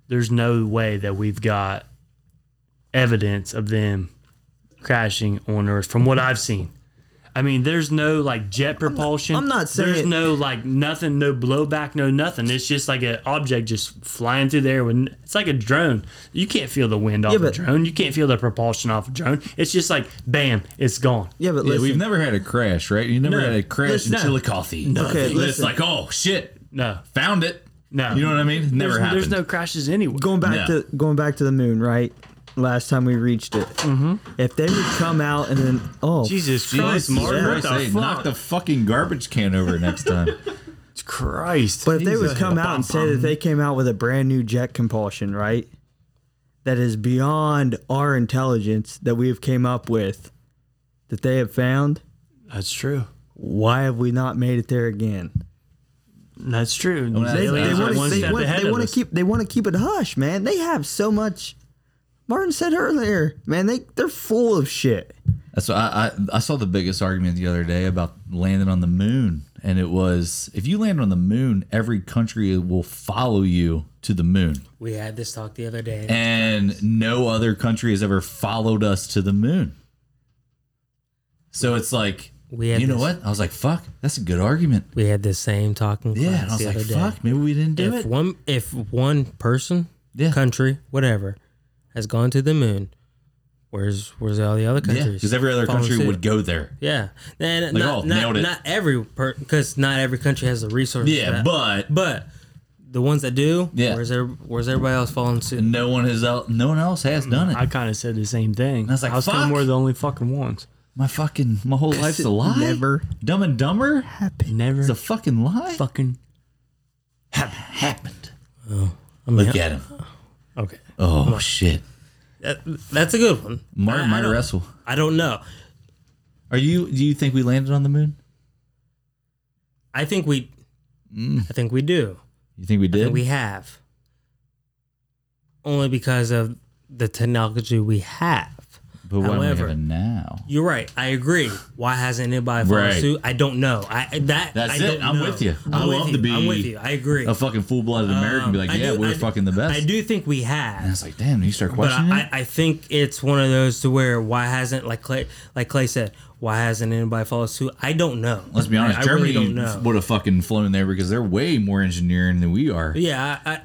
Speaker 1: there's no way that we've got evidence of them crashing on Earth from what I've seen. I mean, there's no like jet propulsion.
Speaker 2: I'm not saying-
Speaker 1: there's no like nothing, no blowback, no nothing. It's just like an object just flying through the air. When it's like a drone, you can't feel the wind off
Speaker 2: but-
Speaker 1: a drone. You can't feel the propulsion off a drone. It's just like bam, it's gone.
Speaker 2: yeah, but
Speaker 4: Yeah,
Speaker 2: listen,
Speaker 4: we've never had a crash, right? You never
Speaker 1: No.
Speaker 4: had a crash
Speaker 2: Listen-
Speaker 4: in
Speaker 1: No.
Speaker 4: Chillicothe.
Speaker 2: Okay,
Speaker 4: It's
Speaker 2: listen.
Speaker 4: like, oh shit,
Speaker 1: No,
Speaker 4: found it.
Speaker 1: no.
Speaker 4: You know what I mean? Never
Speaker 1: there's,
Speaker 4: happened.
Speaker 1: there's no crashes anywhere.
Speaker 2: going back
Speaker 4: No.
Speaker 2: to going back to the moon, right? Last time we reached it, mm-hmm. if they would come out and then oh
Speaker 1: Jesus Christ,
Speaker 4: Jesus
Speaker 1: Mark, what
Speaker 4: Christ, hey,
Speaker 1: the
Speaker 4: knock
Speaker 1: fuck?
Speaker 4: the fucking garbage can over next time.
Speaker 1: Christ.
Speaker 2: But if they would
Speaker 1: Jesus.
Speaker 2: come out and say that they came out with a brand new jet compulsion, right? That is beyond our intelligence that we have came up with, that they have found.
Speaker 1: That's true.
Speaker 2: Why have we not made it there again?
Speaker 1: That's true.
Speaker 4: that's-
Speaker 2: They,
Speaker 4: Yeah,
Speaker 2: they
Speaker 4: they're
Speaker 2: want
Speaker 4: one
Speaker 2: to. They
Speaker 4: step
Speaker 2: want, they want to keep. They want to keep it hush, man. They have so much. Martin said earlier, man. They they're full of shit.
Speaker 4: That's why I, I I saw the biggest argument the other day about landing on the moon, and it was if you land on the moon, every country will follow you to the moon,
Speaker 5: We had this talk the other day.
Speaker 4: and no other country has ever followed us to the moon. So it's like,
Speaker 5: We had
Speaker 4: you know
Speaker 5: this-
Speaker 4: what? I was like, fuck, that's a good argument.
Speaker 5: we had this same talking
Speaker 4: Yeah,
Speaker 5: class
Speaker 4: and I was
Speaker 5: the
Speaker 4: like,
Speaker 5: other day.
Speaker 4: fuck, maybe we didn't do
Speaker 5: if
Speaker 4: it.
Speaker 5: one if one person,
Speaker 4: Yeah.
Speaker 5: country, whatever, has gone to the moon, where's where's all the other
Speaker 4: Yeah,
Speaker 5: countries?
Speaker 4: because every other
Speaker 5: Follow
Speaker 4: country
Speaker 5: suit.
Speaker 4: would go there.
Speaker 5: Yeah, and
Speaker 4: Like,
Speaker 5: not,
Speaker 4: oh,
Speaker 5: not,
Speaker 4: nailed it.
Speaker 5: not every because not every country has the resources. for
Speaker 4: Yeah,
Speaker 5: that.
Speaker 4: but
Speaker 5: but the ones that do,
Speaker 4: Yeah.
Speaker 5: where's every, where's everybody else following suit?
Speaker 4: no one has el- no one else has done it.
Speaker 1: I kind of said the same thing. I
Speaker 4: was like,
Speaker 1: How
Speaker 4: fuck.
Speaker 1: come we're the only fucking ones?
Speaker 4: my fucking my whole life's a lie.
Speaker 2: never
Speaker 4: Dumb and Dumber.
Speaker 1: Never
Speaker 4: It's a fucking lie.
Speaker 1: fucking.
Speaker 4: happened.
Speaker 5: I mean,
Speaker 4: Look at him.
Speaker 5: okay,
Speaker 4: Oh shit.
Speaker 5: that, that's a good one.
Speaker 4: Martin
Speaker 5: I, I
Speaker 4: might
Speaker 5: don't,
Speaker 4: wrestle.
Speaker 5: I don't know.
Speaker 4: Are you? Do you think we landed on the moon?
Speaker 5: I think we,
Speaker 4: Mm.
Speaker 5: I think we do.
Speaker 4: You think we did?
Speaker 5: that we have only because of the technology we have.
Speaker 4: but why don't we
Speaker 5: However-
Speaker 4: have it now?
Speaker 5: You're right. I agree. Why hasn't anybody followed
Speaker 4: Right.
Speaker 5: suit? I don't know. I that
Speaker 4: That's
Speaker 5: I
Speaker 4: it.
Speaker 5: Don't
Speaker 4: I'm
Speaker 5: know.
Speaker 4: with you. I
Speaker 5: I'm
Speaker 4: love
Speaker 5: with
Speaker 4: to
Speaker 5: you. I'm
Speaker 4: be
Speaker 5: with you. I agree.
Speaker 4: A fucking full-blooded American be like,
Speaker 5: Um, I
Speaker 4: yeah,
Speaker 5: do-
Speaker 4: we're
Speaker 5: I-
Speaker 4: fucking the best.
Speaker 5: I do think we
Speaker 4: And
Speaker 5: have,
Speaker 4: it's like, damn, you start
Speaker 5: but
Speaker 4: questioning.
Speaker 5: I,
Speaker 4: it?
Speaker 5: I I think it's one of those to where why hasn't like Clay like Clay said why hasn't anybody followed suit? I don't know.
Speaker 4: Let's be honest,
Speaker 5: I, I
Speaker 4: Germany
Speaker 5: really don't know.
Speaker 4: would have fucking flown there because they're way more engineering than we are.
Speaker 5: yeah, I, I,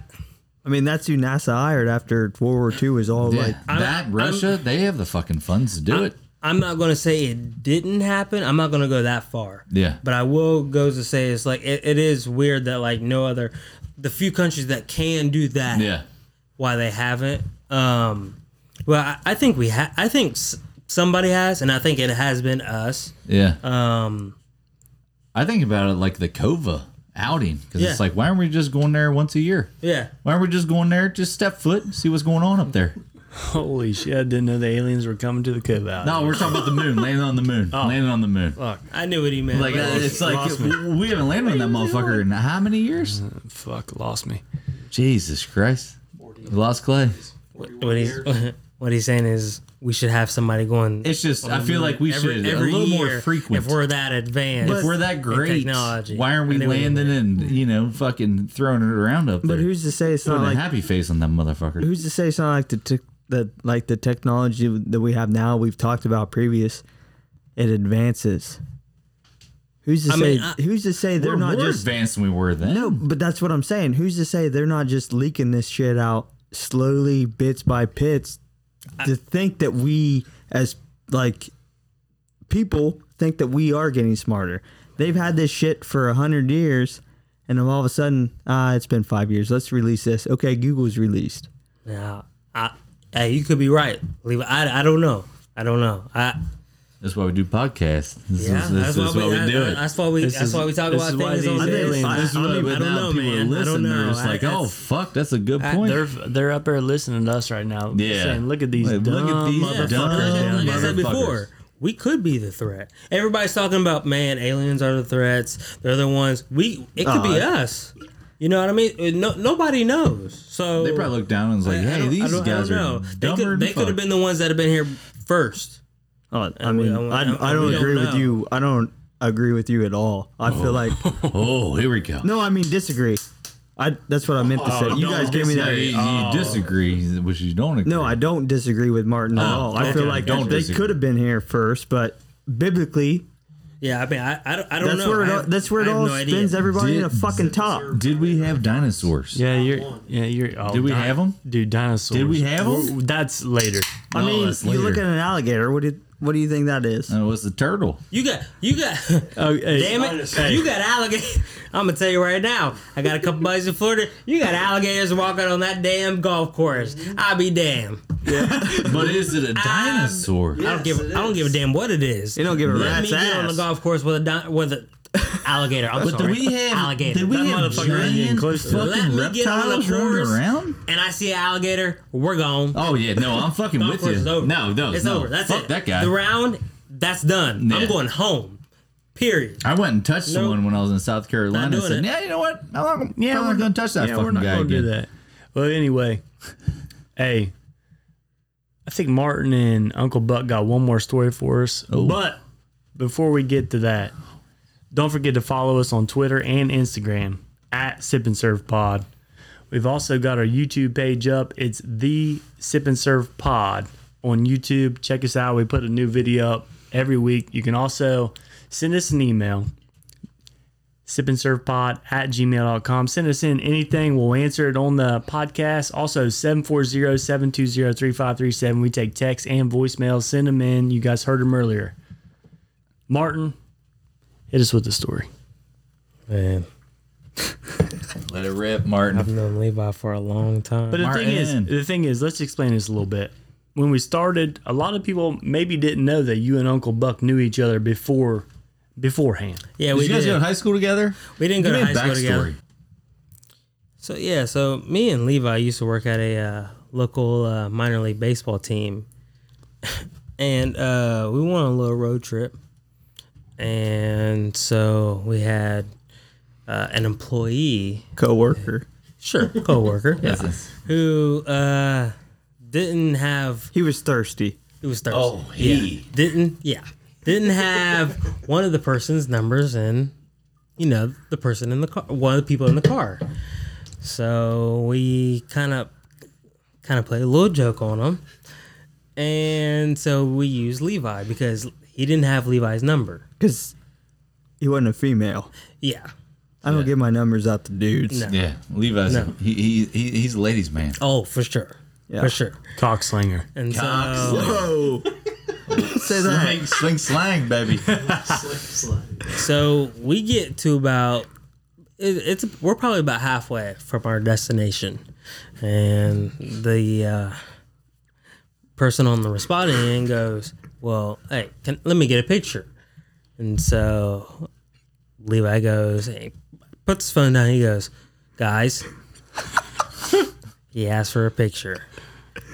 Speaker 2: I mean, that's who NASA hired after World War II was all like.
Speaker 4: Yeah. that Russia, they have the fucking funds to do it.
Speaker 5: I'm not gonna say it didn't happen. I'm not gonna go that far.
Speaker 4: Yeah.
Speaker 5: But I will go to say it's like it, it is weird that like no other the few countries that can do that
Speaker 4: Yeah,
Speaker 5: why they haven't. Um well I, I think we ha- I think s- somebody has and I think it has been us.
Speaker 4: yeah.
Speaker 5: Um
Speaker 4: I think about it like the Kova outing because
Speaker 5: Yeah.
Speaker 4: it's like, why aren't we just going there once a year?
Speaker 5: yeah.
Speaker 4: Why aren't we just going there? Just step foot, see what's going on up there.
Speaker 1: Holy shit! I didn't know the aliens were coming to the Ah, Cove Out.
Speaker 4: No, we're talking about the moon. Landing on the moon.
Speaker 5: Oh.
Speaker 4: Landing on the moon.
Speaker 5: I knew what he meant.
Speaker 4: Like uh,
Speaker 5: Like,
Speaker 4: it's like we haven't landed on that motherfucker in how many years?
Speaker 1: fuck, lost me.
Speaker 4: Jesus Christ! We lost Clay.
Speaker 5: what he's what he's saying is we should have somebody going
Speaker 4: It's just I feel like we should a little more frequent.
Speaker 5: if we're that advanced.
Speaker 4: If we're that great,
Speaker 5: technology.
Speaker 4: why aren't we
Speaker 5: I knew what you
Speaker 4: landing and you know fucking throwing it around up there?
Speaker 2: But who's to say it's
Speaker 4: Putting
Speaker 2: not
Speaker 4: a
Speaker 2: like
Speaker 4: happy face on that motherfucker?
Speaker 2: who's to say it's not like the tech the like the technology that we have now we've talked about previous it advances who's to
Speaker 5: I
Speaker 2: say
Speaker 5: mean, I-
Speaker 2: who's to say
Speaker 4: We're
Speaker 2: they're not
Speaker 4: more
Speaker 2: just
Speaker 4: advanced than we were then.
Speaker 2: no but that's what i'm saying who's to say they're not just leaking this shit out slowly bits by bits to think that we as like people think that we are getting smarter they've had this shit for a hundred years And then all of a sudden, ah, it's been five years. Let's release this. Okay, Google's released.
Speaker 5: Yeah, I, hey, you could be right. Leave. I, I don't know. I don't know. I
Speaker 4: That's why we do podcasts. This
Speaker 5: yeah.
Speaker 4: is, this is why we
Speaker 5: that-
Speaker 4: do
Speaker 5: that-
Speaker 4: it.
Speaker 5: That's why we.
Speaker 1: This is-
Speaker 5: that's why we talk
Speaker 1: this
Speaker 5: about
Speaker 1: is why
Speaker 5: things
Speaker 1: these
Speaker 5: on
Speaker 1: aliens-
Speaker 5: days.
Speaker 1: I-
Speaker 4: This is
Speaker 1: I
Speaker 4: why
Speaker 1: mean,
Speaker 4: we
Speaker 1: I
Speaker 5: don't know,
Speaker 4: now people
Speaker 5: man. I
Speaker 4: listen.
Speaker 5: don't
Speaker 4: They're
Speaker 5: know.
Speaker 4: just
Speaker 5: I-
Speaker 4: like, oh
Speaker 5: that's-
Speaker 4: fuck, that's a good
Speaker 5: I-
Speaker 4: point.
Speaker 1: They're they're up there listening to us right now.
Speaker 4: Yeah.
Speaker 1: Saying, look at these
Speaker 4: Like,
Speaker 1: dumb
Speaker 4: look at these
Speaker 5: Yeah,
Speaker 1: motherfuckers.
Speaker 4: dumb
Speaker 1: down
Speaker 5: like
Speaker 1: there."
Speaker 5: I said
Speaker 4: motherfuckers.
Speaker 5: before, we could be the threat. Everybody's talking about man, aliens are the threats. They're the ones. We it
Speaker 4: Oh,
Speaker 5: could be us. You know what I mean? Uh, No, nobody knows. So
Speaker 4: They probably looked down and was like,
Speaker 5: I- I
Speaker 4: hey,
Speaker 5: don't- I
Speaker 4: these
Speaker 5: don't- I
Speaker 4: guys
Speaker 5: don't
Speaker 4: are
Speaker 5: know. They
Speaker 4: dumber
Speaker 5: could,
Speaker 4: than
Speaker 5: they could
Speaker 4: fuck.
Speaker 5: have been the ones that have been here first.
Speaker 2: Oh, I mean,
Speaker 5: we-
Speaker 2: I,
Speaker 5: and-
Speaker 2: I
Speaker 5: and
Speaker 2: don't
Speaker 5: we don't
Speaker 2: agree with
Speaker 5: know.
Speaker 2: you. I don't agree with you at all. I feel like
Speaker 4: Oh, here we go.
Speaker 2: no, I mean disagree. I that's what I meant
Speaker 5: Oh,
Speaker 2: to say. you
Speaker 1: no,
Speaker 2: guys gave me
Speaker 4: Yeah,
Speaker 2: that.
Speaker 4: you,
Speaker 5: uh,
Speaker 4: you disagree, which you don't agree.
Speaker 2: No, I don't disagree with Martin at
Speaker 4: Oh,
Speaker 2: all. I feel
Speaker 4: okay.
Speaker 2: like
Speaker 4: Don't
Speaker 2: they
Speaker 4: disagree.
Speaker 2: could have been here first, but biblically,
Speaker 5: Yeah, I mean, I, I, don't- I don't
Speaker 2: that's
Speaker 5: know.
Speaker 2: where
Speaker 5: I
Speaker 2: it all,
Speaker 5: have-
Speaker 2: that's where it
Speaker 5: I have
Speaker 2: all
Speaker 5: no idea.
Speaker 2: spins everybody in a
Speaker 4: Did-
Speaker 2: fucking top.
Speaker 4: Did we have dinosaurs?
Speaker 1: Yeah, you're. Yeah, you're. Oh,
Speaker 4: Did we have 'em?
Speaker 1: Dude, dinosaurs.
Speaker 4: Did we have 'em?
Speaker 1: Well, That's later.
Speaker 2: I
Speaker 4: No,
Speaker 2: mean,
Speaker 4: that's
Speaker 2: you look
Speaker 4: later.
Speaker 2: at an alligator. What do you, what do you think that is?
Speaker 4: No, Uh, it was the turtle.
Speaker 5: You got, you got,
Speaker 1: Oh, hey,
Speaker 5: damn it, you got alligators. I'm gonna tell you right now. I got a couple buddies in Florida. You got alligators walking on that damn golf course. I be damn.
Speaker 4: But is it a dinosaur?
Speaker 5: I don't give,
Speaker 3: it
Speaker 5: I don't give a damn what it is.
Speaker 2: You don't give a
Speaker 5: Let me
Speaker 2: rat's
Speaker 5: get on the
Speaker 2: ass.
Speaker 5: golf course with a di- with a alligator. I'm
Speaker 4: But do
Speaker 5: sorry,
Speaker 4: we have
Speaker 5: alligator.
Speaker 4: Did we
Speaker 5: That
Speaker 4: have
Speaker 5: motherfucker right here.
Speaker 4: giant
Speaker 1: close to it.
Speaker 5: Let
Speaker 4: fucking
Speaker 5: me get on the
Speaker 4: reptiles running
Speaker 5: horse.
Speaker 4: around?
Speaker 5: And I see an alligator. We're gone.
Speaker 4: Oh yeah, no, I'm fucking
Speaker 5: Golf
Speaker 4: with
Speaker 5: course
Speaker 4: you.
Speaker 5: is over.
Speaker 4: No, no,
Speaker 5: it's
Speaker 4: no.
Speaker 5: over. That's
Speaker 4: Fuck
Speaker 5: it.
Speaker 4: that guy.
Speaker 5: The round, that's done.
Speaker 4: Yeah.
Speaker 5: I'm going home. Period.
Speaker 4: I went and touched
Speaker 5: Nope.
Speaker 4: someone when I was in South Carolina. and
Speaker 5: doing
Speaker 4: said,
Speaker 5: it.
Speaker 4: "Yeah, you know what? I'm not, I'm
Speaker 1: Yeah,
Speaker 4: not
Speaker 1: we're-
Speaker 4: going to touch that
Speaker 1: yeah,
Speaker 4: fucking
Speaker 1: we're not
Speaker 4: guy
Speaker 1: gonna
Speaker 4: again."
Speaker 1: do that. Well, anyway, hey, I think Martin and Uncle Buck got one more story for us.
Speaker 4: Oh.
Speaker 1: But before we get to that, don't forget to follow us on Twitter and Instagram at Sip and Serve Pod. We've also got our YouTube page up. It's the Sip and Serve Pod on YouTube. Check us out. We put a new video up every week. You can also send us an email sip and serve pod at gmail.com. Send us in anything. We'll answer it on the podcast. Also, 740 720 3537. We take texts and voicemails. Send them in. You guys heard them earlier. Martin, hit us with the story.
Speaker 5: Man,
Speaker 4: Let it rip, Martin.
Speaker 5: known Levi for a long time.
Speaker 1: But the thing is,
Speaker 4: Martin.
Speaker 1: the thing is, let's explain this a little bit. When we started, a lot of people maybe didn't know that you and Uncle Buck knew each other before beforehand.
Speaker 5: yeah,
Speaker 4: Did
Speaker 5: we
Speaker 4: you guys
Speaker 5: did.
Speaker 4: go to high school together?
Speaker 5: we didn't go
Speaker 4: Give
Speaker 5: to
Speaker 4: me
Speaker 5: high
Speaker 4: a
Speaker 5: school together.
Speaker 4: backstory.
Speaker 5: So yeah, so me and Levi used to work at a uh, local uh, minor league baseball team, and uh, we went on a little road trip, and so we had uh, an employee,
Speaker 2: Coworker.
Speaker 5: sure, coworker,
Speaker 4: Yes.
Speaker 5: who uh, didn't have
Speaker 2: He was thirsty.
Speaker 5: it was Thursday.
Speaker 4: Oh, he.
Speaker 5: Yeah. didn't. Yeah, didn't have one of the person's numbers and you know the person in the car, one of the people in the car. So we kind of kind of played a little joke on him, and so we used Levi because he didn't have Levi's number.
Speaker 2: because he wasn't a female.
Speaker 5: Yeah.
Speaker 2: I don't give my numbers out to dudes.
Speaker 5: No.
Speaker 4: Yeah, Levi's. He, he, he he's a ladies' man.
Speaker 5: Oh, for sure.
Speaker 2: Yeah.
Speaker 5: For sure.
Speaker 1: Cockslinger.
Speaker 5: And so
Speaker 4: Cock,
Speaker 2: Whoa! Say that.
Speaker 4: slang, slang, slang, baby.
Speaker 5: So we get to about it, it's we're probably about halfway from our destination, and the uh, person on the responding end goes, "Well, hey, can, let me get a picture." And so Levi goes, "Hey," puts his phone down. He goes, "Guys," he asks for a picture,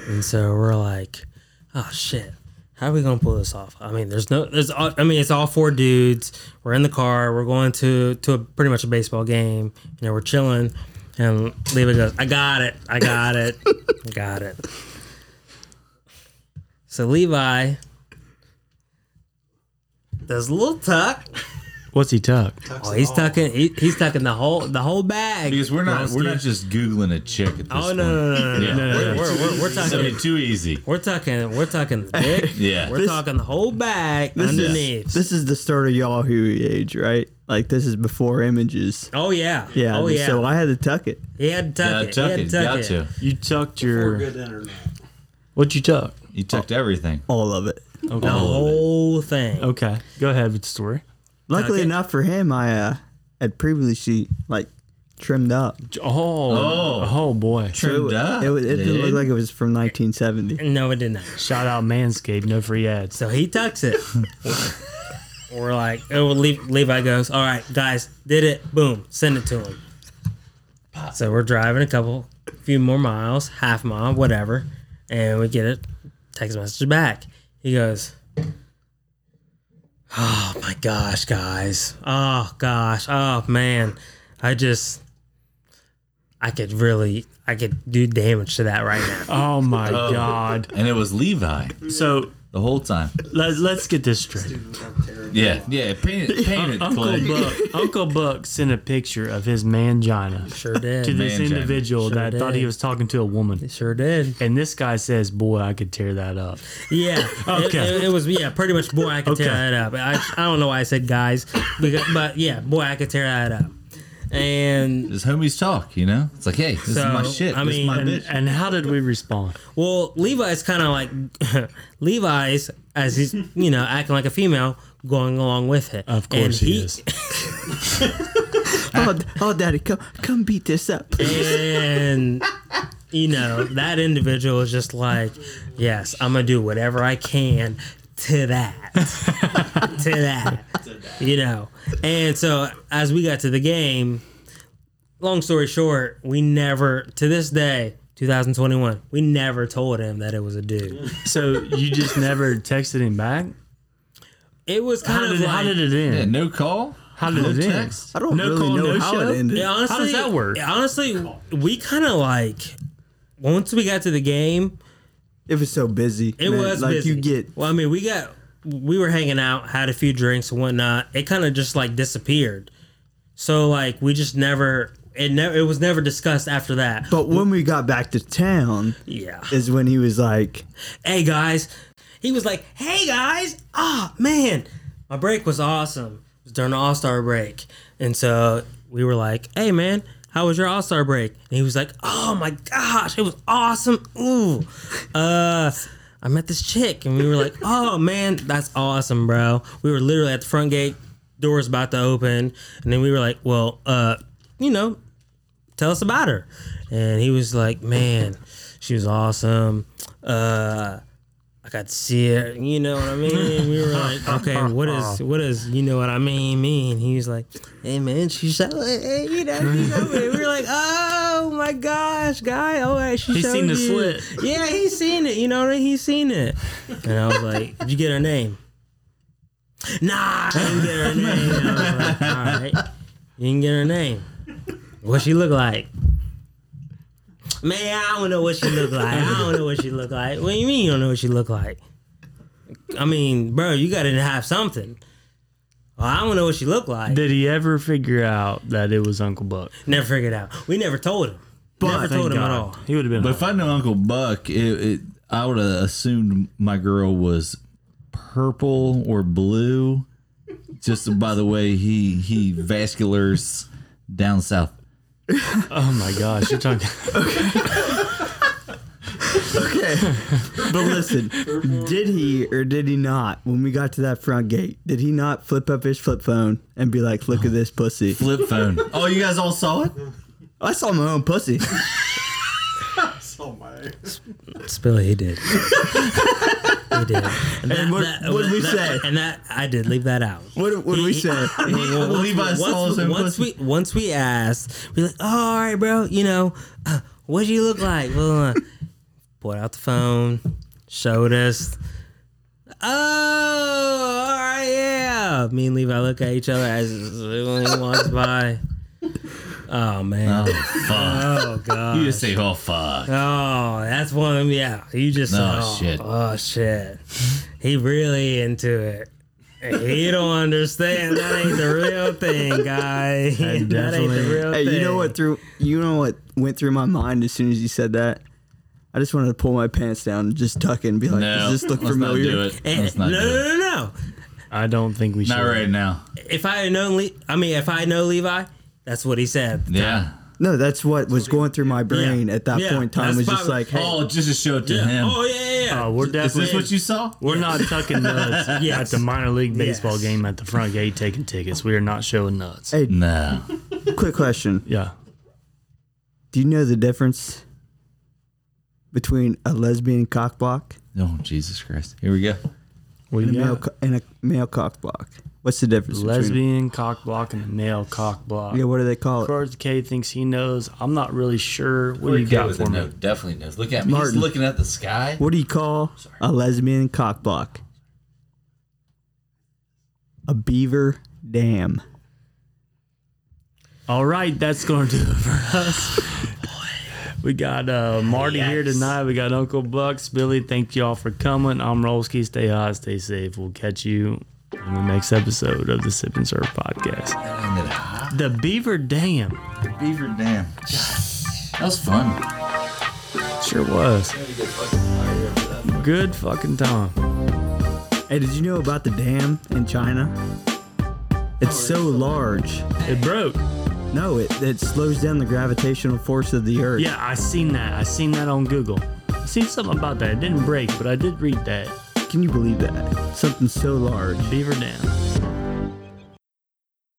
Speaker 5: and so we're like, "Oh shit." how are we gonna pull this off? I mean, there's no, there's, all, I mean, it's all four dudes. We're in the car. We're going to to a, pretty much a baseball game. You know, we're chilling, and Leva goes, "I got it, I got it, I got it." So Levi does a little tuck.
Speaker 1: What's he tuck?
Speaker 5: Oh, he's tucking. He, he's tucking the whole the whole bag.
Speaker 4: Because we're not we're not just googling a chick at this
Speaker 5: Oh
Speaker 4: point.
Speaker 5: no no no no!
Speaker 4: Yeah.
Speaker 5: no. We're,
Speaker 4: We're-
Speaker 5: we're, we're, we're
Speaker 4: That'd
Speaker 5: talking.
Speaker 4: be too easy.
Speaker 5: We're talking. We're talking the dick.
Speaker 4: Yeah.
Speaker 5: We're talking the whole bag
Speaker 2: is-
Speaker 5: underneath.
Speaker 2: This is the start of Yahoo age, right? Like this is before images.
Speaker 5: Oh yeah.
Speaker 2: Yeah.
Speaker 5: Oh yeah.
Speaker 2: So I had to tuck it.
Speaker 5: he had to tuck
Speaker 4: Gotta
Speaker 5: it.
Speaker 4: tuck
Speaker 5: he had
Speaker 4: it.
Speaker 5: to tuck
Speaker 4: Got
Speaker 5: it.
Speaker 4: to.
Speaker 1: You tucked
Speaker 3: We're
Speaker 1: your.
Speaker 3: good internet.
Speaker 1: What'd you tuck?
Speaker 4: You tucked
Speaker 5: Oh.
Speaker 4: everything.
Speaker 2: All of it.
Speaker 5: The whole thing.
Speaker 1: Okay, go ahead with the story.
Speaker 2: Luckily
Speaker 5: it.
Speaker 2: enough for him, I uh, had previously like trimmed up.
Speaker 1: Oh, oh, boy!
Speaker 4: Trimmed up.
Speaker 2: It, wa- it didn't look
Speaker 4: dude.
Speaker 2: like it was from 1970.
Speaker 5: No, it did not.
Speaker 1: Shout out Manscaped, no free ads.
Speaker 5: So he tucks it. We're like, oh, Le- Levi goes, all right, guys, did it. Boom, send it to him. So we're driving a couple, few more miles, half mile, whatever, and we get a text message back. He goes, oh my gosh, guys, oh gosh, oh man, I just, I could really, I could do damage to that right now.
Speaker 1: Oh my god!
Speaker 4: and it was Levi
Speaker 1: So
Speaker 4: the whole time.
Speaker 1: let, let's get this straight.
Speaker 4: Yeah, yeah. Paint it, paint it,
Speaker 1: Uncle
Speaker 4: Clay.
Speaker 1: Buck, Uncle Buck sent a picture of his mangina
Speaker 5: Sure did.
Speaker 1: to this
Speaker 4: Mangina.
Speaker 1: individual
Speaker 5: Sure
Speaker 1: that thought he
Speaker 5: did.
Speaker 1: was talking to a woman.
Speaker 5: Sure did.
Speaker 1: And this guy says, "Boy, I could tear that up."
Speaker 5: Yeah.
Speaker 1: Okay.
Speaker 5: It, it, it was yeah, pretty much boy I could tear
Speaker 1: Okay.
Speaker 5: that up. I, I don't know why I said guys, because, but yeah, boy I could tear that up. And
Speaker 4: His homies talk, you know. It's like, hey, this
Speaker 5: So,
Speaker 4: is my shit.
Speaker 5: I
Speaker 4: this is my
Speaker 5: mean,
Speaker 1: And,
Speaker 4: bitch.
Speaker 1: and how did we respond?
Speaker 5: well, Levi's kind of like Levi's as he's you know acting like a female, going along with it.
Speaker 1: Of
Speaker 5: And
Speaker 1: course he is.
Speaker 2: oh, d- oh, daddy, come come beat this up.
Speaker 5: and you know that individual is just like yes i'm gonna do whatever i can to that to that you know and so as we got to the game long story short we never to this day 2021 we never told him that it was a dude
Speaker 1: So you just never texted him back?
Speaker 5: it was kind
Speaker 1: How
Speaker 5: of
Speaker 1: did,
Speaker 5: like,
Speaker 1: how did it
Speaker 4: Yeah,
Speaker 1: end?
Speaker 4: no call.
Speaker 1: How did
Speaker 4: no
Speaker 1: it end?
Speaker 4: text.
Speaker 2: I don't
Speaker 1: No
Speaker 2: really
Speaker 1: call,
Speaker 2: know
Speaker 1: no
Speaker 2: how
Speaker 1: show?
Speaker 2: it ended.
Speaker 5: Yeah, honestly,
Speaker 1: How does that work?
Speaker 5: yeah, honestly we kind of like once we got to the game
Speaker 2: It was so busy.
Speaker 5: It
Speaker 2: man.
Speaker 5: was
Speaker 2: like
Speaker 5: busy.
Speaker 2: you get
Speaker 5: Well, I mean, we got we were hanging out, had a few drinks and whatnot. It kind of just like disappeared. So like we just never it never it was never discussed after that.
Speaker 2: But when we got back to town,
Speaker 5: yeah.
Speaker 2: is when he was like,
Speaker 5: Hey guys, he was like, "Hey guys, ah man, my break was awesome. It was during the All Star break, and so we were like, "Hey man." How was your All Star break? And he was like, "Oh my gosh, it was awesome! Ooh, uh, I met this chick, and we were like, "Oh man, that's awesome, bro." We were literally at the front gate, doors about to open, and then we were like, "Well, uh, you know, tell us about her. And he was like, man, she was awesome. Uh, I got to see her. You know what I mean? We were like, okay, what is, what is, you know what I mean, mean? He was like, hey, man, she's, so- hey, you know, she's over here. We were like, oh my gosh, guy. Oh, hey, she
Speaker 1: He's
Speaker 5: showed
Speaker 1: seen the
Speaker 5: you.
Speaker 1: slit.
Speaker 5: Yeah, he's seen it. You know what I mean? He's seen it. And I was like, did you get her name? Nah, I didn't get her name. I was like, all right. You didn't get her name. What she look like? Man, I don't know what she look like. I don't know what she look like. What do you mean you don't know what she look like? I mean, bro, you gotta have something. Well, I don't know what she look like.
Speaker 1: Did he ever figure out that it was Uncle Buck?
Speaker 5: never figured out. We never told him. never Oh, told him at all.
Speaker 1: He would have been.
Speaker 4: But if I knew Uncle Buck, it, it, I would have assumed my girl was purple or blue, just by the way he he vasculars down south.
Speaker 1: oh my gosh, you're talking.
Speaker 2: but listen, did he or did he not, when we got to that front gate, did he not flip up his flip phone and be like, look at this pussy?
Speaker 4: Flip phone. Oh, you guys all saw it?
Speaker 2: I saw my own pussy.
Speaker 3: Oh my.
Speaker 5: Spilly, he did. he did. And, that,
Speaker 2: what- what did we
Speaker 5: that-
Speaker 2: say?
Speaker 5: And that I did leave that out.
Speaker 2: What would we say?
Speaker 5: Well, once-
Speaker 4: Levi
Speaker 5: once,
Speaker 4: saw his own
Speaker 5: once
Speaker 4: pussy.
Speaker 5: we once we asked, we're like, all right, bro, you know, uh, what do you look like? Well, uh, pulled out the phone, showed us. Oh, all right, yeah. Me and Levi look at each other as he walks by. Oh
Speaker 2: Uh,
Speaker 5: man.
Speaker 4: Oh, fuck.
Speaker 5: Oh god.
Speaker 4: You just say, oh, fuck.
Speaker 5: Oh, that's one of them. Yeah, you just.
Speaker 4: Oh,
Speaker 5: oh
Speaker 4: shit.
Speaker 5: Oh shit. He really into it. He don't understand. That ain't the real thing, guy. that ain't the
Speaker 1: definitely-
Speaker 5: real
Speaker 2: Hey,
Speaker 5: thing.
Speaker 2: you know what through you know what went through my mind as soon as you said that? I just wanted to pull my pants down and just tuck it and be like,
Speaker 4: No.
Speaker 2: does this look
Speaker 4: let's
Speaker 2: familiar?
Speaker 4: Not do it.
Speaker 5: Eh,
Speaker 4: Let's
Speaker 5: no,
Speaker 4: not
Speaker 5: no,
Speaker 4: do it.
Speaker 5: no, no.
Speaker 1: I don't think we should.
Speaker 4: Not right now.
Speaker 5: If I had known, Le- I mean, if I know Levi, that's what he said.
Speaker 4: Yeah.
Speaker 2: No, that's what was going through my brain at that
Speaker 5: Yeah,
Speaker 2: point in time
Speaker 5: that's
Speaker 2: was just
Speaker 5: probably-
Speaker 2: like, hey,
Speaker 4: Oh, just to show it to
Speaker 5: Yeah.
Speaker 4: him.
Speaker 5: Oh yeah, yeah, yeah.
Speaker 1: Uh, we're
Speaker 4: Is
Speaker 1: definitely.
Speaker 4: this what you saw?
Speaker 1: we're not tucking nuts
Speaker 5: Yes.
Speaker 1: at the minor league baseball
Speaker 5: Yes.
Speaker 1: game at the front gate taking tickets. We are not showing nuts.
Speaker 2: Hey.
Speaker 4: No.
Speaker 2: quick question.
Speaker 1: Yeah.
Speaker 2: Do you know the difference between a lesbian cock block
Speaker 4: Oh, Jesus Christ. Here we go.
Speaker 1: We
Speaker 2: and a male
Speaker 1: got
Speaker 2: co- and a male cock block? What's the difference? between 'em?
Speaker 1: lesbian cock block and a male cock block.
Speaker 2: Yeah, what do they call it?
Speaker 1: Cards K thinks he knows. I'm not really sure. What do
Speaker 6: Corey
Speaker 1: you
Speaker 6: K
Speaker 1: got
Speaker 6: with
Speaker 1: for
Speaker 6: a
Speaker 1: me?
Speaker 6: no definitely knows. Look at me.
Speaker 2: Martin.
Speaker 6: He's looking at the sky.
Speaker 2: What do you call a lesbian cock block? A beaver dam.
Speaker 1: All right, that's going to do it for us. We got uh, Marty here tonight. We got Uncle Bucks, Billy. Thank you all for coming. I'm Rolski. Stay hot, stay safe. We'll catch you in the next episode of the Sip and Serve podcast. The Beaver Dam
Speaker 4: Beaver Dam.
Speaker 6: That was fun.
Speaker 1: sure was good fucking time.
Speaker 2: Hey, did you know about the dam in China? It's so large.
Speaker 1: It broke.
Speaker 2: No, it, it slows down the gravitational force of the Earth.
Speaker 1: Yeah, I seen that. I seen that on Google. I seen something about that. It didn't break, but I did read that.
Speaker 2: Can you believe that? Something so large.
Speaker 1: Beaver Dam.